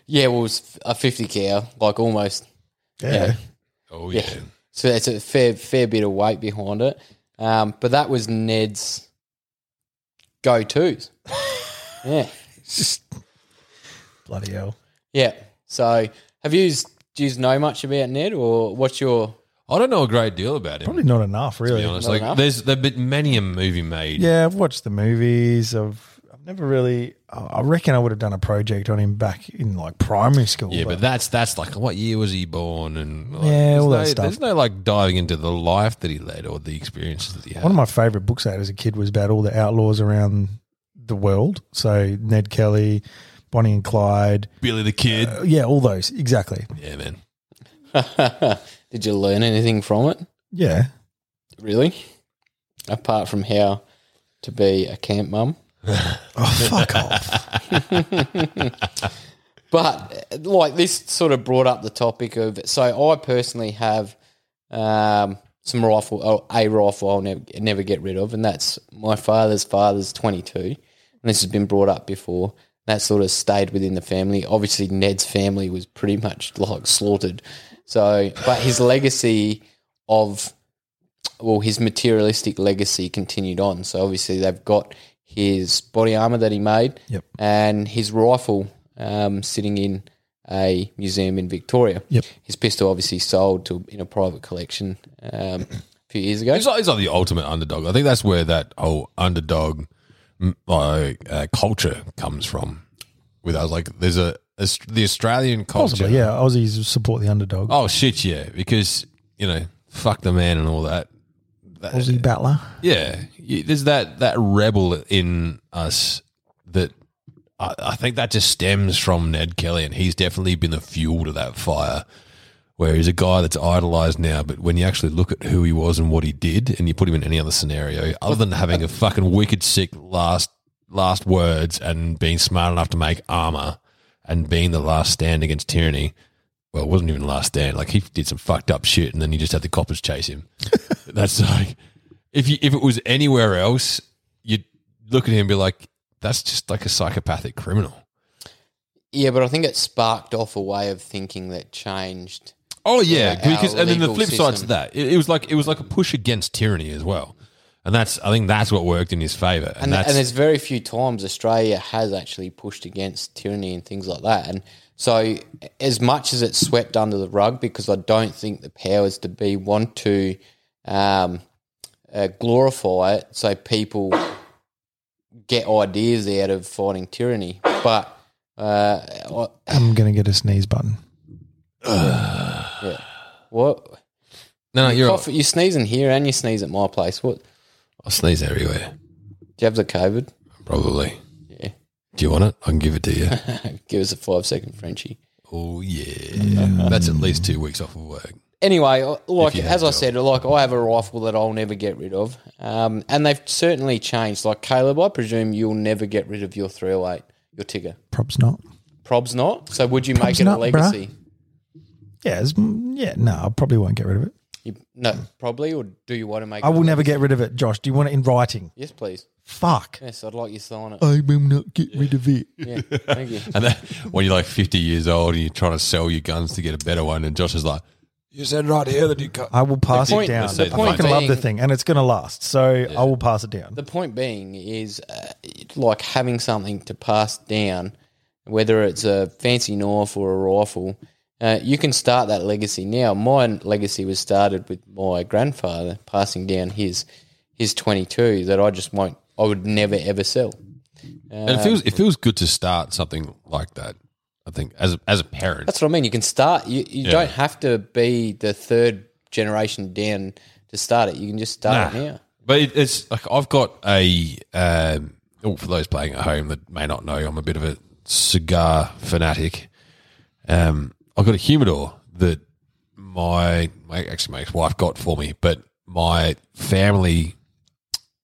[SPEAKER 1] yeah, well, it was a fifty cow, like almost
[SPEAKER 2] Yeah.
[SPEAKER 4] oh yeah.
[SPEAKER 1] So that's a fair fair bit of weight behind it. Um, but that was Ned's go tos. yeah.
[SPEAKER 2] Just bloody hell.
[SPEAKER 1] Yeah. So have you do you know much about Ned or what's your
[SPEAKER 4] I don't know a great deal about him.
[SPEAKER 2] Probably not enough,
[SPEAKER 4] to
[SPEAKER 2] really.
[SPEAKER 4] be honest,
[SPEAKER 1] Not
[SPEAKER 4] like
[SPEAKER 1] enough.
[SPEAKER 4] there's there've been many a movie made.
[SPEAKER 2] Yeah, I've watched the movies. I've I've never really. I I reckon I would have done a project on him back in like primary school.
[SPEAKER 4] Yeah, but that's that's like what year was he born and like,
[SPEAKER 2] Yeah,
[SPEAKER 4] there's
[SPEAKER 2] all that
[SPEAKER 4] no-
[SPEAKER 2] stuff.
[SPEAKER 4] There's no like diving into the life that he led or the experiences that he had.
[SPEAKER 2] one of my favorite books I had as a kid was about all the outlaws around the world. So Ned Kelly, Bonnie and Clyde.
[SPEAKER 4] Billy the Kid.
[SPEAKER 2] Uh, Yeah, all those exactly.
[SPEAKER 4] yeah, man.
[SPEAKER 1] did you learn anything from it?
[SPEAKER 2] Yeah,
[SPEAKER 1] Really? Apart from how to be a camp mum.
[SPEAKER 2] Oh, fuck off.
[SPEAKER 1] But uh, like this sort of brought up the topic of so I personally have um, some rifle oh, a rifle I'll never, never get rid of, and that's my father's father's twenty two, and this has been brought up before. That sort of stayed within the family. Obviously, Ned's family was pretty much like slaughtered. So, but his legacy of well, his materialistic legacy continued on. So obviously they've got his body armor that he made,
[SPEAKER 2] Yep.
[SPEAKER 1] and his rifle um, sitting in a museum in Victoria.
[SPEAKER 2] Yep.
[SPEAKER 1] His pistol obviously sold to in a private collection um, a few years ago.
[SPEAKER 4] He's like, he's like the ultimate underdog. I think that's where that whole underdog mm, like uh, culture comes from. With us, like there's a, a the Australian culture.
[SPEAKER 2] Possibly, yeah. Aussies support the underdog.
[SPEAKER 4] Oh shit, yeah, because you know, fuck the man and all that.
[SPEAKER 2] Aussie battler.
[SPEAKER 4] Yeah, you, there's that that rebel in us that I, I think that just stems from Ned Kelly, and he's definitely been the fuel to that fire. Where he's a guy that's idolized now, but when you actually look at who he was and what he did, and you put him in any other scenario other than having a fucking wicked sick last last words and being smart enough to make armor and being the last stand against tyranny. Well, it wasn't even the last stand. Like he did some fucked up shit, and then he just had the coppers chase him. that's like if you, if it was anywhere else, you'd look at him and be like, "That's just like a psychopathic criminal."
[SPEAKER 1] Yeah, but I think it sparked off a way of thinking that changed.
[SPEAKER 4] Oh yeah,
[SPEAKER 1] Yeah,
[SPEAKER 4] because
[SPEAKER 1] our
[SPEAKER 4] and then the
[SPEAKER 1] legal
[SPEAKER 4] flip side to
[SPEAKER 1] system.
[SPEAKER 4] that, it, it was like it was like a push against tyranny as well, and that's I think that's what worked in his favor, and,
[SPEAKER 1] And,
[SPEAKER 4] that's
[SPEAKER 1] and there's very few times Australia has actually pushed against tyranny and things like that. And so, as much as it's swept under the rug, because I don't think the powers to be want to um, uh, glorify it, so people get ideas out of fighting tyranny. But uh, I-
[SPEAKER 2] I'm going to get a sneeze button.
[SPEAKER 1] what?
[SPEAKER 4] no, no, you're.
[SPEAKER 1] Cough, you sneeze in here and you sneeze at my place. What? Do
[SPEAKER 4] I'll sneeze everywhere,
[SPEAKER 1] you have the COVID?
[SPEAKER 4] probably.
[SPEAKER 1] Yeah.
[SPEAKER 4] Do you want it? I can give it to you.
[SPEAKER 1] Give us a five second Frenchie.
[SPEAKER 4] oh yeah, that's at least two weeks off of work.
[SPEAKER 1] anyway, uh, like
[SPEAKER 4] you had
[SPEAKER 1] as I
[SPEAKER 4] to.
[SPEAKER 1] said, like I have a rifle that I'll never get rid of, um, and they've certainly changed. Like Caleb, I presume you'll never get rid of your 308, your Tigger.
[SPEAKER 2] Props not.
[SPEAKER 1] Prob's not. So would you make
[SPEAKER 2] Prob's
[SPEAKER 1] it
[SPEAKER 2] not,
[SPEAKER 1] a
[SPEAKER 2] bruh.
[SPEAKER 1] legacy?
[SPEAKER 2] Yeah, it's, mm, yeah. No, I probably won't get rid of it.
[SPEAKER 1] You, no, probably. Or do you want to make?
[SPEAKER 2] I
[SPEAKER 1] it-
[SPEAKER 2] will never get rid of it, Josh. Do you want it in writing?
[SPEAKER 1] Yes, please.
[SPEAKER 2] Fuck.
[SPEAKER 1] Yes, I'd like you sign it.
[SPEAKER 2] I will not get rid of it.
[SPEAKER 1] Yeah, thank you.
[SPEAKER 4] And then when you're like 50 years old and you're trying to sell your guns to get a better one, and Josh is like, "You said right here that you cut."
[SPEAKER 2] I will pass
[SPEAKER 1] point-
[SPEAKER 2] it down.
[SPEAKER 4] the
[SPEAKER 2] I
[SPEAKER 4] point
[SPEAKER 2] fucking love the
[SPEAKER 1] being-
[SPEAKER 2] thing, and it's going to last. So I will pass it down.
[SPEAKER 1] The point being is uh, it's like having something to pass down, whether it's a fancy knife or a rifle, uh, you can start that legacy now. My legacy was started with my grandfather passing down his his 22 that I just won't, I would never ever sell.
[SPEAKER 4] And it feels it feels good to start something like that. I think as a, as a parent,
[SPEAKER 1] That's what I mean. You can start, you, you
[SPEAKER 4] Yeah.
[SPEAKER 1] don't have to be the third generation down to start it. You can just start it now.
[SPEAKER 4] But it, it's like I've got a. Um, oh, for those playing at home that may not know, I'm a bit of a cigar fanatic. Um, I've got a humidor that my, my actually my wife got for me, but my family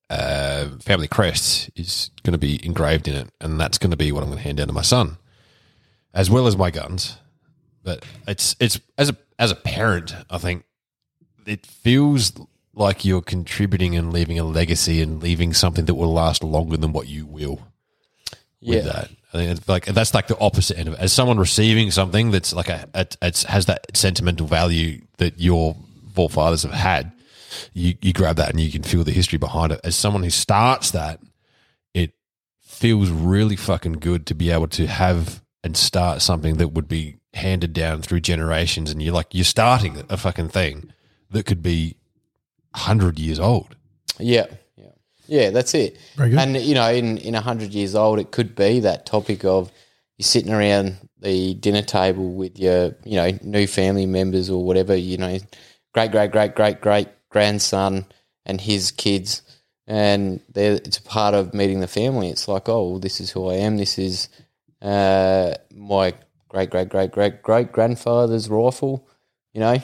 [SPEAKER 4] uh, family crest is going to be engraved in it, and that's going to be what I'm going to hand down to my son, as well as my guns. But it's it's as a as a parent, I think it feels like you're contributing and leaving a legacy and leaving something that will last longer than what you will with that. I think it's like that's like the opposite end of it. As someone receiving something that's like a, a it's has that sentimental value that your forefathers have had, you you grab that and you can feel the history behind it. As someone who starts that, it feels really fucking good to be able to have and start something that would be handed down through generations and you're like you're starting a fucking thing that could be 100 years old.
[SPEAKER 1] Yeah, yeah, yeah. That's it.
[SPEAKER 2] Very good.
[SPEAKER 1] And you know, in in hundred years old, it could be that topic of you're sitting around the dinner table with your you know new family members or whatever. You know, great, great, great, great, great grandson and his kids, and they're, it's a part of meeting the family. It's like, oh, well, this is who I am. This is uh, my great, great, great, great, great grandfather's rifle. You know,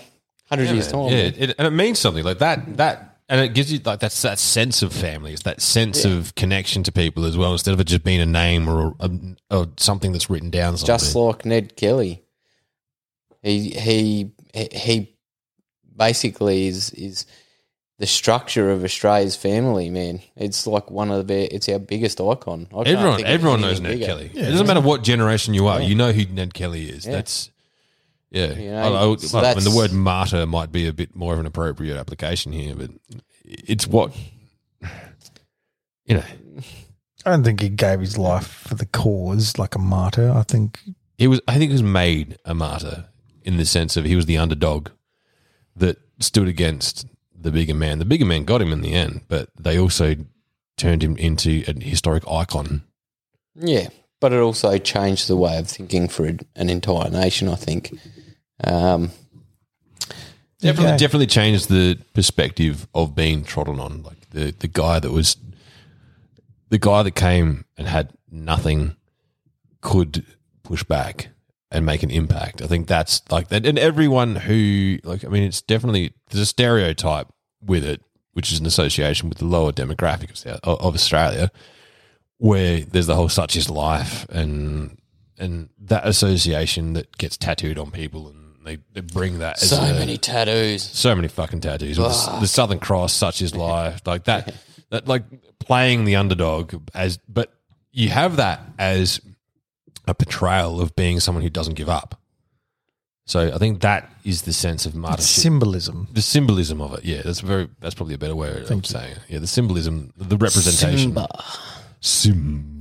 [SPEAKER 1] hundred years time.
[SPEAKER 4] Yeah, it, and it means something like that. That and it gives you like that's that sense of family. It's that sense of connection to people as well, instead of it just being a name or a, or something that's written down. Somewhere.
[SPEAKER 1] just like Ned Kelly. He he he basically is is the structure of Australia's family, man. It's like one of the it's our biggest icon. I can't
[SPEAKER 4] everyone,
[SPEAKER 1] think of
[SPEAKER 4] everyone knows
[SPEAKER 1] anything
[SPEAKER 4] Ned
[SPEAKER 1] bigger.
[SPEAKER 4] Kelly. it doesn't matter what generation you are, you know who Ned Kelly is. That's yeah.
[SPEAKER 1] You know,
[SPEAKER 4] I, I, would-
[SPEAKER 1] so
[SPEAKER 4] I mean,
[SPEAKER 1] that's-
[SPEAKER 4] the word martyr might be a bit more of an appropriate application here, but it's what you know.
[SPEAKER 2] I don't think he gave his life for the cause like a martyr. I think
[SPEAKER 4] he was I think he was made a martyr in the sense of he was the underdog that stood against the bigger man. The bigger man got him in the end, but they also turned him into an historic icon.
[SPEAKER 1] Yeah, but it also changed the way of thinking for an entire nation. I think. Um,
[SPEAKER 4] Definitely
[SPEAKER 2] Okay.
[SPEAKER 4] definitely changed the perspective of being trodden on. Like the, the guy that was the guy that came and had nothing could push back and make an impact. I think that's like that. And everyone who, like, I mean, it's definitely there's a stereotype with it, which is an association with the lower demographic of, South- of Australia, where there's the whole such is life and and that association that gets tattooed on people and they, they bring that as
[SPEAKER 1] so
[SPEAKER 4] a-
[SPEAKER 1] many tattoos.
[SPEAKER 4] so many fucking tattoos. With the, the Southern Cross, such is life, like that. That like playing the underdog as, but you have that as a portrayal of being someone who doesn't give up. So I think that is the sense of martyrship.
[SPEAKER 2] symbolism.
[SPEAKER 4] the symbolism of it, yeah, that's very. That's probably a better way of saying. It. Yeah, the symbolism, the representation. Simba.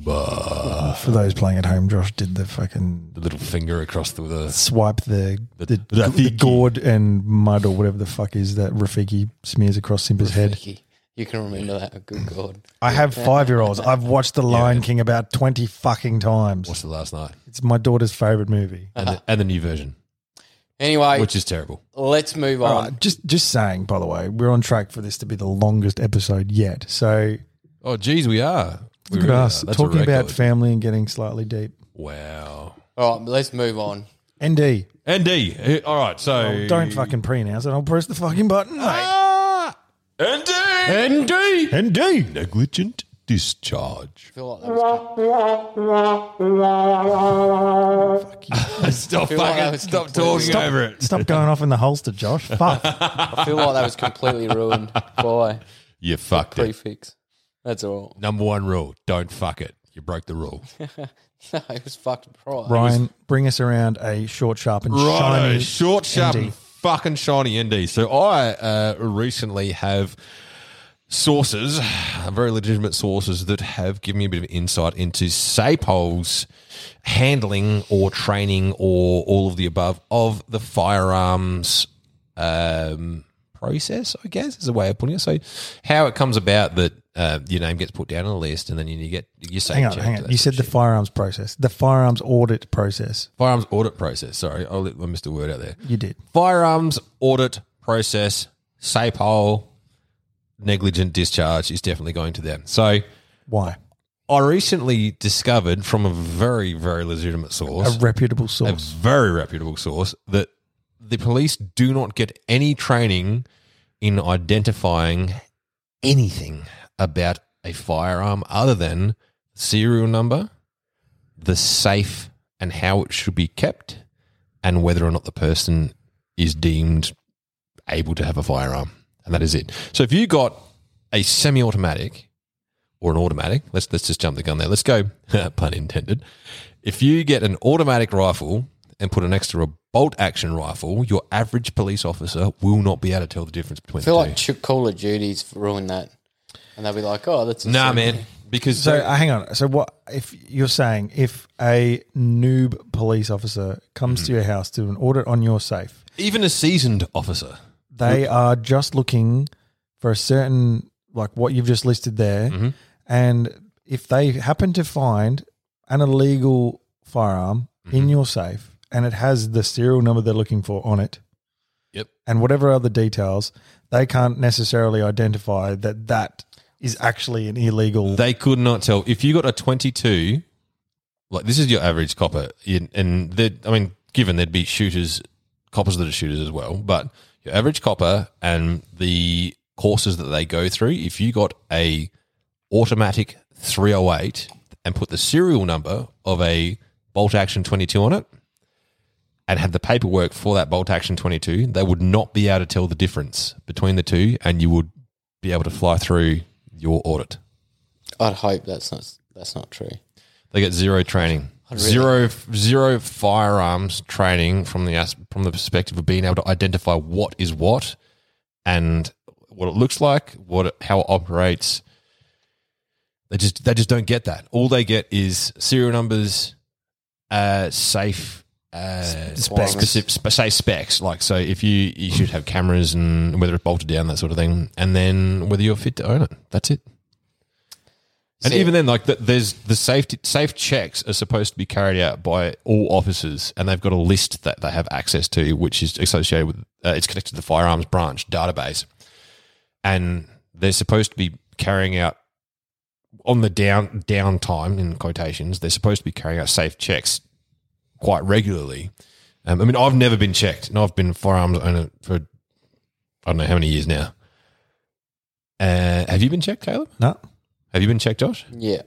[SPEAKER 2] For those playing at home, Josh did the fucking
[SPEAKER 4] the little finger across the. the
[SPEAKER 2] swipe the
[SPEAKER 4] The-
[SPEAKER 2] the, the,
[SPEAKER 4] Rafiki.
[SPEAKER 2] gourd and mud or whatever the fuck is that Rafiki smears across Simba's head.
[SPEAKER 1] Ricky, You can remember that. Oh, Good God.
[SPEAKER 2] I have five year olds. I've watched The Lion King about twenty fucking times.
[SPEAKER 4] what's the last night?
[SPEAKER 2] It's my daughter's favorite movie.
[SPEAKER 4] And, the, and the new version,
[SPEAKER 1] Anyway,
[SPEAKER 4] which is terrible.
[SPEAKER 1] let's move on.
[SPEAKER 2] All right, Uh, just just saying. By the way, we're on track for this to be the longest episode yet. So
[SPEAKER 4] Oh, geez, we are. We
[SPEAKER 2] look at
[SPEAKER 4] really
[SPEAKER 2] us
[SPEAKER 4] are. That's a
[SPEAKER 2] talking about
[SPEAKER 4] record.
[SPEAKER 2] family and getting slightly deep.
[SPEAKER 4] wow.
[SPEAKER 1] All right, let's move on.
[SPEAKER 2] ND,
[SPEAKER 4] ND. Eh, All right, so
[SPEAKER 2] don't fucking pre-announce it. I'll press the fucking button. mate.
[SPEAKER 4] Ah, ND. ND.
[SPEAKER 2] ND.
[SPEAKER 4] Negligent discharge.
[SPEAKER 1] feel like that was
[SPEAKER 4] Stop
[SPEAKER 1] feel like that
[SPEAKER 4] fucking
[SPEAKER 1] was
[SPEAKER 4] stop
[SPEAKER 1] completely-
[SPEAKER 4] talking
[SPEAKER 1] Stop.
[SPEAKER 4] over it.
[SPEAKER 2] Stop going off in the holster, Josh. Fuck.
[SPEAKER 1] I feel like that was completely ruined by
[SPEAKER 4] You fucked it.
[SPEAKER 1] prefix. That's all.
[SPEAKER 4] Number one rule: don't fuck it. You broke the rule.
[SPEAKER 1] No, it was fucked prior.
[SPEAKER 2] Ryan, bring us around a short, sharp, and
[SPEAKER 4] Righto,
[SPEAKER 2] shiny.
[SPEAKER 4] short, sharp,
[SPEAKER 2] ND.
[SPEAKER 4] and fucking shiny ND. So I uh, recently have sources, very legitimate sources, that have given me a bit of insight into SAPOL's handling or training or all of the above of the firearms um, process, I guess, is a way of putting it. So how it comes about that uh, your name gets put down on a list and then you get your safe
[SPEAKER 2] Hang on,
[SPEAKER 4] checked,
[SPEAKER 2] hang
[SPEAKER 4] that
[SPEAKER 2] on. You said
[SPEAKER 4] sort of
[SPEAKER 2] the
[SPEAKER 4] shit.
[SPEAKER 2] firearms process, the firearms audit process.
[SPEAKER 4] firearms audit process. Sorry, I'll let, I missed a word out there.
[SPEAKER 2] You did.
[SPEAKER 4] firearms audit process, SAPOL, negligent discharge is definitely going to them. So
[SPEAKER 2] Why?
[SPEAKER 4] I recently discovered from a very, very legitimate
[SPEAKER 2] A
[SPEAKER 4] source,
[SPEAKER 2] reputable
[SPEAKER 4] a
[SPEAKER 2] source.
[SPEAKER 4] very reputable source, that the police do not get any training in identifying anything about a firearm other than serial number, the safe and how it should be kept, and whether or not the person is deemed able to have a firearm. And that is it. So if you got a semi automatic or an automatic, let's let's just jump the gun there. Let's go pun intended. If you get an automatic rifle and put an extra bolt action rifle, your average police officer will not be able to tell the difference between
[SPEAKER 1] I feel
[SPEAKER 4] the
[SPEAKER 1] like
[SPEAKER 4] two.
[SPEAKER 1] Ch- Call of Duty's ruined that. And they'll be like, oh, that's. a
[SPEAKER 4] Nah,
[SPEAKER 1] secret.
[SPEAKER 4] man. Because
[SPEAKER 2] So uh, hang on. So what if you're saying if a noob police officer comes to your house to do an audit on your safe,
[SPEAKER 4] even a seasoned officer,
[SPEAKER 2] they are just looking for a certain like what you've just listed there, and if they happen to find an illegal firearm in your safe and it has the serial number they're looking for on it,
[SPEAKER 4] Yep.
[SPEAKER 2] and whatever other details, they can't necessarily identify that that is actually an illegal.
[SPEAKER 4] they could not tell. If you got a 22, like this is your average copper, in- and they'd- I mean, given there'd be shooters, coppers that are shooters as well, but your average copper and the courses that they go through, if you got a automatic 308 and put the serial number of a bolt action 22 on it and had the paperwork for that bolt action 22 they would not be able to tell the difference between the two and you would be able to fly through your audit
[SPEAKER 1] I'd hope that's not that's not true.
[SPEAKER 4] they get zero training, zero zero firearms training from the as- from the perspective of being able to identify what is what and what it looks like, what it, how it operates. They just they just don't get that. All they get is serial numbers, uh, safe. Uh,
[SPEAKER 1] specs.
[SPEAKER 4] specific, sp- say specs like so. If you you should have cameras and whether it's bolted down that sort of thing, and then whether you're fit to own it. That's it. And
[SPEAKER 1] See-
[SPEAKER 4] even then, like th there's the safety safe checks are supposed to be carried out by all officers, and they've got a list that they have access to, which is associated with uh, it's connected to the firearms branch database, and they're supposed to be carrying out on the down downtime in quotations. They're supposed to be carrying out safe checks quite regularly. Um, I mean, I've never been checked, and I've been a firearms owner for I don't know how many years now. Uh, have you been checked, Caleb?
[SPEAKER 2] no.
[SPEAKER 4] Have you been checked, Josh?
[SPEAKER 1] Yeah.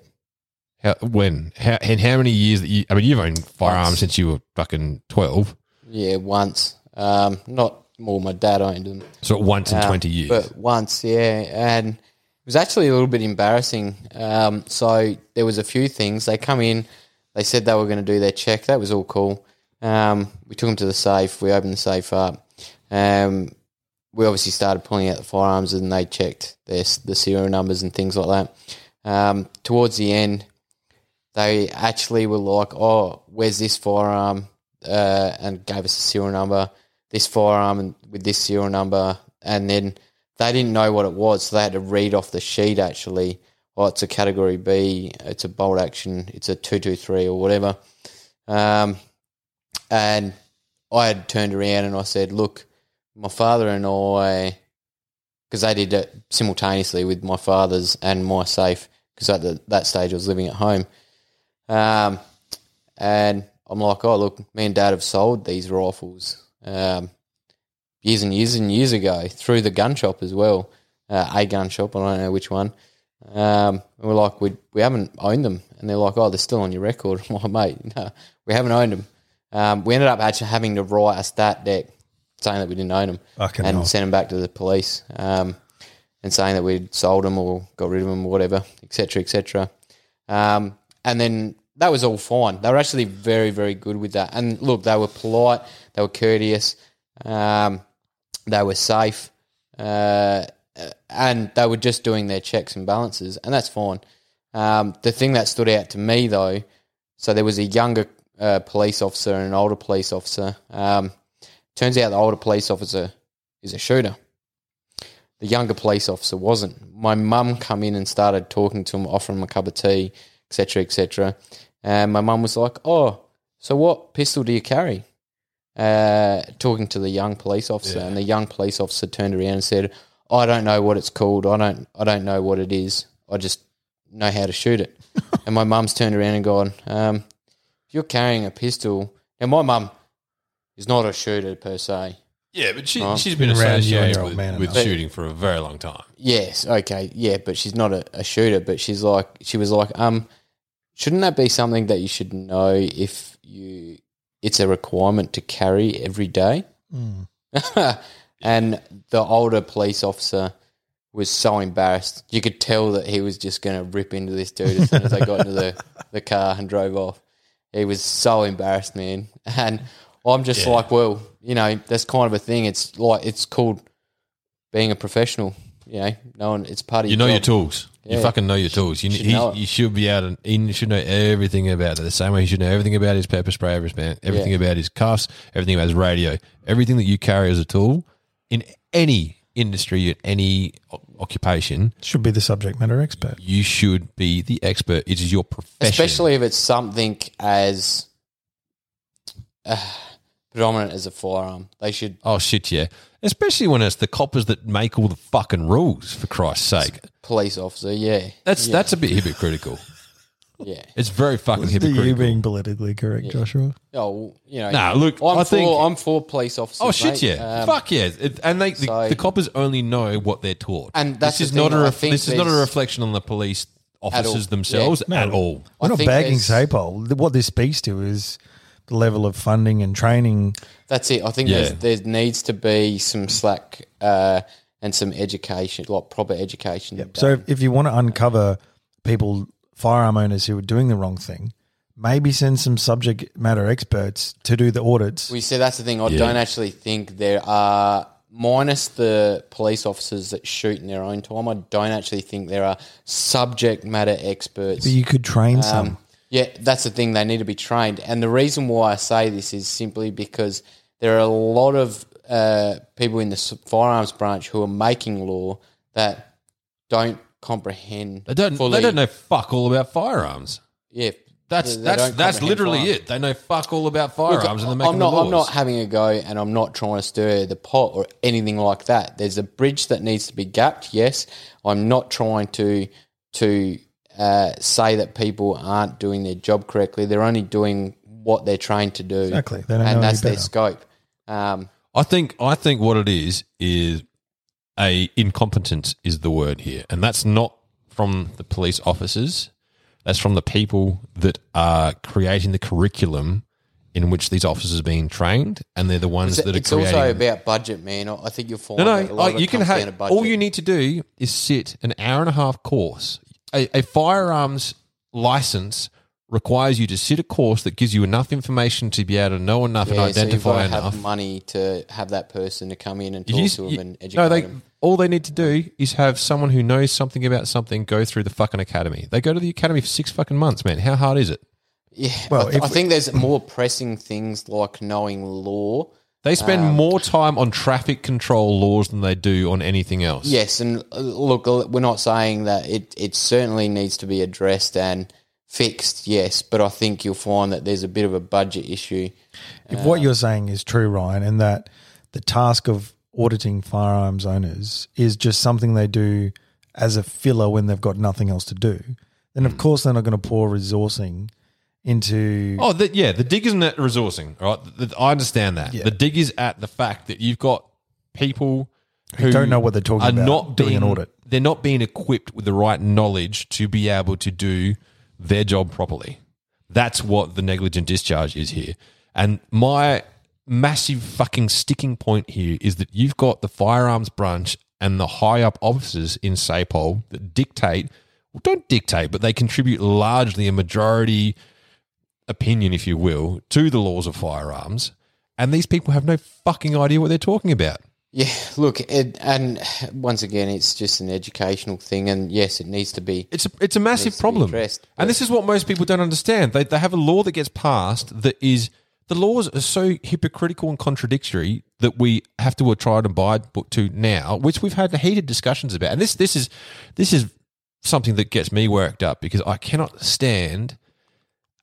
[SPEAKER 4] How, when? How, and how many years that you? I mean, you've owned firearms since you were fucking twelve.
[SPEAKER 1] Yeah, once. Um, not more. My dad owned them.
[SPEAKER 4] So once in
[SPEAKER 1] Um,
[SPEAKER 4] twenty years.
[SPEAKER 1] But once, yeah. And it was actually a little bit embarrassing. Um, so there was a few things. They come in, they said they were going to do their check. That was all cool. Um, we took them to the safe. We opened the safe up. Um, we obviously started pulling out the firearms and they checked their, the serial numbers and things like that. Um, towards the end, they actually were like, "Oh, where's this firearm?" Uh, and gave us a serial number, this firearm, and with this serial number, and then they didn't know what it was, so they had to read off the sheet. Actually, oh, it's a category B, it's a bolt action, it's a two two three or whatever. Um, and I had turned around and I said, "Look, my father and I." because they did it simultaneously with my father's and my safe because at the, that stage I was living at home. Um, and I'm like, oh, look, me and dad have sold these rifles um, years and years and years ago through the gun shop as well, uh, a gun shop, I don't know which one. Um, and we're like, we, we haven't owned them. And they're like, oh, they're still on your record. I'm like, mate, no, we haven't owned them. Um, we ended up actually having to write a stat deck saying that we didn't own them
[SPEAKER 2] Fucking
[SPEAKER 1] and
[SPEAKER 2] hell.
[SPEAKER 1] send them back to the police um, and saying that we'd sold them or got rid of them or whatever, etc., etc. Um, and then that was all fine. They were actually very, very good with that. And look, they were polite, they were courteous, um, they were safe, uh, and they were just doing their checks and balances, and that's fine. Um, the thing that stood out to me though, so there was a younger uh, police officer and an older police officer. Um, turns out the older police officer is a shooter. The younger police officer wasn't. My mum come in and started talking to him, offering him a cup of tea, etc., etc. And my mum was like, "Oh, so what pistol do you carry?" Uh, talking to the young police officer, and the young police officer turned around and said, "I don't know what it's called. I don't. I don't know what it is. I just know how to shoot it." and my mum's turned around and gone, um, "If you're carrying a pistol, now my mum is not a shooter per se.
[SPEAKER 4] Yeah, but she,
[SPEAKER 1] Oh.
[SPEAKER 4] she's been
[SPEAKER 2] Around you and
[SPEAKER 4] associated
[SPEAKER 2] your old
[SPEAKER 4] with,
[SPEAKER 2] man
[SPEAKER 4] with
[SPEAKER 2] enough.
[SPEAKER 4] shooting for a very long time.
[SPEAKER 1] Yes, okay, yeah, but she's not a, a shooter. But she's like, she was like, um, shouldn't that be something that you should know if you? It's a requirement to carry every day.
[SPEAKER 4] Mm.
[SPEAKER 1] and the older police officer was so embarrassed. You could tell that he was just going to rip into this dude as soon as they got into the, the car and drove off. He was so embarrassed, man. And I'm just like, well, you know, that's kind of a thing. It's like it's called being a professional. You know, no one. It's part of
[SPEAKER 4] You know
[SPEAKER 1] job.
[SPEAKER 4] your tools. You
[SPEAKER 1] Yeah.
[SPEAKER 4] fucking know your tools. You,
[SPEAKER 1] Should
[SPEAKER 4] he,
[SPEAKER 1] know it.
[SPEAKER 4] you should be able to, he should know everything about it. The same way he should know everything about his pepper spray, everything, everything
[SPEAKER 1] Yeah.
[SPEAKER 4] about his cuffs, everything about his radio, everything that you carry as a tool in any industry, in any o- occupation,
[SPEAKER 2] Should be the subject matter expert.
[SPEAKER 4] you should be the expert. It is your profession.
[SPEAKER 1] especially if it's something as uh, predominant as a firearm. They should
[SPEAKER 4] Oh, shit, yeah. Especially when it's the coppers that make all the fucking rules, for Christ's sake.
[SPEAKER 1] police officer. Yeah,
[SPEAKER 4] That's, that's a bit hypocritical.
[SPEAKER 1] yeah.
[SPEAKER 4] It's very fucking
[SPEAKER 2] Are you
[SPEAKER 4] hypocritical.
[SPEAKER 2] being politically correct, Joshua?
[SPEAKER 1] Oh, well, you know.
[SPEAKER 4] Nah, look,
[SPEAKER 1] I'm
[SPEAKER 4] I
[SPEAKER 1] for
[SPEAKER 4] think-
[SPEAKER 1] I'm for police officers.
[SPEAKER 4] Oh shit!
[SPEAKER 1] mate.
[SPEAKER 4] Yeah,
[SPEAKER 1] Um,
[SPEAKER 4] fuck yeah! It- and they, the,
[SPEAKER 1] so-
[SPEAKER 4] the coppers only know what they're taught,
[SPEAKER 1] And that's
[SPEAKER 4] this is
[SPEAKER 1] the thing,
[SPEAKER 4] not a
[SPEAKER 1] I
[SPEAKER 4] ref-
[SPEAKER 1] think
[SPEAKER 4] this is not a
[SPEAKER 1] there's-
[SPEAKER 4] reflection on the police
[SPEAKER 1] all.
[SPEAKER 4] officers
[SPEAKER 1] Yeah.
[SPEAKER 4] themselves at all.
[SPEAKER 2] We're not
[SPEAKER 1] think
[SPEAKER 2] bagging
[SPEAKER 1] there's-
[SPEAKER 2] SAPOL. What this speaks to is the level of funding and training.
[SPEAKER 1] That's it. I think
[SPEAKER 4] Yeah.
[SPEAKER 1] there's, there needs to be some slack uh, and some education, like proper education.
[SPEAKER 2] So if, if you want to uncover people, firearm owners who are doing the wrong thing, maybe send some subject matter experts to do the audits.
[SPEAKER 1] we see that's the thing. I don't actually think there are minus the police officers that shoot in their own time. I don't actually think there are subject matter experts.
[SPEAKER 2] but you could train
[SPEAKER 1] Um,
[SPEAKER 2] some.
[SPEAKER 1] Yeah, that's the thing. They need to be trained. And the reason why I say this is simply because there are a lot of uh, people in the s- firearms branch who are making law that don't comprehend.
[SPEAKER 4] They don't.
[SPEAKER 1] fully-
[SPEAKER 4] They don't know fuck all about firearms.
[SPEAKER 1] Yeah,
[SPEAKER 4] That's
[SPEAKER 1] they- they
[SPEAKER 4] that's
[SPEAKER 1] don't
[SPEAKER 4] that's
[SPEAKER 1] comprehend
[SPEAKER 4] literally
[SPEAKER 1] firearms.
[SPEAKER 4] it. They know fuck all about
[SPEAKER 1] Look,
[SPEAKER 4] firearms, and they're making
[SPEAKER 1] I'm not.
[SPEAKER 4] the laws.
[SPEAKER 1] I'm not having a go, and I'm not trying to stir the pot or anything like that. There's a bridge that needs to be gapped. Yes, I'm not trying to to uh, say that people aren't doing their job correctly. They're only doing what they're trained to do.
[SPEAKER 2] Exactly. They don't know
[SPEAKER 1] and
[SPEAKER 2] any
[SPEAKER 1] that's their
[SPEAKER 2] better.
[SPEAKER 1] scope. Um,
[SPEAKER 4] I think I think what it is is a incompetence is the word here, and that's not from the police officers. That's from the people that are creating the curriculum in which these officers are being trained, and they're the ones
[SPEAKER 1] it's
[SPEAKER 4] that are
[SPEAKER 1] it's
[SPEAKER 4] creating.
[SPEAKER 1] also about budget, man. I I think you'll find
[SPEAKER 4] no,
[SPEAKER 1] that a
[SPEAKER 4] no,
[SPEAKER 1] lot
[SPEAKER 4] I-
[SPEAKER 1] of it
[SPEAKER 4] you can
[SPEAKER 1] comes down to
[SPEAKER 4] have
[SPEAKER 1] budget.
[SPEAKER 4] all you need to do is sit an hour and a half course. A, a firearms license requires you to sit a course that gives you enough information to be able to know enough and
[SPEAKER 1] Yeah, so you've got
[SPEAKER 4] identify
[SPEAKER 1] to
[SPEAKER 4] enough.
[SPEAKER 1] have money to have that person to come in and
[SPEAKER 4] You
[SPEAKER 1] talk
[SPEAKER 4] just-
[SPEAKER 1] to them
[SPEAKER 4] you-
[SPEAKER 1] and educate
[SPEAKER 4] no, they,
[SPEAKER 1] them.
[SPEAKER 4] all they need to do is have someone who knows something about something go through the fucking academy. They go to the academy for six fucking months, man. How hard is it?
[SPEAKER 1] Yeah,
[SPEAKER 2] Well,
[SPEAKER 1] I, th-
[SPEAKER 2] if
[SPEAKER 1] I
[SPEAKER 2] we-
[SPEAKER 1] think there's more pressing things like knowing law.
[SPEAKER 4] They spend
[SPEAKER 1] Um,
[SPEAKER 4] more time on traffic control laws than they do on anything else.
[SPEAKER 1] Yes, and uh, look, uh, we're not saying that it it certainly needs to be addressed and fixed. Yes, but I think you'll find that there's a bit of a budget issue.
[SPEAKER 2] If what you're saying is true, Ryan, and that the task of auditing firearms owners is just something they do as a filler when they've got nothing else to do, then
[SPEAKER 1] Hmm.
[SPEAKER 2] of course they're not going to pour resourcing into.
[SPEAKER 4] Oh, the, yeah. The dig isn't at resourcing, all right? The- the- I understand that. The dig is at the fact that you've got people who,
[SPEAKER 2] don't know what they're talking about doing an
[SPEAKER 4] being-
[SPEAKER 2] audit.
[SPEAKER 4] They're not being equipped with the right knowledge to be able to do their job properly. That's what the negligent discharge is here. And my massive fucking sticking point here is that you've got the firearms branch and the high up officers in SAPOL that dictate, well, don't dictate, but they contribute largely a majority opinion, if you will, to the laws of firearms. And these people have no fucking idea what they're talking about.
[SPEAKER 1] Yeah, look, it, and once again, it's just an educational thing, and yes, it needs to be.
[SPEAKER 4] It's a, it's a massive
[SPEAKER 1] Needs to be
[SPEAKER 4] problem.
[SPEAKER 1] addressed,
[SPEAKER 4] and this is what most people don't understand. They, they have a law that gets passed that is the laws are so hypocritical and contradictory that we have to try and abide to now, which we've had heated discussions about. And this this is this is something that gets me worked up because I cannot stand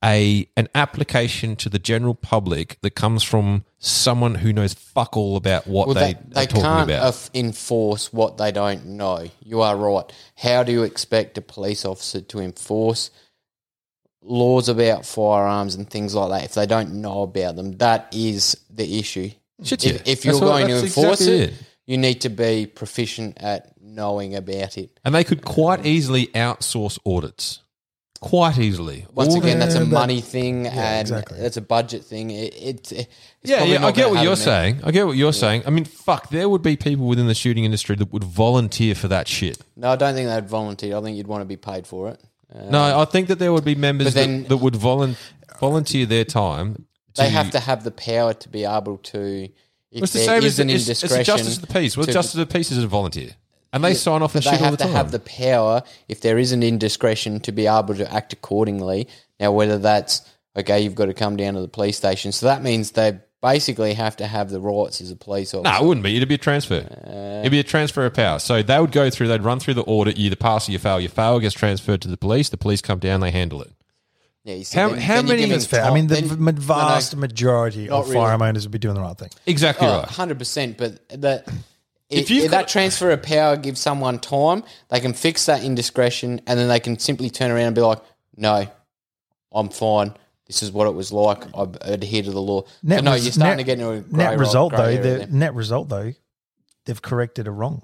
[SPEAKER 4] a an application to the general public that comes from someone who knows fuck all about what
[SPEAKER 1] Well,
[SPEAKER 4] they,
[SPEAKER 1] they, they,
[SPEAKER 4] are talking
[SPEAKER 1] can't
[SPEAKER 4] about.
[SPEAKER 1] af- enforce what they don't know. You are right. How do you expect a police officer to enforce laws about firearms and things like that if they don't know about them? That is the issue.
[SPEAKER 4] Shit, yeah.
[SPEAKER 1] If, if you're
[SPEAKER 4] That's what-
[SPEAKER 1] going to
[SPEAKER 4] that's
[SPEAKER 1] enforce
[SPEAKER 4] exactly
[SPEAKER 1] it,
[SPEAKER 4] it.
[SPEAKER 1] you need to be proficient at knowing about it.
[SPEAKER 4] And they could quite easily outsource audits. Quite easily.
[SPEAKER 1] Once
[SPEAKER 4] All
[SPEAKER 1] again,
[SPEAKER 4] the-
[SPEAKER 1] that's a
[SPEAKER 2] Yeah, but-
[SPEAKER 1] money thing and
[SPEAKER 2] exactly.
[SPEAKER 1] that's a budget thing. It, it, it's
[SPEAKER 4] yeah,
[SPEAKER 1] probably
[SPEAKER 4] yeah. I
[SPEAKER 1] not
[SPEAKER 4] get
[SPEAKER 1] gonna
[SPEAKER 4] what you're
[SPEAKER 1] happen.
[SPEAKER 4] saying. I get what you're saying. I mean, fuck, there would be people within the shooting industry that would volunteer for that shit.
[SPEAKER 1] No, I don't think they'd volunteer. I think you'd want to be paid for it. Uh,
[SPEAKER 4] no, I think that there would be members
[SPEAKER 1] But then-
[SPEAKER 4] that, that would volun- volunteer their time. To,
[SPEAKER 1] they have to have the power to be able to. If
[SPEAKER 4] It's the
[SPEAKER 1] there
[SPEAKER 4] same
[SPEAKER 1] is
[SPEAKER 4] as
[SPEAKER 1] an
[SPEAKER 4] it's, it's
[SPEAKER 1] indiscretion,
[SPEAKER 4] the justice of the peace. Well,
[SPEAKER 1] to-
[SPEAKER 4] justice of the peace is a volunteer, and they sign off
[SPEAKER 1] but
[SPEAKER 4] and
[SPEAKER 1] they
[SPEAKER 4] shit all
[SPEAKER 1] have to
[SPEAKER 4] the time.
[SPEAKER 1] have the power if there is an indiscretion to be able to act accordingly. Now, whether that's okay, you've got to come down to the police station. So that means they basically have to have the rights as a police officer.
[SPEAKER 4] No, it wouldn't be. It'd be a transfer. It'd be a transfer of power. So they would go through, they'd run through the audit. You either pass or you fail. Your fail gets transferred to the police. The police come down, they handle it.
[SPEAKER 1] Yeah, you see,
[SPEAKER 4] How-
[SPEAKER 1] then-
[SPEAKER 4] how
[SPEAKER 1] then you're
[SPEAKER 4] many-
[SPEAKER 1] giving
[SPEAKER 4] That's
[SPEAKER 2] Fair. I
[SPEAKER 1] top-
[SPEAKER 2] mean, the
[SPEAKER 1] then-
[SPEAKER 2] v- vast majority
[SPEAKER 1] Not
[SPEAKER 2] of
[SPEAKER 1] really.
[SPEAKER 2] firearm owners would be doing the right thing.
[SPEAKER 4] Exactly
[SPEAKER 1] Oh,
[SPEAKER 4] right.
[SPEAKER 1] 100%. But that, if
[SPEAKER 4] you've
[SPEAKER 1] that
[SPEAKER 4] got-
[SPEAKER 1] transfer of power gives someone time, they can fix that indiscretion and then they can simply turn around and be like, no, I'm fine. This is what it was like. I adhere to the law. But no,
[SPEAKER 2] res-
[SPEAKER 1] you're starting
[SPEAKER 2] net-
[SPEAKER 1] to get into a grey
[SPEAKER 2] net
[SPEAKER 1] ro-
[SPEAKER 2] result
[SPEAKER 1] grey
[SPEAKER 2] though.
[SPEAKER 1] area
[SPEAKER 2] The
[SPEAKER 1] there.
[SPEAKER 2] net result though, they've corrected a wrong.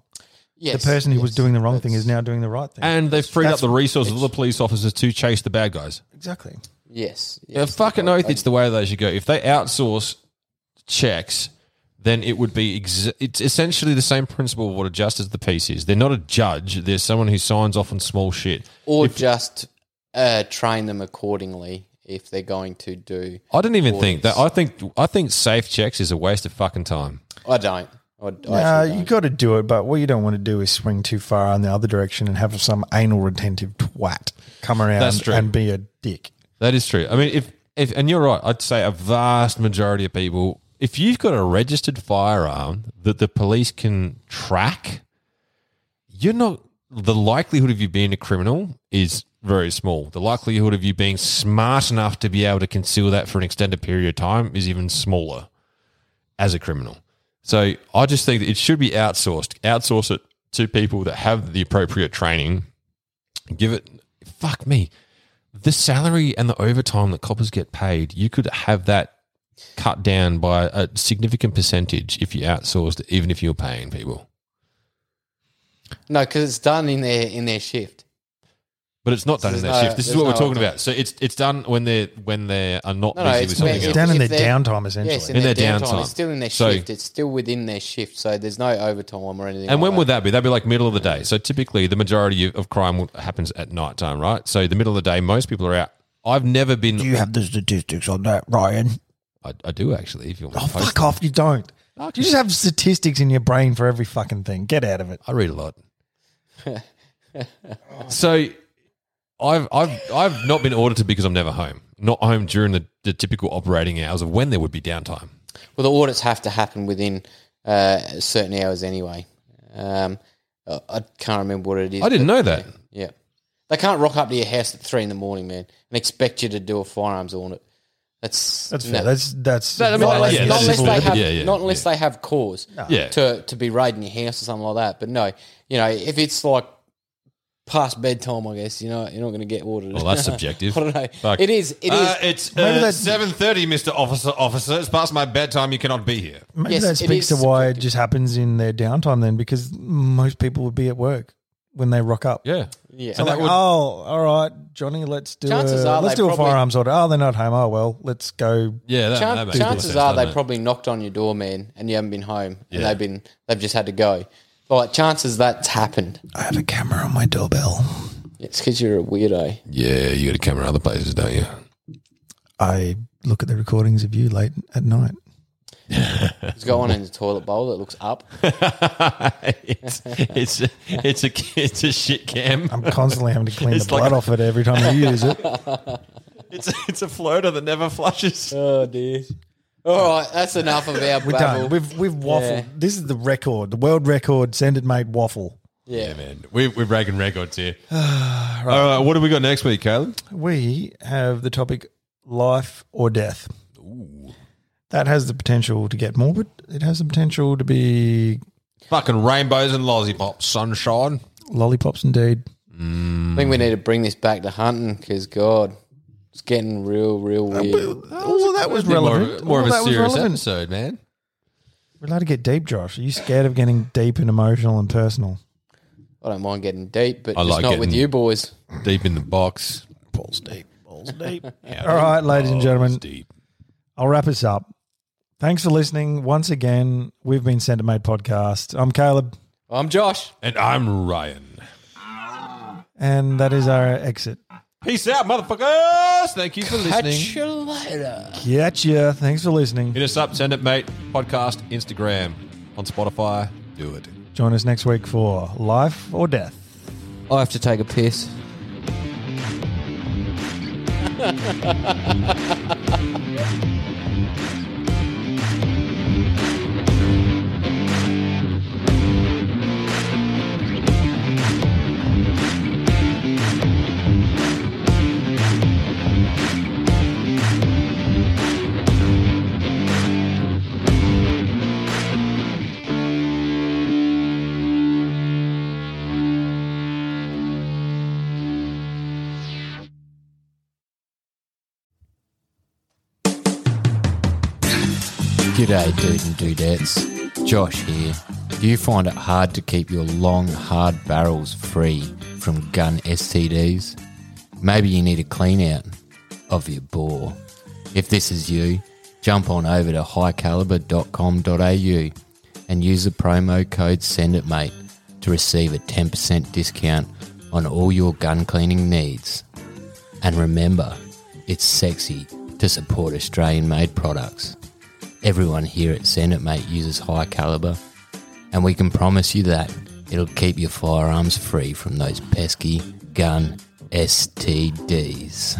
[SPEAKER 1] Yes,
[SPEAKER 2] the person who was
[SPEAKER 1] yes,
[SPEAKER 2] doing the wrong thing
[SPEAKER 1] that's-
[SPEAKER 2] is now doing the right thing.
[SPEAKER 4] And they've freed up
[SPEAKER 2] That's-
[SPEAKER 4] the resources of the police officers to chase the bad guys.
[SPEAKER 2] exactly.
[SPEAKER 1] Yes.
[SPEAKER 4] Yeah,
[SPEAKER 1] yes
[SPEAKER 4] fucking
[SPEAKER 1] I-
[SPEAKER 4] oath, it's the way they should go. If they outsource checks, then it would be ex- it's essentially the same principle of what a justice of the peace is. They're not a judge. They're someone who signs off on small shit.
[SPEAKER 1] Or just uh, train them accordingly if they're going to do.
[SPEAKER 4] I don't even think that. I think I think safe checks is a waste of fucking time.
[SPEAKER 1] I don't. I, I
[SPEAKER 2] Uh,
[SPEAKER 1] actually
[SPEAKER 2] you
[SPEAKER 1] don't.
[SPEAKER 2] got to do it, but what you don't want to do is swing too far in the other direction and have some anal retentive twat come
[SPEAKER 4] That's
[SPEAKER 2] around
[SPEAKER 4] true.
[SPEAKER 2] and be a dick.
[SPEAKER 4] That is true. I mean, if if and you're right, I'd say a vast majority of people, if you've got a registered firearm that the police can track, you're not the likelihood of you being a criminal is very small. The likelihood of you being smart enough to be able to conceal that for an extended period of time is even smaller as a criminal. So I just think that it should be outsourced. Outsource it to people that have the appropriate training. Give it fuck me the salary and the overtime that coppers get paid, you could have that cut down by a significant percentage if you outsourced, it, even if you're paying people.
[SPEAKER 1] No, because it's done in their in their shift.
[SPEAKER 4] But it's not done in
[SPEAKER 1] There's
[SPEAKER 4] that
[SPEAKER 1] no-
[SPEAKER 4] shift. This is
[SPEAKER 1] there's
[SPEAKER 4] what we're
[SPEAKER 1] no
[SPEAKER 4] talking
[SPEAKER 1] overtime.
[SPEAKER 4] about. So it's it's done when they're when they are not
[SPEAKER 1] No, no,
[SPEAKER 4] busy
[SPEAKER 1] it's
[SPEAKER 4] with something
[SPEAKER 1] when-
[SPEAKER 4] else.
[SPEAKER 1] If-
[SPEAKER 2] Down in
[SPEAKER 1] if
[SPEAKER 2] their
[SPEAKER 1] they're-
[SPEAKER 2] downtime, essentially.
[SPEAKER 1] Yes, in,
[SPEAKER 4] In
[SPEAKER 1] their,
[SPEAKER 4] their
[SPEAKER 1] downtime.
[SPEAKER 4] downtime.
[SPEAKER 1] It's still in their
[SPEAKER 4] So-
[SPEAKER 1] shift. It's still within their shift. So there's no overtime or anything.
[SPEAKER 4] And
[SPEAKER 1] like
[SPEAKER 4] when
[SPEAKER 1] that.
[SPEAKER 4] would that be? That'd be like middle of the day. So typically, the majority of- of crime will- happens at night time, right? So the middle of the day, most people are out. I've never been.
[SPEAKER 2] Do you have the statistics on that, Ryan?
[SPEAKER 4] I, I do actually. If you want,
[SPEAKER 2] Oh,
[SPEAKER 4] to post
[SPEAKER 2] fuck off. You don't. You just have statistics in your brain for every fucking thing. Get out of it.
[SPEAKER 4] I read a lot. so I've I've I've not been audited because I'm never home. Not home during the, the typical operating hours of when there would be downtime.
[SPEAKER 1] Well, the audits have to happen within uh, certain hours anyway. Um, I I can't remember what it is.
[SPEAKER 4] I didn't
[SPEAKER 1] but-
[SPEAKER 4] know that.
[SPEAKER 1] Yeah, they can't rock up to your house at three in the morning, man, and expect you to do a firearms audit. That's
[SPEAKER 2] That's
[SPEAKER 1] no.
[SPEAKER 2] fair. That's, that's,
[SPEAKER 4] That- I mean,
[SPEAKER 1] Not unless,
[SPEAKER 4] yeah,
[SPEAKER 1] not
[SPEAKER 4] that's
[SPEAKER 1] unless
[SPEAKER 4] just
[SPEAKER 1] they
[SPEAKER 4] all-
[SPEAKER 1] have,
[SPEAKER 4] yeah, yeah,
[SPEAKER 1] not unless they have cause
[SPEAKER 4] Yeah.
[SPEAKER 1] to to be raiding your house or something like that. But no, you know, if it's like past bedtime, I guess you know you're not going to get audited.
[SPEAKER 4] Well, that's subjective.
[SPEAKER 1] I don't know.
[SPEAKER 4] Fuck.
[SPEAKER 1] It is. It is.
[SPEAKER 4] Uh, it's
[SPEAKER 2] Maybe that-
[SPEAKER 4] seven thirty, Mister Officer. Officer, it's past my bedtime. You cannot be here.
[SPEAKER 2] Maybe
[SPEAKER 1] Yes,
[SPEAKER 2] that
[SPEAKER 1] it
[SPEAKER 2] speaks to
[SPEAKER 1] is
[SPEAKER 2] why it just happens in their downtime then, because most people would be at work when they rock up.
[SPEAKER 4] Yeah,
[SPEAKER 1] Yeah.
[SPEAKER 2] So
[SPEAKER 4] that
[SPEAKER 2] like,
[SPEAKER 4] would-
[SPEAKER 2] oh, all right, Johnny, let's do
[SPEAKER 1] Chances
[SPEAKER 2] a,
[SPEAKER 1] are
[SPEAKER 2] let's
[SPEAKER 1] they
[SPEAKER 2] do a
[SPEAKER 1] probably-
[SPEAKER 2] firearms order. Oh, they're not home. Oh well, let's go.
[SPEAKER 4] Yeah, that,
[SPEAKER 1] Chan-
[SPEAKER 4] that makes more
[SPEAKER 1] oh, chances
[SPEAKER 4] sense,
[SPEAKER 1] are
[SPEAKER 4] doesn't
[SPEAKER 1] they
[SPEAKER 4] it?
[SPEAKER 1] probably knocked on your door, man, and you haven't been home, and
[SPEAKER 4] Yeah.
[SPEAKER 1] they've been they've just had to go. Like chances that's happened.
[SPEAKER 2] I have a camera on my doorbell.
[SPEAKER 1] It's because you're a weirdo.
[SPEAKER 4] Yeah, you got a camera other places, don't you?
[SPEAKER 2] I look at the recordings of you late at night.
[SPEAKER 1] It's got one in the toilet bowl that looks up.
[SPEAKER 4] it's, it's a- it's a it's a shit cam.
[SPEAKER 2] I'm constantly having to clean
[SPEAKER 4] It's
[SPEAKER 2] the
[SPEAKER 4] like
[SPEAKER 2] blood
[SPEAKER 4] a-
[SPEAKER 2] off it every time I use it.
[SPEAKER 4] It's it's a floater that never flushes.
[SPEAKER 1] Oh dear. All right, that's enough of our
[SPEAKER 2] We're done.
[SPEAKER 1] babble.
[SPEAKER 2] We've we've waffled.
[SPEAKER 1] Yeah.
[SPEAKER 2] This is the record, the world record. Send it, mate. Waffle.
[SPEAKER 1] yeah.
[SPEAKER 4] man, we, we're breaking records here. All right, what do we got next week, Caleb?
[SPEAKER 2] We have the topic life or death. That has the potential to get morbid. It has the potential to be
[SPEAKER 4] Fucking rainbows and lollipops, sunshine.
[SPEAKER 2] lollipops, indeed.
[SPEAKER 1] I think we need to bring this back to hunting because God, it's getting real, real weird.
[SPEAKER 2] All of that was
[SPEAKER 4] Bit
[SPEAKER 2] relevant.
[SPEAKER 4] More of, a- more
[SPEAKER 2] All
[SPEAKER 4] of a
[SPEAKER 2] that was
[SPEAKER 4] serious
[SPEAKER 2] relevant.
[SPEAKER 4] episode, man.
[SPEAKER 2] We're allowed to get deep, Josh. Are you scared of getting deep and emotional and personal?
[SPEAKER 1] I don't mind getting deep, but
[SPEAKER 4] I
[SPEAKER 1] just
[SPEAKER 4] like
[SPEAKER 1] not with
[SPEAKER 4] getting-
[SPEAKER 1] you boys.
[SPEAKER 4] Deep in the box.
[SPEAKER 2] Balls deep. Balls deep. All right, ladies
[SPEAKER 4] Oh,
[SPEAKER 2] and gentlemen,
[SPEAKER 4] Deep.
[SPEAKER 2] I'll wrap us up. Thanks for listening once again. We've been Centre Made Podcast. I'm Caleb,
[SPEAKER 1] I'm Josh.
[SPEAKER 4] And I'm Ryan.
[SPEAKER 2] and that is our exit.
[SPEAKER 4] Peace out, motherfuckers. Thank you for
[SPEAKER 1] Catch
[SPEAKER 4] listening.
[SPEAKER 1] you later.
[SPEAKER 2] Gotcha. Thanks for listening.
[SPEAKER 4] Hit us up, send it, mate. Podcast, Instagram, on Spotify. Do it.
[SPEAKER 2] Join us next week for Life or Death.
[SPEAKER 1] I have to take a piss. G'day, dude and dudettes. Josh here. Do you find it hard to keep your long, hard barrels free from gun STDs? Maybe you need a clean out of your bore. If this is you, jump on over to highcaliber.com.au and use the promo code SendItMate to receive a 10% discount on all your gun cleaning needs. And remember, it's sexy to support Australian made products. Everyone here at Send It Mate uses high caliber, and we can promise you that it'll keep your firearms free from those pesky gun STDs.